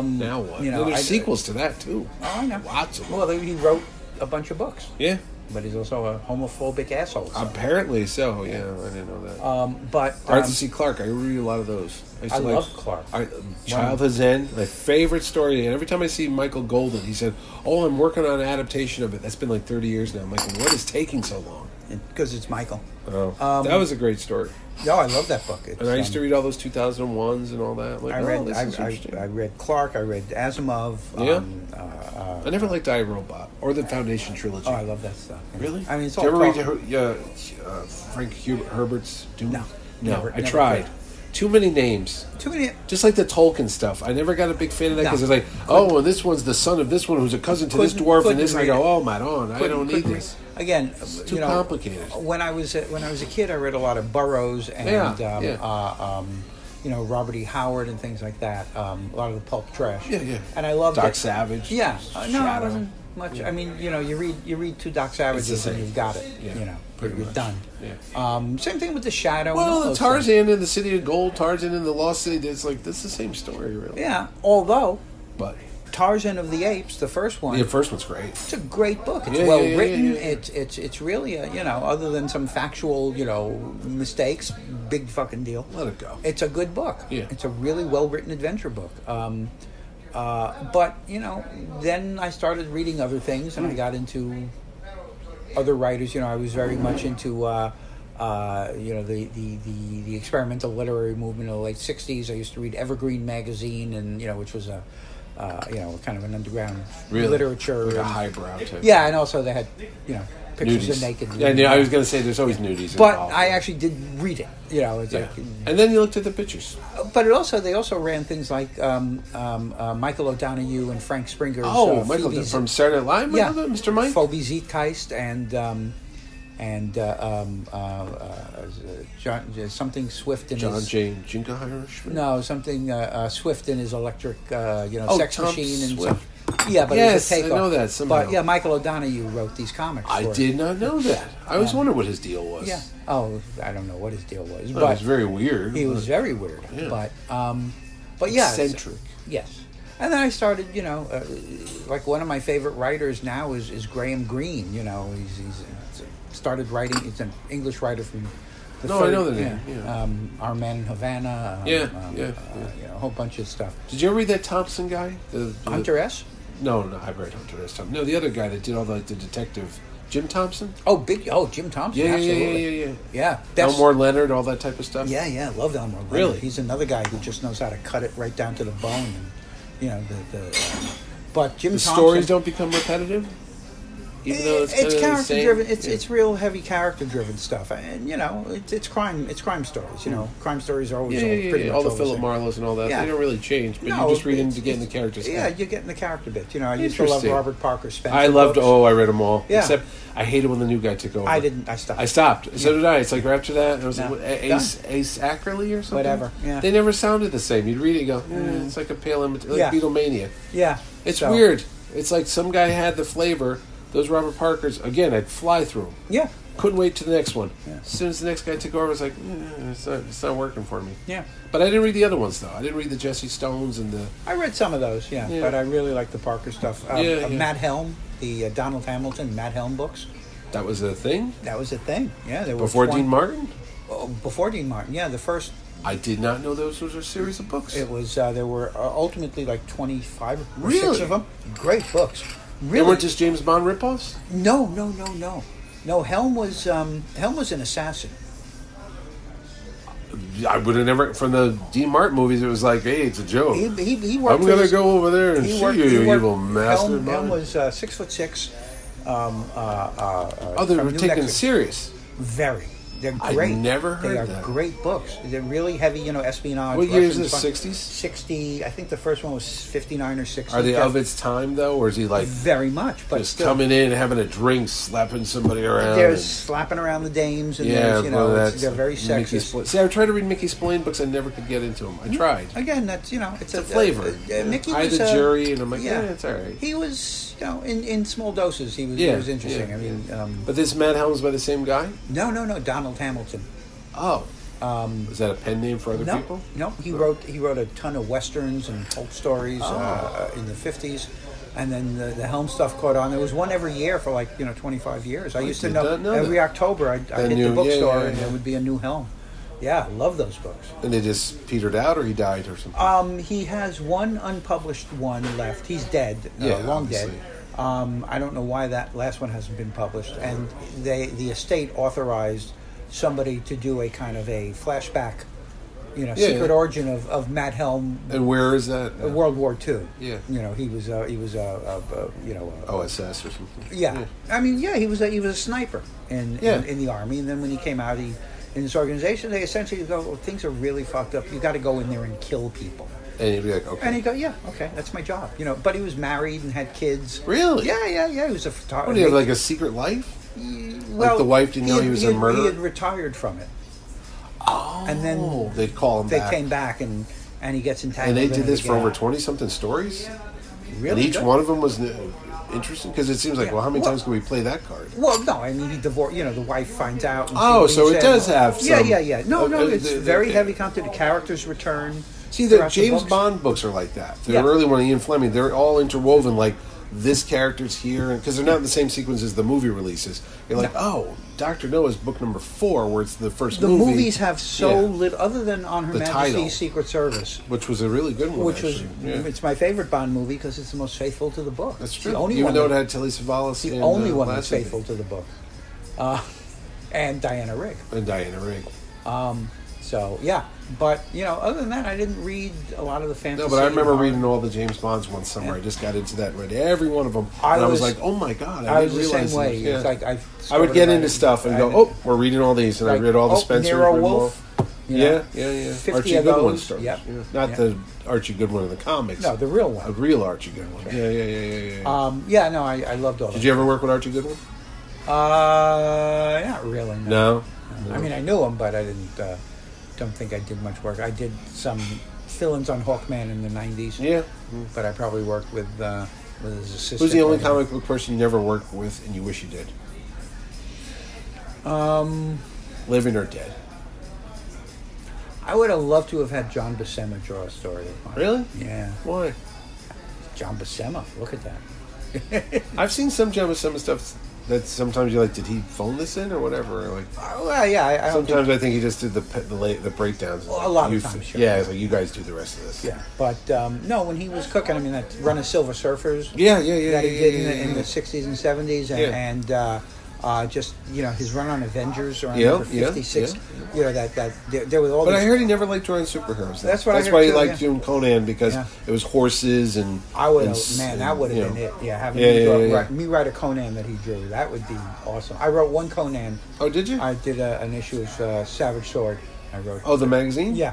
S3: Now what?
S2: You
S3: You
S2: know,
S3: there's
S2: I-
S3: sequels to that too.
S2: Oh, I know.
S3: Lots of them.
S2: Well, he wrote a bunch of books,
S3: Yeah.
S2: but he's also a homophobic asshole. so-
S3: Apparently so. Yeah, I didn't know that.
S2: Um, but um,
S3: Arthur C. Clarke. I read a lot of those. used
S2: I
S3: to
S2: love Clarke.
S3: I, Childhood's End, my favorite story. And every time I see Michael Golden, he said, "Oh, I'm working on an adaptation of it." That's been like 30 years now. I'm like, "What is taking so long?"
S2: because it's Michael.
S3: Oh,
S2: Um,
S3: that was a great story.
S2: No, I love that book. It's,
S3: And I used to
S2: um,
S3: read all those 2001s and all that. I'm like,
S2: I
S3: oh,
S2: read.
S3: this is interesting.
S2: I, I, I read Clark. I read Asimov.
S3: Yeah.
S2: Um, uh, uh,
S3: I never liked I Robot or the Foundation trilogy.
S2: oh, I love that stuff.
S3: Really?
S2: I mean, it's all.
S3: Did you ever read
S2: Clark.
S3: Her- yeah, uh, Frank Hubert Herbert's Dune?
S2: No.
S3: no.
S2: Never-
S3: I
S2: never
S3: tried.
S2: did.
S3: Too many names.
S2: Too many.
S3: Just like the Tolkien stuff, I never got a big fan of that
S2: No.
S3: because it's like, oh, well, this one's the son of this one who's a cousin to this
S2: Couldn't-
S3: dwarf,
S2: couldn't
S3: and this. And I
S2: read
S3: go,
S2: it.
S3: oh my god, I don't need
S2: Couldn't read-
S3: this.
S2: Again,
S3: too
S2: you know,
S3: complicated.
S2: When I was a, when I was a kid, I read a lot of Burroughs and
S3: Yeah,
S2: um,
S3: yeah.
S2: Uh, um, you know Robert E. Howard and things like that. Um, a lot of the pulp trash.
S3: Yeah, yeah.
S2: And I loved
S3: Doc
S2: it.
S3: Savage.
S2: Yeah. Uh, no, I
S3: Shadow.
S2: wasn't much. I mean, you know, you read you read two Doc Savages and
S3: same.
S2: you've got it.
S3: Yeah,
S2: you know,
S3: pretty
S2: you're
S3: much.
S2: done.
S3: Yeah.
S2: Um, same thing with the Shadow. and all
S3: Well, the
S2: those
S3: Tarzan
S2: things.
S3: and the City of Gold, Tarzan and the Lost City. It's like that's the same story, really.
S2: Yeah. Although
S3: But
S2: Tarzan of the Apes, the first one.
S3: the first one's great.
S2: It's a great book. It's
S3: Yeah, yeah,
S2: well
S3: yeah, yeah,
S2: written.
S3: yeah.
S2: It's it's it's really a, you know other than some factual you know mistakes, big fucking deal.
S3: Let it go.
S2: It's a good book.
S3: Yeah.
S2: It's a really well written adventure book. Um, uh, but you know, then I started reading other things, and I got into other writers. You know, I was very much into. Uh, uh, you know the, the, the, the experimental literary movement of the late '60s. I used to read Evergreen magazine, and you know, which was a uh, you know kind of an underground
S3: Really,
S2: literature. uh,
S3: like a
S2: and-
S3: highbrow type.
S2: yeah, and also they had you know pictures
S3: nudies.
S2: of naked.
S3: Yeah,
S2: women.
S3: yeah, I was gonna say there's always nudies.
S2: but
S3: involved.
S2: I actually did read it. You know, it's
S3: Yeah.
S2: like
S3: And then you looked at the pictures.
S2: but it also they also ran things like um, um, uh, Michael O'Donoghue and Frank Springer.
S3: Oh, Michael from Saturday Night Live,
S2: yeah,
S3: remember that, Mr. Mike.
S2: Phoebe Zeitgeist and um, and uh, um, uh, uh, John, something Swift in
S3: John
S2: his
S3: J. Jingleheimer.
S2: no something uh, uh, Swift in his electric uh, you know
S3: Oh,
S2: sex
S3: Tom
S2: machine and
S3: Swift.
S2: stuff. Yeah, but
S3: Yes,
S2: it
S3: I
S2: was a takeoff.
S3: know that somehow.
S2: But yeah, Michael O'Donoghue wrote these comics.
S3: I
S2: for it.
S3: did not know that. I always wondered what his deal was.
S2: Yeah. Oh, I don't know what his deal was,
S3: That
S2: but
S3: Oh, was very weird.
S2: he was very weird.
S3: Yeah.
S2: But um, but yeah, so-
S3: eccentric.
S2: Yes. And then I started, you know, uh, like one of my favorite writers now is, is Graham Greene. You know, he's, he's started writing. He's an English writer from. The
S3: No, I know the name, yeah.
S2: Um, Our Man in Havana. Um,
S3: Yeah,
S2: um,
S3: yeah,
S2: uh,
S3: yeah.
S2: you know, a whole bunch of stuff.
S3: Did you ever read that Thompson guy? The, the-
S2: Hunter S.
S3: No, no, I read Hunter S. Thompson. No, the other guy that did all the, like, the detective, Jim Thompson.
S2: Oh, big. Oh, Jim Thompson.
S3: Yeah, yeah, yeah,
S2: absolutely.
S3: yeah, yeah, yeah.
S2: Yeah, that's-
S3: Elmore Leonard, all that type of stuff.
S2: Yeah, yeah, love Elmore. Leonard.
S3: Really?
S2: he's another guy who just knows how to cut it right down to the bone. And, you know, the, the but Jim
S3: The
S2: Thompson, Eh,
S3: stories don't become repetitive. even though it's, kind
S2: it's
S3: of the
S2: character
S3: same?
S2: driven. It's
S3: Yeah.
S2: it's real heavy character driven stuff, and you know it's it's crime it's crime stories. You know crime stories are always
S3: yeah, yeah,
S2: all,
S3: yeah,
S2: pretty
S3: yeah,
S2: much
S3: all the
S2: always
S3: Philip
S2: same.
S3: Marlowe's and all that.
S2: Yeah.
S3: They don't really change, but
S2: No,
S3: you just read them
S2: it's-
S3: to get in the
S2: it's-
S3: characters.
S2: Yeah, you're getting the character bit. You know, I used to love
S3: Interesting.
S2: Robert Parker Spencer.
S3: I loved.
S2: books.
S3: Oh, I read them all.
S2: Yeah.
S3: Except I hated when the new guy took over.
S2: I didn't. I stopped.
S3: I stopped. So did I. It's like after that, it was
S2: No.
S3: like, Ace Ace Ackerley or something.
S2: Whatever, yeah. Mm.
S3: They never sounded the same. You'd read it, and go, eh, it's like a pale imita- like
S2: Yeah.
S3: Beatlemania.
S2: Yeah,
S3: It's
S2: so-
S3: weird. It's like some guy had the flavor. Those Robert Parkers again. I'd fly through 'em.
S2: Yeah,
S3: Couldn't wait to the next one.
S2: Yeah.
S3: As soon as the next guy took over, I was like, eh, it's not, it's not working for me.
S2: yeah.
S3: But I didn't read the other ones though. I didn't read the Jesse Stones and the
S2: I read some of those. Yeah,
S3: Yeah.
S2: but I really like the Parker stuff. Um,
S3: Yeah,
S2: uh,
S3: yeah.
S2: Matt Helm, the uh, Donald Hamilton, Matt Helm books.
S3: that was a thing
S2: That was a thing. Yeah, there were
S3: before
S2: 20
S3: Dean Martin.
S2: Oh, before Dean Martin. Yeah, the first
S3: I did not know those was a series of books.
S2: It was uh, there were uh, ultimately like twenty five or six
S3: Really?
S2: of them. Great books.
S3: They
S2: Really?
S3: weren't just James Bond ripoffs.
S2: no, no, no, no, no. Helm was um, Helm was an assassin.
S3: I would have never from the Dean Martin movies. It was like, hey, it's a joke.
S2: He he, he worked.
S3: I'm
S2: for
S3: gonna
S2: this-
S3: go over there and
S2: he
S3: see
S2: worked-
S3: you,
S2: he
S3: you
S2: worked-
S3: evil
S2: Helm,
S3: mastermind.
S2: Helm was uh, six foot six. Um, uh, uh, uh,
S3: oh, they
S2: from
S3: were
S2: New
S3: taken
S2: Mexico.
S3: serious.
S2: Very. They're
S3: I'd
S2: great.
S3: never
S2: They
S3: heard
S2: are
S3: that.
S2: great books. They're really heavy, you know, espionage.
S3: What year is
S2: Russian
S3: this,
S2: spy-
S3: 60s?
S2: Sixty. I think the first one was fifty nine or sixty.
S3: Are they
S2: Yeah.
S3: of its time though, or is he like
S2: Very much, but
S3: just
S2: still.
S3: coming in, having a drink, slapping somebody around?
S2: There's
S3: and-
S2: slapping around the dames, and
S3: yeah,
S2: there's, you
S3: well,
S2: know, it's-
S3: that's
S2: they're very
S3: Mickey
S2: sexist. Mm-hmm.
S3: Spillane. See, I tried to read Mickey Spillane books. I never could get into them. I tried.
S2: Again, that's you know, it's,
S3: a flavor.
S2: Uh, uh, Mickey
S3: I had
S2: was
S3: the
S2: uh,
S3: jury, and I'm like, yeah, it's all right.
S2: He was, you know, in, in small doses. He was, he
S3: Yeah,
S2: was interesting.
S3: yeah.
S2: I mean, um,
S3: But this Mad Helm's by the same guy.
S2: no, no, no, Donald Hamilton.
S3: Oh, um, is that a pen name for other
S2: No,
S3: people?
S2: no, he wrote he wrote a ton of westerns and folk stories uh,
S3: Oh.
S2: in the fifties, and then the, the Helm stuff caught on. There was one every year for like you know twenty five years. I used to
S3: did
S2: know,
S3: not know
S2: every
S3: that.
S2: October I'd, I'd
S3: Then
S2: hit
S3: you-
S2: the
S3: yeah,
S2: bookstore
S3: yeah,
S2: and
S3: yeah.
S2: there would be a new Helm. Yeah, I love those books.
S3: And they just petered out, or he died, or something.
S2: Um, he has one unpublished one left. He's dead, uh,
S3: Yeah,
S2: long
S3: obviously.
S2: dead. Um, I don't know why that last one hasn't been published. And they, the estate authorized somebody to do a kind of a flashback, you know,
S3: Yeah,
S2: secret
S3: yeah.
S2: origin of, of Matt Helm,
S3: and where is that?
S2: uh, World War II.
S3: Yeah. Oh,
S2: you know, he was uh, he was uh, uh, uh, you know. Uh,
S3: OSS or something.
S2: yeah. I mean, yeah, he was a, he was a sniper in,
S3: Yeah.
S2: in in the army, and then when he came out, he in his organization, they essentially go, well, things are really fucked up. You got to go in there and kill people.
S3: And you'd be like, okay.
S2: And he go, yeah, okay, that's my job, you know. But he was married and had kids.
S3: Really?
S2: Yeah, yeah, yeah. He was a
S3: What, do you
S2: photographer.
S3: have like a secret life?
S2: well,
S3: the wife didn't know
S2: had-
S3: he was a
S2: had-
S3: murderer?
S2: He had retired from it,
S3: Oh.
S2: and then
S3: they'd call him
S2: they
S3: back.
S2: came back, and and he gets entangled.
S3: and they
S2: in
S3: did
S2: it
S3: this for
S2: again.
S3: over 20 something stories.
S2: Really?
S3: and each
S2: good.
S3: one of them was n- interesting because it seems like,
S2: Yeah.
S3: well, how many
S2: Well-
S3: times can we play that card?
S2: Well, no, I mean he divorced. You know, the wife finds out. And she
S3: Oh,
S2: leaves
S3: so it
S2: him.
S3: does have
S2: Yeah,
S3: some-
S2: yeah, yeah. No, no,
S3: Okay,
S2: it's
S3: the- the-
S2: very heavy content. The characters return.
S3: See, the
S2: throughout
S3: James
S2: books.
S3: Bond books are like that. The
S2: Yeah.
S3: early one, Ian Fleming, they're all interwoven like this character's here because they're not in the same sequence as the movie releases. You're like, oh, Dr. Noah's book number four, where it's the first
S2: The
S3: movie.
S2: movies have so
S3: Yeah.
S2: little, other than on Her
S3: The
S2: Majesty's
S3: title.
S2: Secret Service.
S3: Which was a really good one.
S2: Which was
S3: actually. Yeah.
S2: it's my favorite Bond movie because it's the most faithful to the book.
S3: That's
S2: It's
S3: true.
S2: The only
S3: Even
S2: one
S3: though it
S2: that-
S3: had Telly Savalas,
S2: the
S3: and,
S2: only
S3: uh,
S2: one that's
S3: Lassen
S2: faithful to the book, uh, and Diana Rigg.
S3: and Diana Rigg.
S2: So yeah, but you know, other than that, I didn't read a lot of the fantasy.
S3: No, but I remember
S2: or-
S3: reading all the James Bonds one summer. I just got into that, read every one of them,
S2: I
S3: and I was
S2: was-
S3: like, oh my god,
S2: I
S3: I,
S2: was
S3: didn't
S2: the same
S3: realize
S2: way.
S3: this.
S2: It's
S3: Yeah.
S2: like I.
S3: I would get into stuff and go, oh, we're reading all these, and I read all the Spencer.
S2: oh, Nero Wolf. you know,
S3: Yeah, yeah, yeah.
S2: 50
S3: Archie
S2: of
S3: Goodwin
S2: those,
S3: stories.
S2: yep,
S3: yeah. Not
S2: yeah.
S3: the Archie Goodwin of the comics.
S2: No, the real
S3: a
S2: one.
S3: real Archie Goodwin. Yeah, yeah, yeah, yeah. yeah.
S2: Um, yeah, no, I, I loved all.
S3: Did
S2: that.
S3: you ever work with Archie Goodwin?
S2: Uh, not really.
S3: No.
S2: I mean, I knew him, but I didn't. Uh, don't think I did much work. I did some fill-ins on Hawkman in the '90s.
S3: Yeah.
S2: but I probably worked with uh, with his assistant.
S3: Who's the only
S2: or-
S3: comic book person you never worked with and you wish you did?
S2: Um,
S3: Living or dead?
S2: I would have loved to have had John Buscema draw a story of mine.
S3: Really?
S2: Yeah,
S3: Why?
S2: John Buscema. Look at that.
S3: I've seen some John Buscema stuff that sometimes you're like, did he phone this in or whatever? Or like
S2: Oh, well, yeah, I, I don't
S3: sometimes I think he just did the pe- the, la- the breakdowns. It's
S2: Well, a
S3: like,
S2: lot of
S3: you
S2: times,
S3: f-
S2: sure.
S3: Yeah, it's like you guys do the rest of this.
S2: think, yeah, but um, no, when he was cooking, I mean, that run of Silver Surfers
S3: yeah, yeah, yeah.
S2: that he
S3: yeah,
S2: did
S3: yeah,
S2: in, the,
S3: yeah,
S2: in the
S3: yeah.
S2: '60s and '70s, and,
S3: Yeah.
S2: and uh, Uh, just you know his run on Avengers around
S3: Yeah,
S2: number
S3: yeah,
S2: fifty six.
S3: yeah.
S2: You know that that there, there was all.
S3: But I
S2: these-
S3: heard he never liked drawing superheroes. though.
S2: That's what I
S3: That's
S2: heard
S3: why he
S2: too,
S3: liked
S2: yeah.
S3: doing Conan because
S2: Yeah.
S3: it was horses and.
S2: I would
S3: and
S2: have,
S3: s-
S2: man, that
S3: and,
S2: would have
S3: you
S2: been
S3: know.
S2: it. Yeah, having
S3: Yeah,
S2: me,
S3: yeah,
S2: draw,
S3: yeah, yeah.
S2: Right, me write a Conan that he drew, that would be awesome. I wrote one Conan.
S3: Oh, did you?
S2: I did a, an issue of uh, Savage Sword. I wrote.
S3: oh, the magazine.
S2: yeah,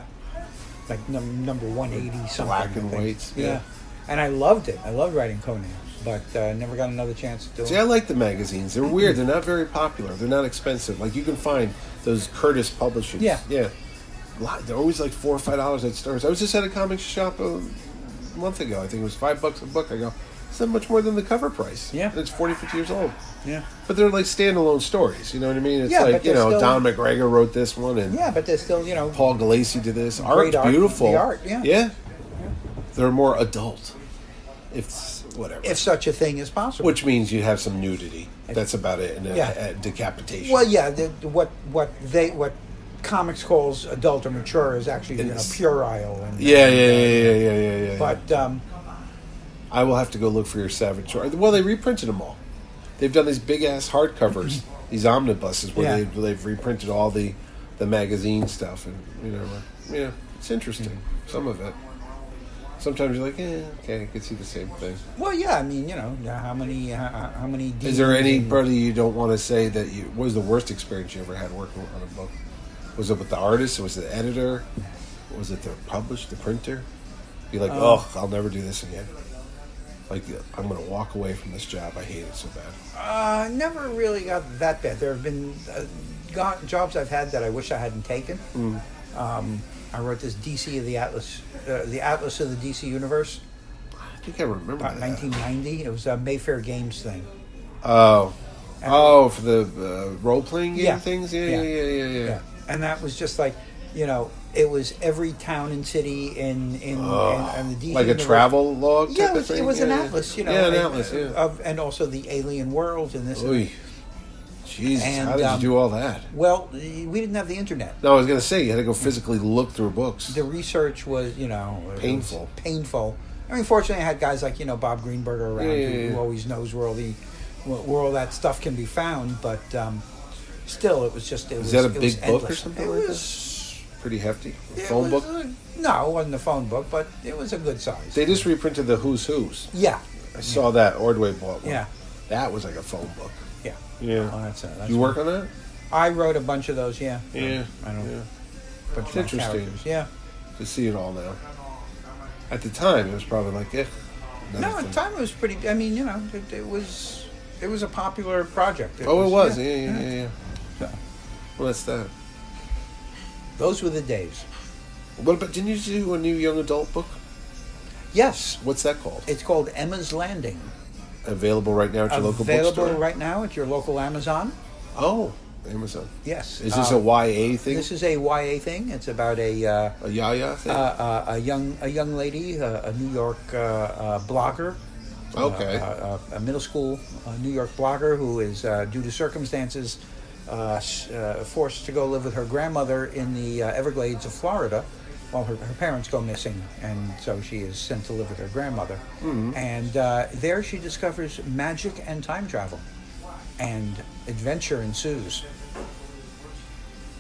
S2: like num- number one eighty something.
S3: Black
S2: I
S3: and
S2: think.
S3: white,
S2: Yeah.
S3: yeah.
S2: and I loved it. I loved writing Conan, but uh, never got another chance to do
S3: See, I
S2: it.
S3: like the magazines. They're weird. They're not very popular. They're not expensive. Like you can find those Curtis Publishers.
S2: Yeah.
S3: yeah. A lot- They're always like four or five dollars at stores. I was just at a comic shop a month ago. I think it was five bucks a book. I go, it's not much more than the cover price.
S2: Yeah.
S3: And it's 40, 50 years old.
S2: Yeah,
S3: But they're like standalone stories. You know what I mean? It's
S2: Yeah, but
S3: like you
S2: they're still-
S3: know Don McGregor wrote this one and
S2: yeah, but there's still you know.
S3: Paul Galassi did this.
S2: Great
S3: Art,
S2: art.
S3: beautiful.
S2: The art, yeah.
S3: Yeah. They're more adult. It's whatever.
S2: if such a thing is possible.
S3: Which means you have some nudity. That's about it. And a,
S2: Yeah.
S3: a decapitation.
S2: well, yeah, the, the- what what they what comics calls adult or mature is actually you know
S3: It's-
S2: puerile and uh,
S3: yeah, yeah, yeah, yeah, yeah, yeah, yeah. yeah.
S2: But um,
S3: I will have to go look for your Savage Shore. Well, they reprinted them all. They've done these big ass hardcovers,
S2: [CLEARS THROAT]
S3: these omnibuses where
S2: Yeah.
S3: they've, they've reprinted all the, the magazine stuff, and you know, like, yeah, it's interesting. Some of it. Sometimes you're like, eh, okay, I could see the same thing.
S2: well, yeah, I mean, you know, yeah, how many how, how many?
S3: Is there
S2: demons and-
S3: anybody you don't want to say that you? What was the worst experience you ever had working on a book? Was it with the artist? Was it the editor? Was it the published the printer? You're like,
S2: Uh.
S3: oh, I'll never do this again. Like, I'm gonna walk away from this job. I hate it so bad.
S2: Uh, never really got that bad. There have been uh, go- jobs I've had that I wish I hadn't taken.
S3: Mm.
S2: Um, I wrote this DC of the Atlas, uh, the Atlas of the DC Universe,
S3: I think I remember
S2: about
S3: that.
S2: 1990. It was a Mayfair Games thing.
S3: Oh, oh, for the uh, role playing game
S2: Yeah.
S3: things. Yeah,
S2: Yeah.
S3: yeah, yeah, yeah, yeah.
S2: Yeah, and that was just like, you know, it was every town and city in in, in, in the DC
S3: Like a
S2: universe.
S3: travel log.
S2: Yeah, it
S3: type of
S2: was, it
S3: thing?
S2: was
S3: Yeah,
S2: an
S3: yeah.
S2: atlas, you know,
S3: Yeah, an
S2: and-
S3: atlas. Yeah.
S2: of, and also the alien world and this. and-
S3: Oy. Jesus,
S2: And,
S3: how did
S2: um,
S3: you do all that?
S2: Well, we didn't have the internet.
S3: No, I was gonna say you had to
S2: Mm.
S3: go physically look through books.
S2: the research was, you know, it was
S3: Painful.
S2: Painful. I mean, fortunately, I had guys like you know Bob Greenberger around
S3: Yeah, yeah,
S2: who,
S3: yeah.
S2: who always knows where all the where where all that stuff can be found. But um, still, it was just it was,
S3: that a
S2: it
S3: big
S2: was
S3: book or
S2: endless.
S3: something
S2: It
S3: like that?
S2: was
S3: Pretty hefty. A
S2: it
S3: phone
S2: was
S3: book.
S2: a- no, it wasn't a phone book, but it was a good size.
S3: They just reprinted the Who's Who's.
S2: yeah,
S3: I saw that Ordway bought one.
S2: Yeah.
S3: That was like a phone book.
S2: yeah.
S3: Yeah.
S2: Oh, that's it. That's
S3: you work on that?
S2: I wrote a bunch of those. Yeah.
S3: Yeah.
S2: I don't.
S3: Yeah.
S2: A bunch of my
S3: Interesting.
S2: characters. Yeah.
S3: To see it all now. At the time, it was probably like, eh. another
S2: No, at
S3: thing.
S2: the time it was pretty. I mean, you know, it, it was it was a popular project.
S3: Oh, it was. Yeah, yeah, yeah, yeah. Well, that's that.
S2: Those were the days.
S3: What about? Didn't you do a new young adult book?
S2: Yes,
S3: What's that called?
S2: it's called Emma's Landing.
S3: Available right now at your local
S2: Available
S3: bookstore.
S2: right now at your local Amazon.
S3: Oh, Amazon.
S2: Yes.
S3: Is this
S2: Uh,
S3: a YA thing?
S2: This is a YA thing. It's about a uh,
S3: a Yaya thing?
S2: uh, uh, a young a young lady, uh, a New York uh, uh, blogger.
S3: okay.
S2: Uh, uh, a middle school uh, New York blogger who is, uh, due to circumstances, uh, s- uh, forced to go live with her grandmother in the uh, Everglades of Florida while her, her parents go missing. And so she is sent to live with her grandmother.
S3: Mm-hmm.
S2: And uh, there she discovers magic and time travel. And adventure ensues.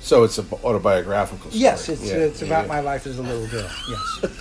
S3: so it's an autobiographical. Story.
S2: Yes, it's,
S3: Yeah,
S2: it's
S3: yeah,
S2: about
S3: yeah.
S2: my life as a little girl. Yes.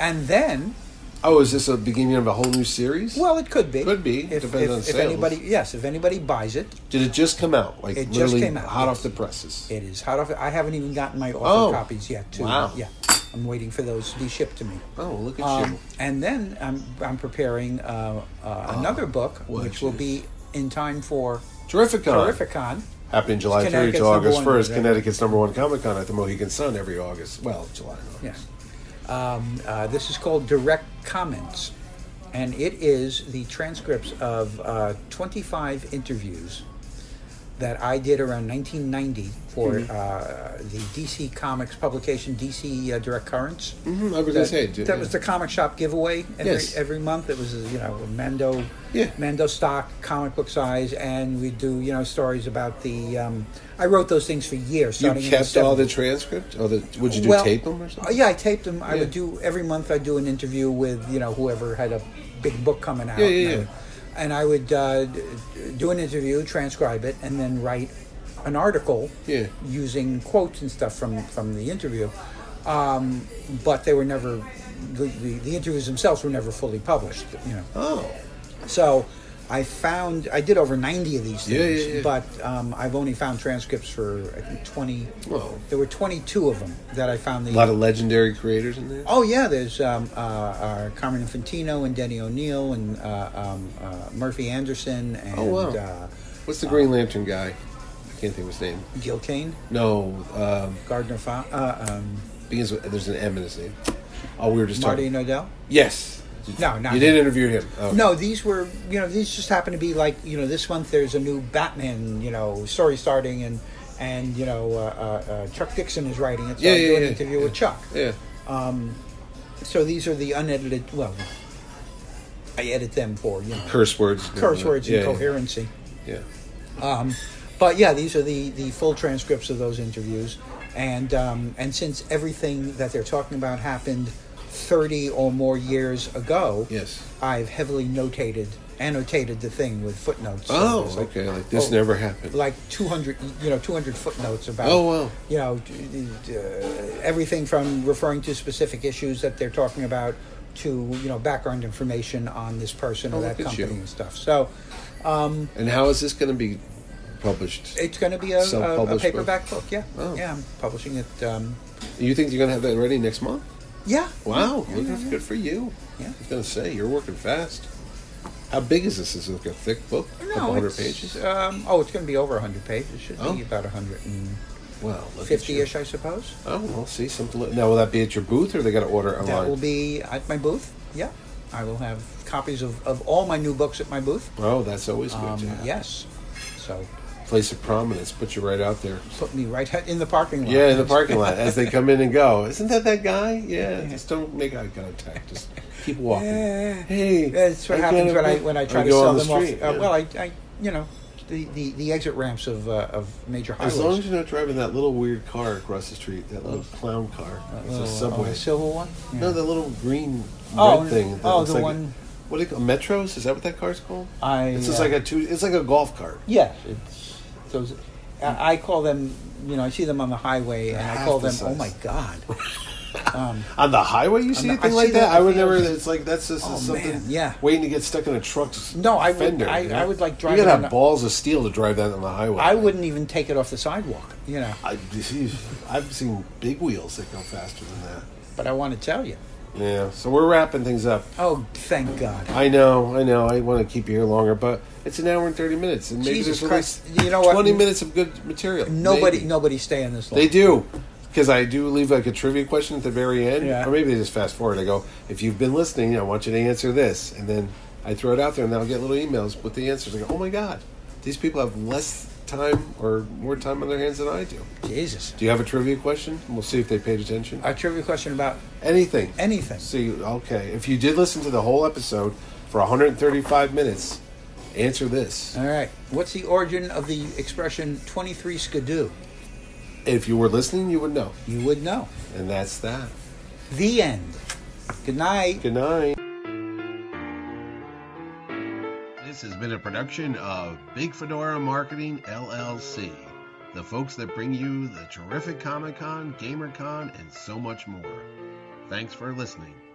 S2: and then
S3: Oh, is this a beginning of a whole new series?
S2: Well, it could be.
S3: Could be,
S2: If,
S3: depends
S2: if,
S3: on
S2: if
S3: sales.
S2: anybody, yes, if anybody buys it,
S3: Did it just come out? Like
S2: It just
S3: literally
S2: came out,
S3: hot
S2: yes.
S3: off the presses.
S2: it is hot off. I haven't even gotten my author
S3: Oh.
S2: copies yet. Too.
S3: Wow.
S2: Yeah, I'm waiting for those to be shipped to me.
S3: Oh, look at
S2: Um,
S3: you! Ah,
S2: and then I'm I'm preparing uh, uh, another book,
S3: what
S2: which will be
S3: is-
S2: in time for
S3: Terrific Con.
S2: Terrificon.
S3: Happening July 30th
S2: Connecticut's
S3: to
S2: number
S3: August
S2: one,
S3: 1st,
S2: right?
S3: Connecticut's number one Comic Con at the Mohegan Sun every August. Well, July. and August.
S2: Yeah. Um, uh, this is called Direct Comments, and it is the transcripts of uh, 25 interviews that I did around 1990 for
S3: Mm-hmm.
S2: uh, the DC Comics publication, DC uh, Direct Currents.
S3: Mhm, I was gonna
S2: That,
S3: say
S2: that was the comic shop giveaway every,
S3: Yes.
S2: every month. It was you know Mando,
S3: Yeah.
S2: Mando stock, comic book size, and we do you know stories about the. Um, I wrote those things for years.
S3: You
S2: starting in
S3: kept all
S2: 70s.
S3: the transcript, or the would you do
S2: Well,
S3: tape them or
S2: Uh,
S3: something?
S2: yeah, I taped them. I
S3: Yeah.
S2: would do every month. I would do an interview with you know whoever had a big book coming out.
S3: Yeah,
S2: and I
S3: yeah, yeah.
S2: would and I would uh, d- do an interview, transcribe it, and then write an article
S3: Yeah.
S2: using quotes and stuff from from the interview. Um, but they were never the, the, the interviews themselves were never fully published. You know.
S3: Oh.
S2: So I found I did over ninety of these things,
S3: Yeah, yeah, yeah.
S2: but um, I've only found transcripts for I think twenty.
S3: Whoa.
S2: There were twenty-two of them that I found. The
S3: A lot of legendary creators in there.
S2: oh yeah, there's um, uh, uh, Carmen Infantino and Denny O'Neill and uh, um, uh, Murphy Anderson and
S3: Oh, wow.
S2: uh,
S3: What's the Green Lantern guy? I can't think of his name.
S2: Gil Kane,
S3: No, um,
S2: Gardner, Fa- uh, um,
S3: begins with, there's an M in his name. Oh, we were just
S2: Marty
S3: talking.
S2: Nodell.
S3: Yes.
S2: No, not
S3: You did interview him. Oh.
S2: No, these were you know these just happen to be like you know this month there's a new Batman you know story starting and and you know uh, uh, uh, Chuck Dixon is writing it. So
S3: Yeah,
S2: I
S3: yeah,
S2: do an
S3: yeah,
S2: interview
S3: yeah.
S2: with Chuck.
S3: Yeah.
S2: So these are the unedited. Well, I edit them for you know
S3: Curse words.
S2: curse words
S3: yeah,
S2: and coherency.
S3: Yeah. yeah.
S2: Um, but yeah, these are the, the full transcripts of those interviews, and um, and since everything that they're talking about happened thirty or more years ago,
S3: Yes.
S2: I've heavily notated annotated the thing with footnotes. So
S3: Oh,
S2: there's
S3: okay. Like this
S2: oh,
S3: never happened.
S2: Like two hundred, you know, two hundred footnotes about.
S3: Oh, wow.
S2: You know, d- d- d- uh, everything from referring to specific issues that they're talking about to you know background information on this person
S3: Oh,
S2: or that
S3: look at you.
S2: company and stuff. So.
S3: and how is this going to be published?
S2: It's going to be a, a, a
S3: Self-published book.
S2: paperback book. Yeah,
S3: Oh.
S2: yeah. I'm publishing it. Um,
S3: You think you're going to have that ready next month?
S2: yeah.
S3: Wow.
S2: Yeah,
S3: look,
S2: yeah,
S3: that's
S2: yeah.
S3: good for you.
S2: Yeah.
S3: I was going to say, you're working fast. How big is this? Is it like a thick book? A couple
S2: No,
S3: hundred
S2: it's,
S3: pages?
S2: Um, oh, it's going to be over 100 pages. It should
S3: Oh.
S2: be about 150
S3: wow. look at you.
S2: ish, I suppose.
S3: Oh, well, see something. Li- now, will that be at your booth, or they got to order online?
S2: That will be at my booth. Yeah, I will have copies of, of all my new books at my booth.
S3: Oh, that's always good.
S2: Um,
S3: to have.
S2: Yes. So
S3: Place of prominence. Put you right out there.
S2: put me right in the parking lot.
S3: Yeah, in the parking lot as they come in and go. Isn't that that guy? Yeah. Just don't make eye contact. Just keep walking.
S2: Yeah.
S3: Hey.
S2: [LAUGHS] That's what
S3: how you
S2: happens
S3: gonna
S2: when I
S3: book-
S2: when I
S3: or
S2: try to
S3: go
S2: sell
S3: on the
S2: them off.
S3: street,
S2: Uh,
S3: yeah.
S2: well, I, I you know the, the, the exit ramps of uh, of major highways.
S3: As long as you're not driving that little weird car across the street, that little clown car, it's
S2: Oh,
S3: a
S2: oh,
S3: subway.
S2: the silver one. Yeah.
S3: No, the little green red
S2: Oh,
S3: thing. that
S2: oh,
S3: looks
S2: the
S3: like
S2: one-
S3: what do you call metros? Is that what that car's called?
S2: I,
S3: It's just
S2: uh,
S3: like a two. It's like a golf cart.
S2: Yes, it's those. I I call them, you know, I see them on the highway, and I
S3: half
S2: call
S3: the
S2: them, "Oh
S3: size.
S2: my God!"
S3: On the highway, you see
S2: the-
S3: a thing
S2: I
S3: like
S2: see
S3: that?
S2: that
S3: I would
S2: in the
S3: never.
S2: fields.
S3: It's like that's just
S2: Oh,
S3: something.
S2: man, yeah.
S3: Waiting to get stuck in a truck's
S2: No, I would-
S3: fender.
S2: I-
S3: you know?
S2: I would, like, drive
S3: You
S2: it
S3: gotta
S2: on
S3: have
S2: a-
S3: balls of steel to drive that on the highway.
S2: I wouldn't even take it off the sidewalk, you know.
S3: I, I've seen big wheels that go faster than that.
S2: But I want to tell you.
S3: Yeah. So we're wrapping things up.
S2: Oh, thank God!
S3: I know, I know. I want to keep you here longer, but it's an hour and thirty minutes, and maybe
S2: Jesus
S3: there's
S2: Christ.
S3: at least
S2: You know what?
S3: twenty minutes of good material.
S2: Nobody,
S3: Maybe.
S2: nobody's staying this long.
S3: They do, because I do leave like a trivia question at the very end,
S2: Yeah.
S3: or maybe they just fast forward. I go, if you've been listening, I want you to answer this, and then I throw it out there, and I'll get little emails with the answers. I go, oh my god, these people have less time or more time on their hands than I do.
S2: Jesus.
S3: Do you have a trivia question? We'll see if they paid attention.
S2: A trivia question about
S3: Anything.
S2: anything.
S3: See, okay. If you did listen to the whole episode for 135 minutes, answer this.
S2: All right. What's the origin of the expression "23 skidoo"?
S3: If you were listening, you would know.
S2: You would know.
S3: And that's that.
S2: The end. Good night.
S3: Good night. This has been a production of Big Fedora Marketing LLC, the folks that bring you the terrific Comic Con, Gamer Con, and so much more. Thanks for listening.